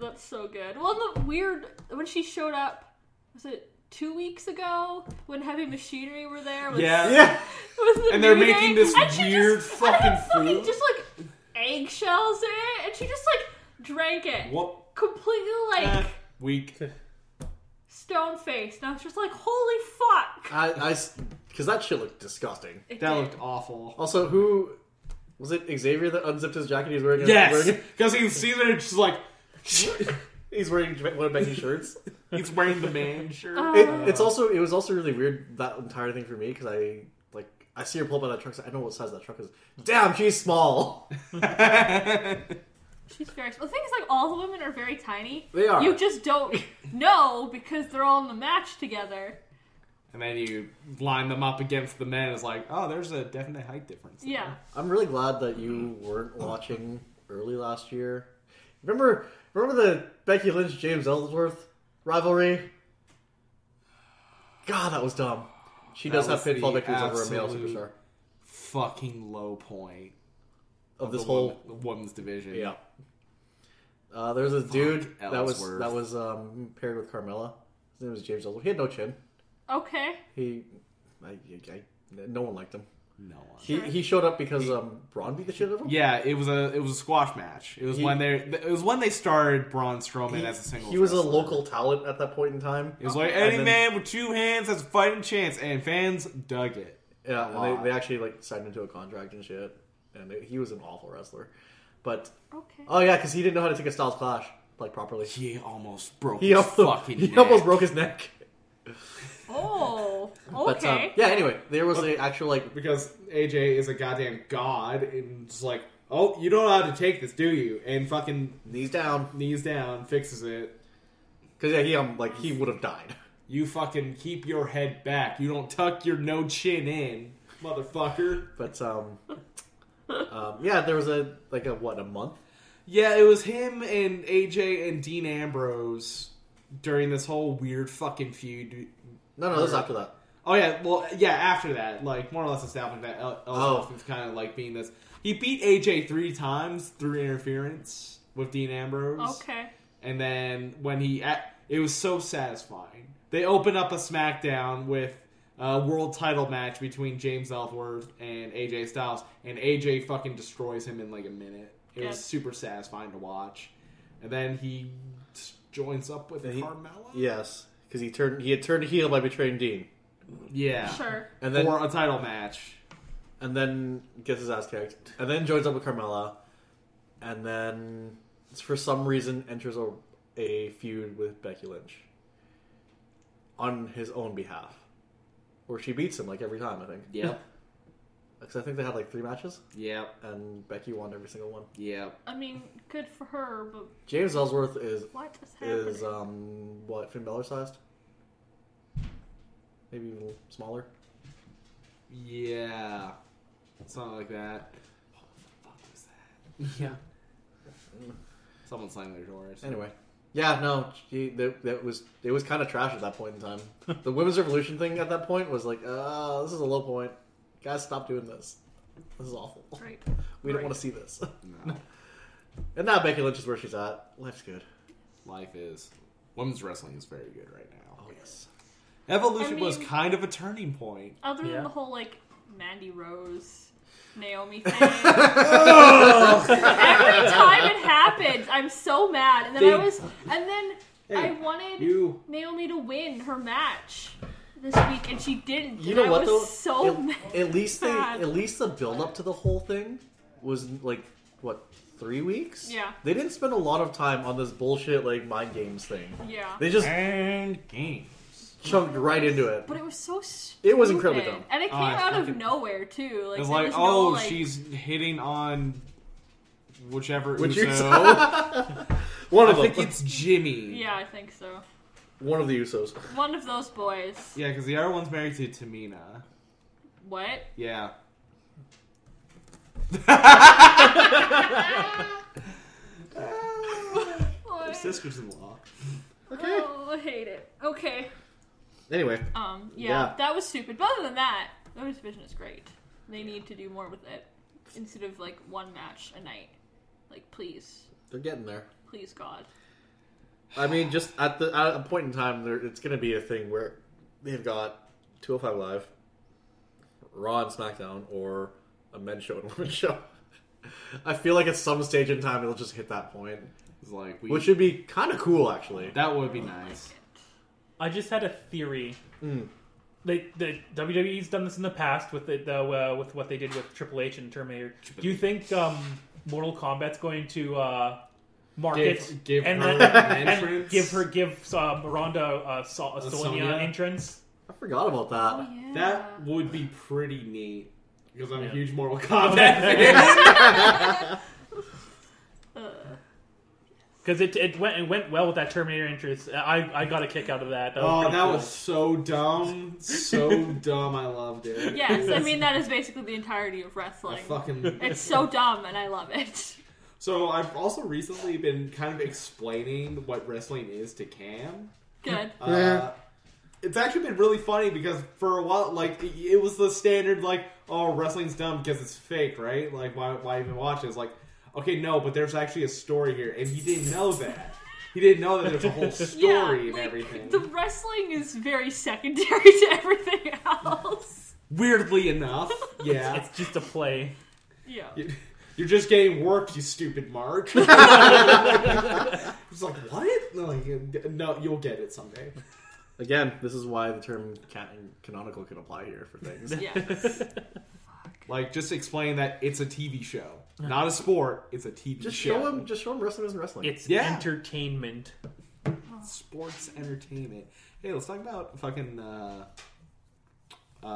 Speaker 1: That's so good. Well, the weird when she showed up was it two weeks ago when Heavy Machinery were there? With,
Speaker 3: yeah.
Speaker 2: yeah,
Speaker 1: with the
Speaker 3: And they're
Speaker 1: New Day,
Speaker 3: making this
Speaker 1: and she
Speaker 3: weird
Speaker 1: just,
Speaker 3: fucking
Speaker 1: and fucking
Speaker 3: food.
Speaker 1: just like eggshells in it, and she just like drank it
Speaker 3: What Eh.
Speaker 1: completely like
Speaker 3: week?
Speaker 1: stone faced, and I was just like, holy fuck!
Speaker 2: I because that shit looked disgusting.
Speaker 1: It
Speaker 3: That
Speaker 1: did.
Speaker 3: looked awful.
Speaker 2: Also, who was it? Xavier that unzipped his jacket. He's wearing
Speaker 3: Yes,
Speaker 2: wearing-
Speaker 3: because he's seen it. Just like
Speaker 2: he's wearing one of Becky's shirts.
Speaker 3: he's wearing the man shirt.
Speaker 1: Ah.
Speaker 2: It, it's also it was also really weird that entire thing for me because I like I see her pull up on that truck. So I know what size that truck is. Damn, she's small.
Speaker 1: She's very. The thing is, like, all the women are very tiny.
Speaker 2: They are.
Speaker 1: You just don't know because they're all in the match together.
Speaker 3: And then you line them up against the men. It's like, oh, there's a definite height difference. there.
Speaker 1: Yeah.
Speaker 2: I'm really glad that you weren't watching early last year. Remember remember the Becky Lynch James Ellsworth rivalry? God, that was dumb. She
Speaker 3: That
Speaker 2: does have
Speaker 3: was
Speaker 2: pinfall
Speaker 3: the
Speaker 2: victories over a male
Speaker 3: absolute
Speaker 2: superstar
Speaker 3: Fucking low point
Speaker 2: of this
Speaker 3: the
Speaker 2: whole
Speaker 3: wom- the women's division.
Speaker 2: yeah. Uh, there was this dude that was
Speaker 3: Ellsworth.
Speaker 2: that was um, paired with Carmella. His name was James Ellsworth. He had no chin.
Speaker 1: Okay.
Speaker 2: He, I, I, no one liked him.
Speaker 3: No one.
Speaker 2: He he showed up because um Braun beat the shit out of him.
Speaker 3: Yeah, it was a it was a squash match. It was
Speaker 2: He-
Speaker 3: when they it was when they started Braun Strowman as a single.
Speaker 2: he was a
Speaker 3: wrestler.
Speaker 2: local talent at that point in time.
Speaker 3: It was like
Speaker 1: Okay.
Speaker 3: any
Speaker 2: And then-
Speaker 3: man with two hands has a fighting chance, and fans dug it.
Speaker 2: Yeah, and
Speaker 3: Wow.
Speaker 2: they, they actually like signed into a contract and shit. And they, he was an awful wrestler, but
Speaker 1: Okay.
Speaker 2: oh yeah, because he didn't know how to take a Styles Clash like properly.
Speaker 3: He almost broke
Speaker 2: He
Speaker 3: his
Speaker 2: almost,
Speaker 3: fucking.
Speaker 2: he
Speaker 3: neck.
Speaker 2: almost broke his neck.
Speaker 1: Oh.
Speaker 2: But um,
Speaker 1: Okay.
Speaker 2: yeah, anyway, there was a actual like
Speaker 3: because AJ is a goddamn god and just like, oh, you don't know how to take this, do you? And fucking
Speaker 2: knees down
Speaker 3: knees down, fixes it.
Speaker 2: because yeah, he um like he would have died.
Speaker 3: You fucking keep your head back. You don't tuck your no chin in, motherfucker.
Speaker 2: But um, um yeah, there was a like a what a month
Speaker 3: Yeah, it was him and AJ and Dean Ambrose during this whole weird fucking feud.
Speaker 2: No, no, this is after that.
Speaker 3: Oh yeah, well yeah. After that, like more or less established that El- Ellsworth
Speaker 2: Oh.
Speaker 3: is kind of like being this. He beat AJ three times through interference with Dean Ambrose.
Speaker 1: okay.
Speaker 3: And then when he, at, it was so satisfying. They opened up a SmackDown with a world title match between James Ellsworth and AJ Styles, and AJ fucking destroys him in like a minute. It was
Speaker 1: Good.
Speaker 3: super satisfying to watch. And then he s- joins up with
Speaker 2: And he-
Speaker 3: Carmella.
Speaker 2: Yes, because he turned he had turned heel by betraying Dean.
Speaker 3: Yeah.
Speaker 1: Sure.
Speaker 2: and then
Speaker 3: for a title match.
Speaker 2: and then gets his ass kicked, and then joins up with Carmella, and then for some reason enters a, a feud with Becky Lynch on his own behalf, where she beats him like every time. I think
Speaker 3: Yep.
Speaker 2: because I think they had like three matches,
Speaker 3: yep.
Speaker 2: and Becky won every single one.
Speaker 3: Yep.
Speaker 1: I mean, good for her, but
Speaker 2: James Ellsworth is
Speaker 1: what is happening?
Speaker 2: is um what Finn Balor sized, maybe even smaller.
Speaker 3: Yeah. Something like that. What the fuck was that?
Speaker 4: Yeah.
Speaker 3: Someone slammed their doors.
Speaker 2: Anyway, yeah, no, she, that, that was it was kind of trash at that point in time. the women's revolution thing at that point was like, uh, this is a low point. Guys, stop doing this. This is awful.
Speaker 1: Right.
Speaker 2: We don't
Speaker 1: Right.
Speaker 2: want to see this.
Speaker 3: No.
Speaker 2: and now Becky Lynch is where she's at. Life's good.
Speaker 3: Life is. Women's wrestling is very good right now.
Speaker 2: Oh yes.
Speaker 3: Evolution
Speaker 1: I
Speaker 3: was
Speaker 1: mean-
Speaker 3: kind of a turning point.
Speaker 1: Other
Speaker 4: Yeah.
Speaker 1: than the whole like Mandy Rose, Naomi thing. Every time it happened, I'm so mad. And then I
Speaker 3: Big-
Speaker 1: was, and then I wanted
Speaker 3: You.
Speaker 1: Naomi to win her match this week, and she didn't.
Speaker 2: You
Speaker 1: and
Speaker 2: know
Speaker 1: I
Speaker 2: what
Speaker 1: was
Speaker 2: though?
Speaker 1: So
Speaker 2: at,
Speaker 1: mad.
Speaker 2: at least the
Speaker 1: Sad.
Speaker 2: at least the build up to the whole thing was like what three weeks?
Speaker 1: Yeah.
Speaker 2: They didn't spend a lot of time on this bullshit like mind games thing.
Speaker 1: yeah.
Speaker 2: They just
Speaker 3: And game.
Speaker 2: chunked right into it.
Speaker 1: But it was so stupid.
Speaker 2: It was incredibly dumb.
Speaker 1: And it
Speaker 3: Oh,
Speaker 1: came
Speaker 3: it's
Speaker 1: out of
Speaker 3: fucking-
Speaker 1: nowhere, too. Like,
Speaker 3: It's
Speaker 1: there
Speaker 3: like,
Speaker 1: was no,
Speaker 3: oh,
Speaker 1: like-
Speaker 3: she's hitting on whichever
Speaker 2: Which
Speaker 3: Uso.
Speaker 2: One
Speaker 3: I
Speaker 2: of them.
Speaker 3: think it's Jimmy.
Speaker 1: Yeah, I think so.
Speaker 2: One of the Usos.
Speaker 1: One of those boys.
Speaker 3: Yeah, because the other one's married to Tamina.
Speaker 1: What?
Speaker 3: Yeah.
Speaker 1: What?
Speaker 3: Sisters in law.
Speaker 1: Oh, I hate it. Okay.
Speaker 2: Anyway,
Speaker 1: Um, yeah,
Speaker 2: Yeah.
Speaker 1: that was stupid. But other than that, Lotus Vision is great. They need to do more with it instead of like one match a night. Like, please,
Speaker 2: they're getting there.
Speaker 1: please, God.
Speaker 2: I mean, just at the at a point in time, there, it's going to be a thing where they've got 205 Live, Raw and SmackDown, or a men's show and a women's show. I feel like at some stage in time, it'll just hit that point,
Speaker 3: It's like we,
Speaker 2: which would be kind of cool, actually.
Speaker 3: that would be nice.
Speaker 4: I just had a theory.
Speaker 2: Hmm.
Speaker 4: They, the WWE's done this in the past with the, the uh, with what they did with Triple H and Terminator. Do you think um, Mortal Kombat's going to uh, market
Speaker 3: Give- give
Speaker 4: and,
Speaker 3: her
Speaker 4: then-
Speaker 3: an
Speaker 4: and
Speaker 3: entrance?
Speaker 4: give her give uh, Miranda uh, Sol- a
Speaker 3: A
Speaker 4: Sonya
Speaker 3: Sonya?
Speaker 4: entrance?
Speaker 2: I forgot about
Speaker 1: Oh,
Speaker 2: Uh, that.
Speaker 1: yeah.
Speaker 3: That would be pretty neat because I'm
Speaker 4: Yeah.
Speaker 3: a huge Mortal Kombat fan.
Speaker 1: Ugh.
Speaker 4: Because it, it went it went well with that Terminator entrance. I I got a kick out of that. that
Speaker 3: oh,
Speaker 4: pretty
Speaker 3: that
Speaker 4: cool.
Speaker 3: was so dumb, so dumb. I loved it.
Speaker 1: yes, I mean, that is basically the entirety of
Speaker 3: I
Speaker 1: wrestling.
Speaker 3: fucking
Speaker 1: It's so dumb, and I love it.
Speaker 3: So I've also recently been kind of explaining what wrestling is to Cam.
Speaker 1: Good.
Speaker 3: Uh, it's actually been really funny because for a while, like it- it was the standard, like oh, wrestling's dumb because it's fake, right? Like why, why even watch it? It's like okay, no, but there's actually a story here, and he didn't know that. He didn't know that there's a whole story
Speaker 1: yeah,
Speaker 3: and
Speaker 1: like,
Speaker 3: everything.
Speaker 1: The wrestling is very secondary to everything else.
Speaker 3: Weirdly enough, yeah.
Speaker 4: It's just a play.
Speaker 1: Yeah.
Speaker 3: You- You're just getting worked, you stupid Mark. it's like what? Like, no, you'll get it someday.
Speaker 2: Again, this is why the term ca- canonical can apply here for things.
Speaker 1: Yes.
Speaker 3: Like, just explain that it's a TV show, not a sport. It's a TV
Speaker 2: Just
Speaker 3: show.
Speaker 2: show him. Just show him wrestling isn't wrestling.
Speaker 4: It's
Speaker 3: Yeah.
Speaker 4: entertainment.
Speaker 3: sports entertainment. Hey, let's talk about fucking uh, uh,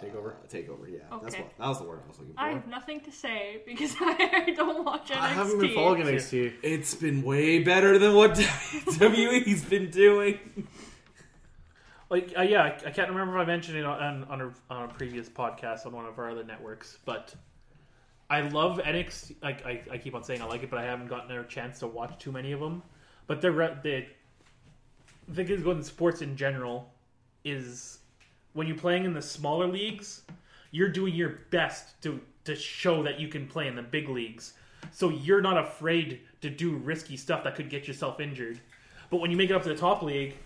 Speaker 2: Takeover?
Speaker 3: Takeover, yeah. That's
Speaker 1: Okay.
Speaker 3: what that was the word I was looking for.
Speaker 1: I have nothing to say because I don't watch NXT.
Speaker 2: I haven't been following NXT.
Speaker 3: It's been way better than what WWE's been doing.
Speaker 4: Like uh, yeah, I, I can't remember if I mentioned it on on a, on a previous podcast on one of our other networks, but I love NXT. Like I, I keep on saying I like it, but I haven't gotten a chance to watch too many of them. But the re- the the thing is going in sports in general is when you're playing in the smaller leagues, you're doing your best to to show that you can play in the big leagues. So you're not afraid to do risky stuff that could get yourself injured. But when you make it up to the top league,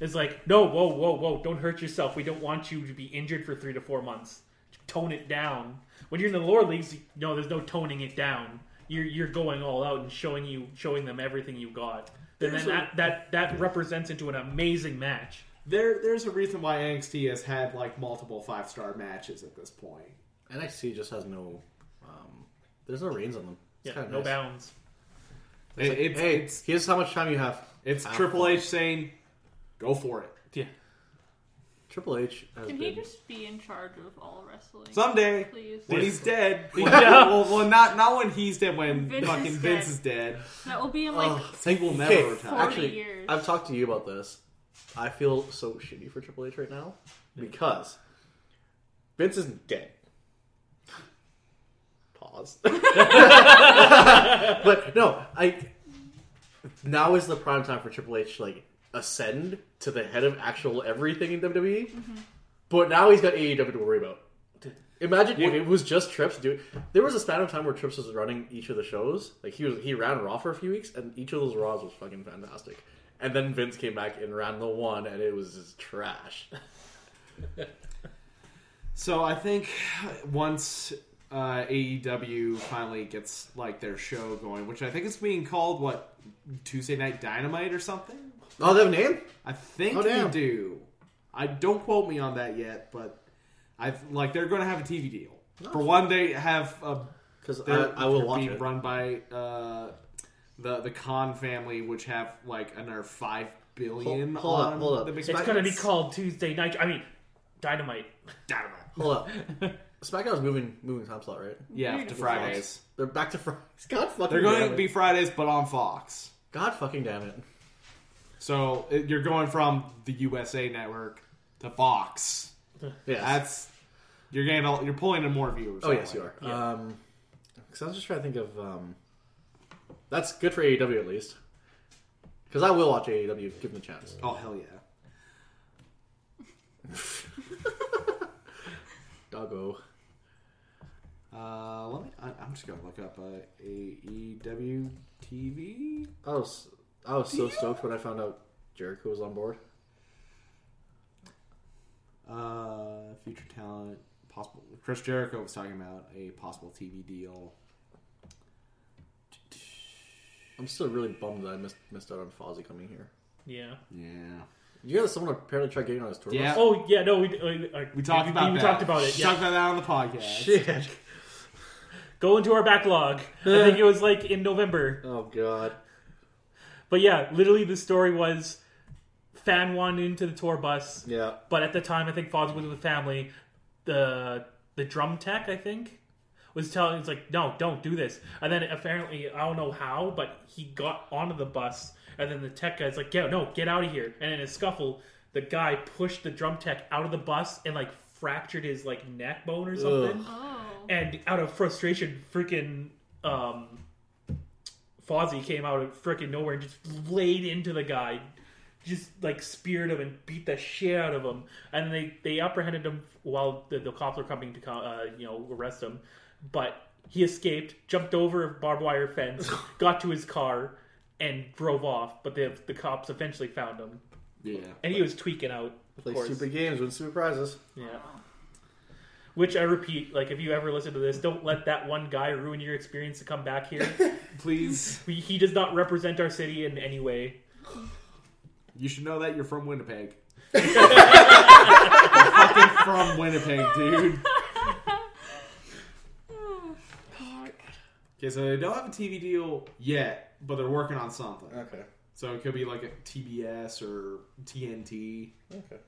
Speaker 4: it's like, no, whoa, whoa, whoa, don't hurt yourself. We don't want you to be injured for three to four months. Tone it down. When you're in the lower leagues, you- no, there's no toning it down. You're you're going all out and showing you showing them everything you got. And then
Speaker 3: There's a-
Speaker 4: that, that that represents into an amazing match.
Speaker 3: there there's a reason why NXT has had like multiple five star matches at this point.
Speaker 2: NXT just has no. Um, there's no reins on them. It's
Speaker 4: Yeah,
Speaker 2: kinda
Speaker 4: no
Speaker 2: nice.
Speaker 4: bounds.
Speaker 3: It-
Speaker 2: It's like,
Speaker 3: it's,
Speaker 2: hey,
Speaker 3: it's
Speaker 2: here's how much time you have.
Speaker 3: it's
Speaker 2: Have
Speaker 3: Triple
Speaker 2: fun.
Speaker 3: H saying, "Go for it
Speaker 4: Yeah.
Speaker 2: Triple H has
Speaker 1: Can
Speaker 2: been.
Speaker 1: he just be in charge of all wrestling?
Speaker 3: someday
Speaker 1: Please.
Speaker 3: when he's dead."
Speaker 4: Yeah.
Speaker 3: well, well, not not when he's dead. When
Speaker 1: Vince is
Speaker 3: fucking
Speaker 1: dead.
Speaker 3: Vince is dead.
Speaker 1: That will be in like
Speaker 2: Ugh,
Speaker 3: I think we'll never
Speaker 2: okay,
Speaker 3: retire.
Speaker 1: 40
Speaker 2: actually,
Speaker 1: years.
Speaker 2: I've talked to you about this. I feel so shitty for Triple H right now because Vince is dead. Pause. but no, I. Now is the prime time for Triple H to, like ascend to the head of actual everything in WWE.
Speaker 1: Mm-hmm.
Speaker 2: But now he's got AEW to worry about. Imagine if it was just Trips doing. There was a span of time where Trips was running each of the shows. Like he was, he ran Raw for a few weeks, and each of those Raws was fucking fantastic. And then Vince came back and ran the one, and it was just trash.
Speaker 3: So I think once uh, AEW finally gets like their show going, which I think it's being called what Tuesday Night Dynamite or something.
Speaker 2: Oh, they have a name?
Speaker 3: I think
Speaker 2: Oh, damn.
Speaker 3: they do. I don't quote me on that yet, but I like they're going to have a TV deal. For one, they have a
Speaker 2: Because I,
Speaker 3: they're,
Speaker 2: I will
Speaker 3: they're
Speaker 2: watch
Speaker 3: being
Speaker 2: it.
Speaker 3: run by uh, the the Khan family, which have like another five billion.
Speaker 2: Hold- hold up,
Speaker 3: on
Speaker 2: hold up.
Speaker 3: the big
Speaker 2: It's
Speaker 4: It's
Speaker 3: Smack-
Speaker 4: going to be called Tuesday Night. I mean, Dynamite.
Speaker 3: Dynamite.
Speaker 2: Hold up, SmackDown's moving moving time slot, right?
Speaker 3: Yeah,
Speaker 1: Weird
Speaker 3: to
Speaker 1: as
Speaker 3: Fridays.
Speaker 2: They're back to Fridays. God fucking.
Speaker 3: They're going
Speaker 2: damn
Speaker 3: to
Speaker 2: it.
Speaker 3: be Fridays, but on Fox.
Speaker 2: God fucking damn it.
Speaker 3: So it- you're going from the USA Network to Fox.
Speaker 2: Yes.
Speaker 3: That's you're getting all, you're pulling in more viewers.
Speaker 2: Oh
Speaker 3: that
Speaker 2: yes,
Speaker 3: way.
Speaker 2: you are. Um, because I was just trying to think of. Um, that's good for AEW at least. Because I will watch E AEW, if given the chance.
Speaker 3: Oh hell yeah!
Speaker 2: Doggo.
Speaker 3: Uh, let me. I, I'm just gonna look up uh, AEW TV.
Speaker 2: I was I was so stoked when I found out Jericho was on board.
Speaker 3: Uh, future talent. Possible. Chris Jericho was talking about a possible TV deal.
Speaker 2: I'm still really bummed that I missed missed out on Fozzy coming here.
Speaker 4: Yeah.
Speaker 3: Yeah.
Speaker 2: You guys, someone apparently tried getting on his tour. bus?
Speaker 3: Yeah.
Speaker 4: Oh, yeah, no, we, we,
Speaker 3: We talked about
Speaker 4: we,
Speaker 3: that.
Speaker 4: talked about it.
Speaker 3: We
Speaker 4: Yeah.
Speaker 3: talked about that on the podcast.
Speaker 2: Shit.
Speaker 4: Go into our backlog. I think it was like in November.
Speaker 2: Oh god.
Speaker 4: But yeah, literally the story was fan wanted into the tour bus,
Speaker 2: Yeah.
Speaker 4: but at the time I think Foz was with family. The the drum tech I think was telling it's like no, don't do this. And then apparently I don't know how, but he got onto the bus, and then the tech guy's like yeah, no, get out of here. And in a scuffle, the guy pushed the drum tech out of the bus and like fractured his like neck bone or something
Speaker 1: oh.
Speaker 4: and out of frustration, freaking um, Fozzie came out of freaking nowhere and just laid into the guy, just like speared him and beat the shit out of him. And they they apprehended him while the, the cops were coming to co- uh, you know arrest him, but he escaped, jumped over a barbed wire fence, got to his car, and drove off. But the the cops eventually found him,
Speaker 3: Yeah.
Speaker 4: and he was tweaking out. Of
Speaker 2: Play
Speaker 4: course.
Speaker 2: stupid games, win stupid prizes.
Speaker 4: Yeah. Which I repeat, like if you ever listen to this, don't let that one guy ruin your experience to come back here.
Speaker 3: Please,
Speaker 4: We- he does not represent our city in any way.
Speaker 3: you should know that you're from Winnipeg. You're fucking from Winnipeg, dude.
Speaker 1: Oh, fuck.
Speaker 3: Okay, so they don't have a TV deal yet, but they're working on something.
Speaker 2: Okay.
Speaker 3: So it could be like a TBS or TNT.
Speaker 2: Okay.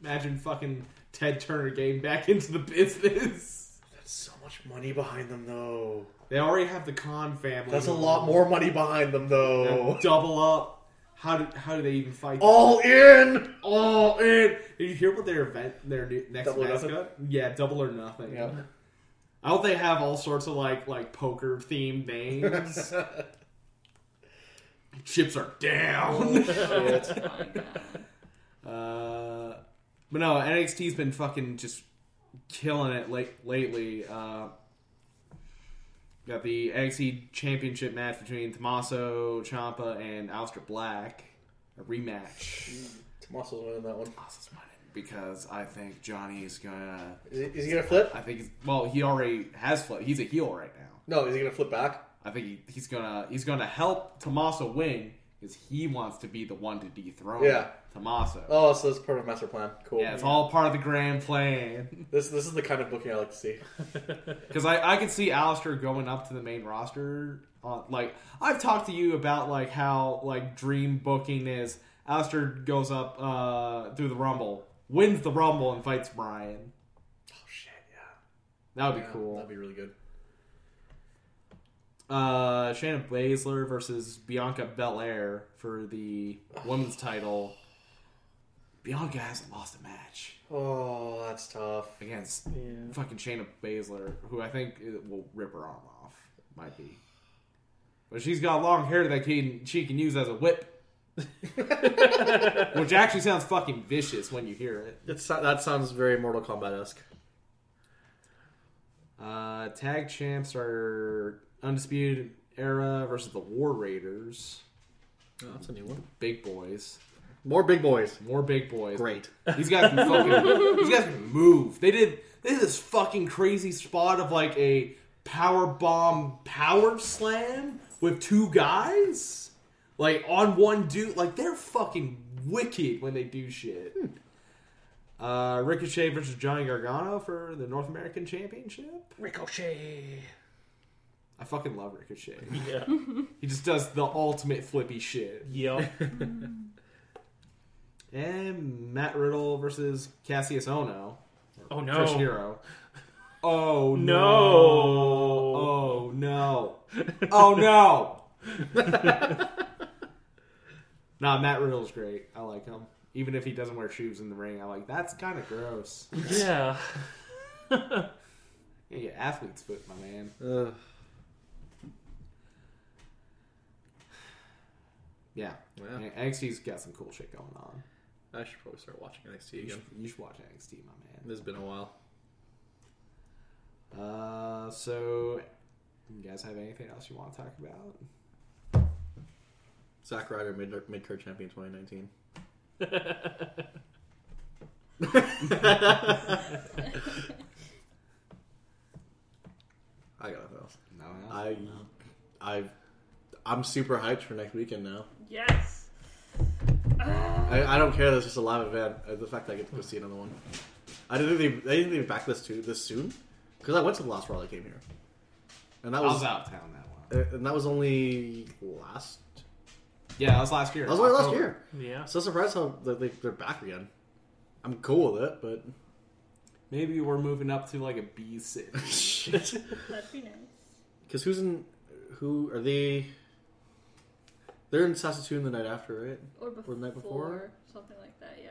Speaker 3: Imagine fucking Ted Turner getting back into the business.
Speaker 2: That's so much money behind them though.
Speaker 3: They already have the Khan family.
Speaker 2: That's a lot more Oh. money behind them though.
Speaker 3: They're Double up. How do how do they even fight?
Speaker 2: All in.
Speaker 3: all in. Did you hear what their event their new, next
Speaker 2: Double or
Speaker 3: mascot? Yeah, double or nothing.
Speaker 2: Yeah.
Speaker 3: I hope they have all sorts of like like poker themed names. Chips are down.
Speaker 2: Shit.
Speaker 1: Oh my God.
Speaker 3: Uh, but no, NXT's been fucking just killing it late lately. Uh, got the NXT Championship match between Tommaso Ciampa and Aleister Black, a rematch.
Speaker 2: Muscles winning that one.
Speaker 3: Tommaso's winning because I think Johnny's gonna.
Speaker 2: Is he, is he gonna flip?
Speaker 3: I think he's, well, he already has flipped. He's a heel right now.
Speaker 2: No, is he gonna flip back?
Speaker 3: I think he, he's gonna he's gonna help Tommaso win because he wants to be the one to dethrone
Speaker 2: Yeah.
Speaker 3: Tommaso.
Speaker 2: Oh, so it's part of master plan. Cool.
Speaker 3: yeah, it's all part of the grand plan.
Speaker 2: This this is the kind of booking I like to see.
Speaker 3: Because I, I could see Alistair going up to the main roster. On, like I've talked to you about like how like dream booking is. Alistair goes up uh, through the Rumble, wins the Rumble, and fights Brian.
Speaker 2: Oh shit, yeah.
Speaker 3: That would
Speaker 2: Yeah,
Speaker 3: be cool.
Speaker 2: That'd be really good.
Speaker 3: uh, Shannon Baszler versus Bianca Belair for the women's title. Bianca hasn't lost a match
Speaker 2: Oh, that's tough.
Speaker 3: against
Speaker 4: Yeah.
Speaker 3: fucking Shayna Baszler, who I think it will rip her arm off. Might be. But she's got long hair that can, she can use as a whip. Which actually sounds fucking vicious when you hear it.
Speaker 2: It's that sounds very Mortal Kombat esque.
Speaker 3: Uh, tag champs are Undisputed Era versus the War Raiders.
Speaker 2: Oh, that's a new one.
Speaker 3: Big boys.
Speaker 2: More big boys.
Speaker 3: More big boys.
Speaker 2: Great.
Speaker 3: These guys can fucking these guys can move. They did they did this fucking crazy spot of like a power bomb power slam with two guys like on one dude. Like they're fucking wicked when they do shit. Uh, Ricochet versus Johnny Gargano for the North American Championship.
Speaker 4: Ricochet.
Speaker 3: I fucking love Ricochet.
Speaker 4: Yeah.
Speaker 3: He just does the ultimate flippy shit.
Speaker 4: yep.
Speaker 3: And Matt Riddle versus Cassius Ono.
Speaker 4: Oh no.
Speaker 3: Trish Hero. Oh no.
Speaker 4: No.
Speaker 3: Oh no. Oh no. nah, Matt Riddle's great. I like him. Even if he doesn't wear shoes in the ring, I like that's kind of gross.
Speaker 4: Yeah.
Speaker 3: Yeah, yeah, athlete's foot, my man.
Speaker 2: Ugh.
Speaker 3: Yeah,
Speaker 2: Yeah.
Speaker 3: yeah. NXT's got some cool shit going on.
Speaker 2: I should probably start watching NXT
Speaker 3: You
Speaker 2: again.
Speaker 3: should, you should watch NXT, my man.
Speaker 2: It's been a while.
Speaker 3: Uh, so, you guys have anything else you want to talk about?
Speaker 2: Zack Ryder mid mid card champion 2019. I got nothing else.
Speaker 3: No.
Speaker 2: I, I, I'm super hyped for next weekend now.
Speaker 1: Yes. Ah,
Speaker 2: I, I don't care. That's just a live event. Uh, The fact that I get to go see another one. I didn't think they, they didn't even back this too this soon because I went to the last Raw that came here, and
Speaker 3: I
Speaker 2: that
Speaker 3: was
Speaker 2: was
Speaker 3: out of town that one.
Speaker 2: uh, and that was only last.
Speaker 3: Yeah, that was last year.
Speaker 2: That was only last
Speaker 3: October.
Speaker 2: year.
Speaker 4: yeah.
Speaker 2: So surprised how that they, they're back again. I'm cool with it, but
Speaker 3: Maybe we're moving up to like a B city.
Speaker 2: shit.
Speaker 1: that'd be nice.
Speaker 2: Because who's in? Who are they? They're in Saskatoon the night after, right?
Speaker 1: Or before,
Speaker 2: Or the night before?
Speaker 1: something like that. Yeah.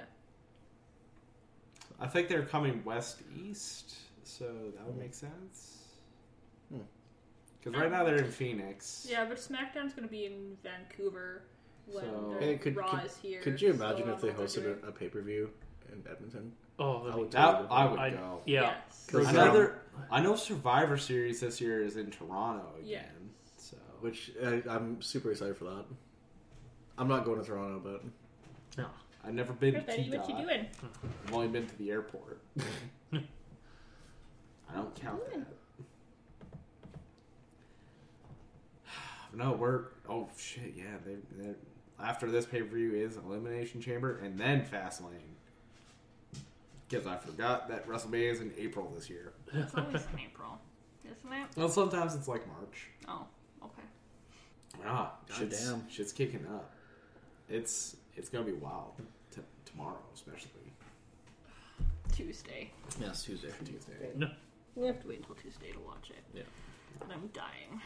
Speaker 3: I think they're coming west east, so that would make sense.
Speaker 2: Hmm.
Speaker 3: Because right now they're in Phoenix.
Speaker 1: Yeah, but SmackDown's gonna be in Vancouver when
Speaker 3: So-
Speaker 1: the
Speaker 2: Hey, could-
Speaker 1: Raw
Speaker 2: could-
Speaker 1: is here.
Speaker 2: Could you
Speaker 1: so I
Speaker 2: imagine
Speaker 1: don't
Speaker 2: if they
Speaker 1: know what they're
Speaker 2: hosted
Speaker 1: doing.
Speaker 2: a, a pay per view in Edmonton?
Speaker 4: Oh, that'd
Speaker 2: I
Speaker 4: be-
Speaker 2: would
Speaker 3: That I would
Speaker 4: I'd-
Speaker 3: go.
Speaker 4: yeah.
Speaker 1: Yes.
Speaker 2: Cause,
Speaker 3: Another, I know Survivor Series this year is in Toronto
Speaker 1: Yeah.
Speaker 3: again. So
Speaker 2: Which I, I'm super excited for that. I'm not going to Toronto, but
Speaker 4: No.
Speaker 3: I've never been to
Speaker 1: Betty, what you
Speaker 3: T-Dot.
Speaker 1: doing?
Speaker 3: I've only been to the airport. I don't count
Speaker 1: What?
Speaker 3: that. No, we're oh shit, yeah. They, they're, after this pay per view is Elimination Chamber and then Fastlane. Because I forgot that WrestleMania is in April this year.
Speaker 1: It's always in April, isn't it?
Speaker 3: Well, sometimes it's like March.
Speaker 1: Oh, okay.
Speaker 3: Ah, shit's,
Speaker 2: Goddamn.
Speaker 3: shit's kicking up. It's it's gonna be wild t- tomorrow, especially
Speaker 1: Tuesday.
Speaker 2: yeah, it's Tuesday.
Speaker 3: Tuesday.
Speaker 1: We have to wait until Tuesday to watch it.
Speaker 2: Yeah.
Speaker 1: And I'm dying.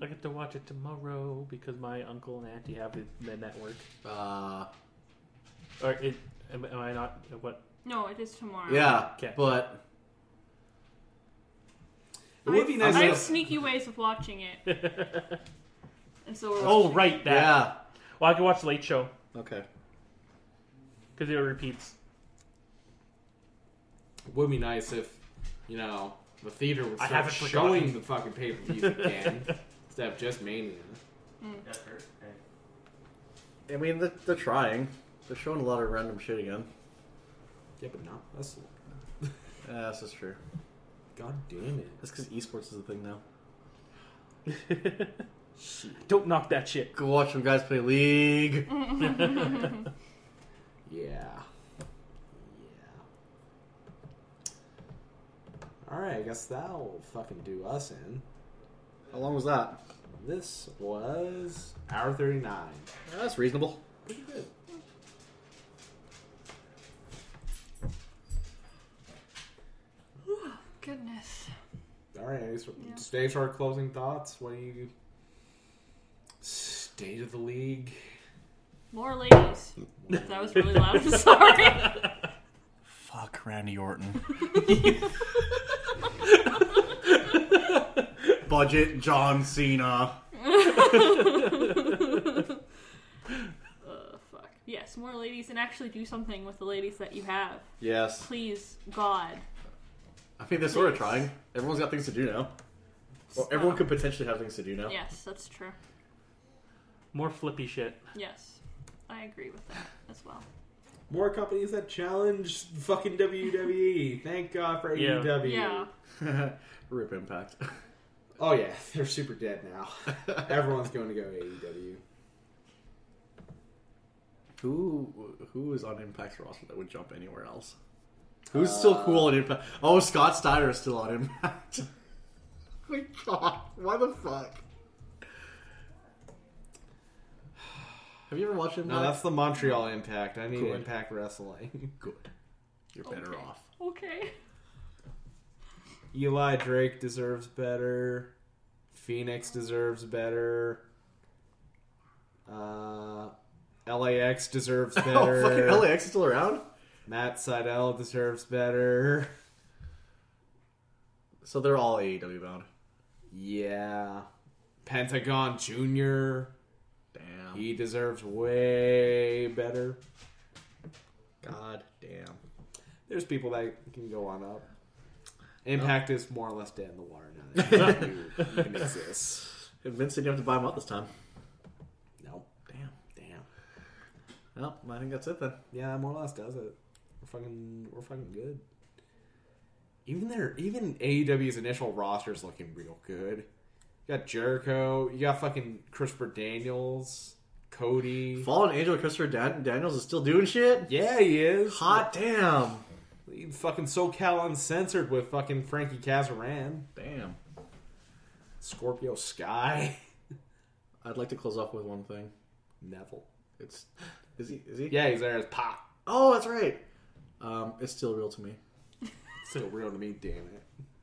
Speaker 4: I get to watch it tomorrow because my uncle and auntie have it, the network.
Speaker 2: Uh,
Speaker 4: Or it? Am, am I not? What?
Speaker 1: No, it is tomorrow.
Speaker 2: yeah,
Speaker 4: Okay.
Speaker 2: but
Speaker 3: It would be
Speaker 1: I
Speaker 3: nice.
Speaker 1: have
Speaker 3: if-
Speaker 1: sneaky ways of watching it, and so we're
Speaker 4: oh
Speaker 1: watching it.
Speaker 4: right, that. Well, I can watch Late Show
Speaker 2: yeah, okay.
Speaker 4: because it repeats.
Speaker 3: would be nice if you know the theater would
Speaker 4: I
Speaker 3: start
Speaker 4: haven't
Speaker 3: showing
Speaker 4: forgotten.
Speaker 3: the fucking pay per views again instead of just Mania.
Speaker 2: I mean, they're, they're trying. They're showing a lot of random shit again.
Speaker 3: Yeah, but not wrestling.
Speaker 2: Yeah, that's just true.
Speaker 3: God damn it!
Speaker 2: That's because esports is a thing now.
Speaker 4: Don't knock that shit.
Speaker 2: Go watch some guys play League.
Speaker 3: Yeah. Yeah. Alright, I guess that'll fucking do us in.
Speaker 2: How long was that?
Speaker 3: This was hour 39.
Speaker 2: Yeah, that's reasonable.
Speaker 3: Pretty good.
Speaker 1: Goodness.
Speaker 3: Alright, I guess we're-
Speaker 1: Yeah.
Speaker 3: stage our closing thoughts. What do you. State of the league.
Speaker 1: More ladies. That was really loud. I'm sorry.
Speaker 2: Fuck Randy Orton. Budget John Cena.
Speaker 1: Uh, fuck. Yes, more ladies, and actually do something with the ladies that you have.
Speaker 2: Yes.
Speaker 1: Please, God.
Speaker 2: I mean, they're sort of trying. Everyone's got things to do now. Well, everyone could potentially have things to do now.
Speaker 1: Yes, that's true.
Speaker 4: More flippy shit.
Speaker 1: Yes, I agree with that as well.
Speaker 3: More companies that challenge fucking WWE. Thank God for E
Speaker 4: Yeah.
Speaker 3: AEW.
Speaker 1: Yeah.
Speaker 2: Rip Impact.
Speaker 3: Oh, yeah, they're super dead now. Everyone's going to go E AEW.
Speaker 2: who who is on Impact's roster that would jump anywhere else? Who's still cool on Impact? Oh, Scott Steiner is still on Impact. My God, why the fuck? Have you ever watched Impact?
Speaker 3: No, that's the Montreal Impact. I need
Speaker 2: Good.
Speaker 3: Impact Wrestling.
Speaker 2: good. You're better
Speaker 1: okay.
Speaker 2: off.
Speaker 1: Okay.
Speaker 3: Eli Drake deserves better. Phoenix deserves better. Uh, LAX deserves
Speaker 2: Oh, fucking
Speaker 3: better.
Speaker 2: LAX is still around.
Speaker 3: Matt Seidel deserves better.
Speaker 2: So they're all AEW bound.
Speaker 3: Yeah. Pentagon Jr.
Speaker 2: Damn.
Speaker 3: He deserves way better.
Speaker 2: God damn.
Speaker 3: There's people that can go on up. Impact is more or less dead in the water now. That you even exists.
Speaker 2: And Vincent, you have to buy them out this time.
Speaker 3: No.
Speaker 2: Damn.
Speaker 3: Damn.
Speaker 2: Well, I think that's it then.
Speaker 3: Yeah, that more or less does it. We're fucking we're fucking good. Even their even AEW's initial roster is looking real good. You got Jericho, you got fucking Christopher Daniels, Cody.
Speaker 2: Fallen Angel Christopher Dan- Daniels is still doing shit.
Speaker 3: Yeah, he is.
Speaker 2: Hot damn.
Speaker 3: He fucking SoCal Uncensored with fucking Frankie Kazaran.
Speaker 2: Damn.
Speaker 3: Scorpio Sky.
Speaker 2: I'd like to close off with one thing.
Speaker 3: Neville.
Speaker 2: It's is he is he?
Speaker 3: Yeah, he's there as Pop.
Speaker 2: Oh, that's right. Um, it's still real to me.
Speaker 3: Still real to me, damn it.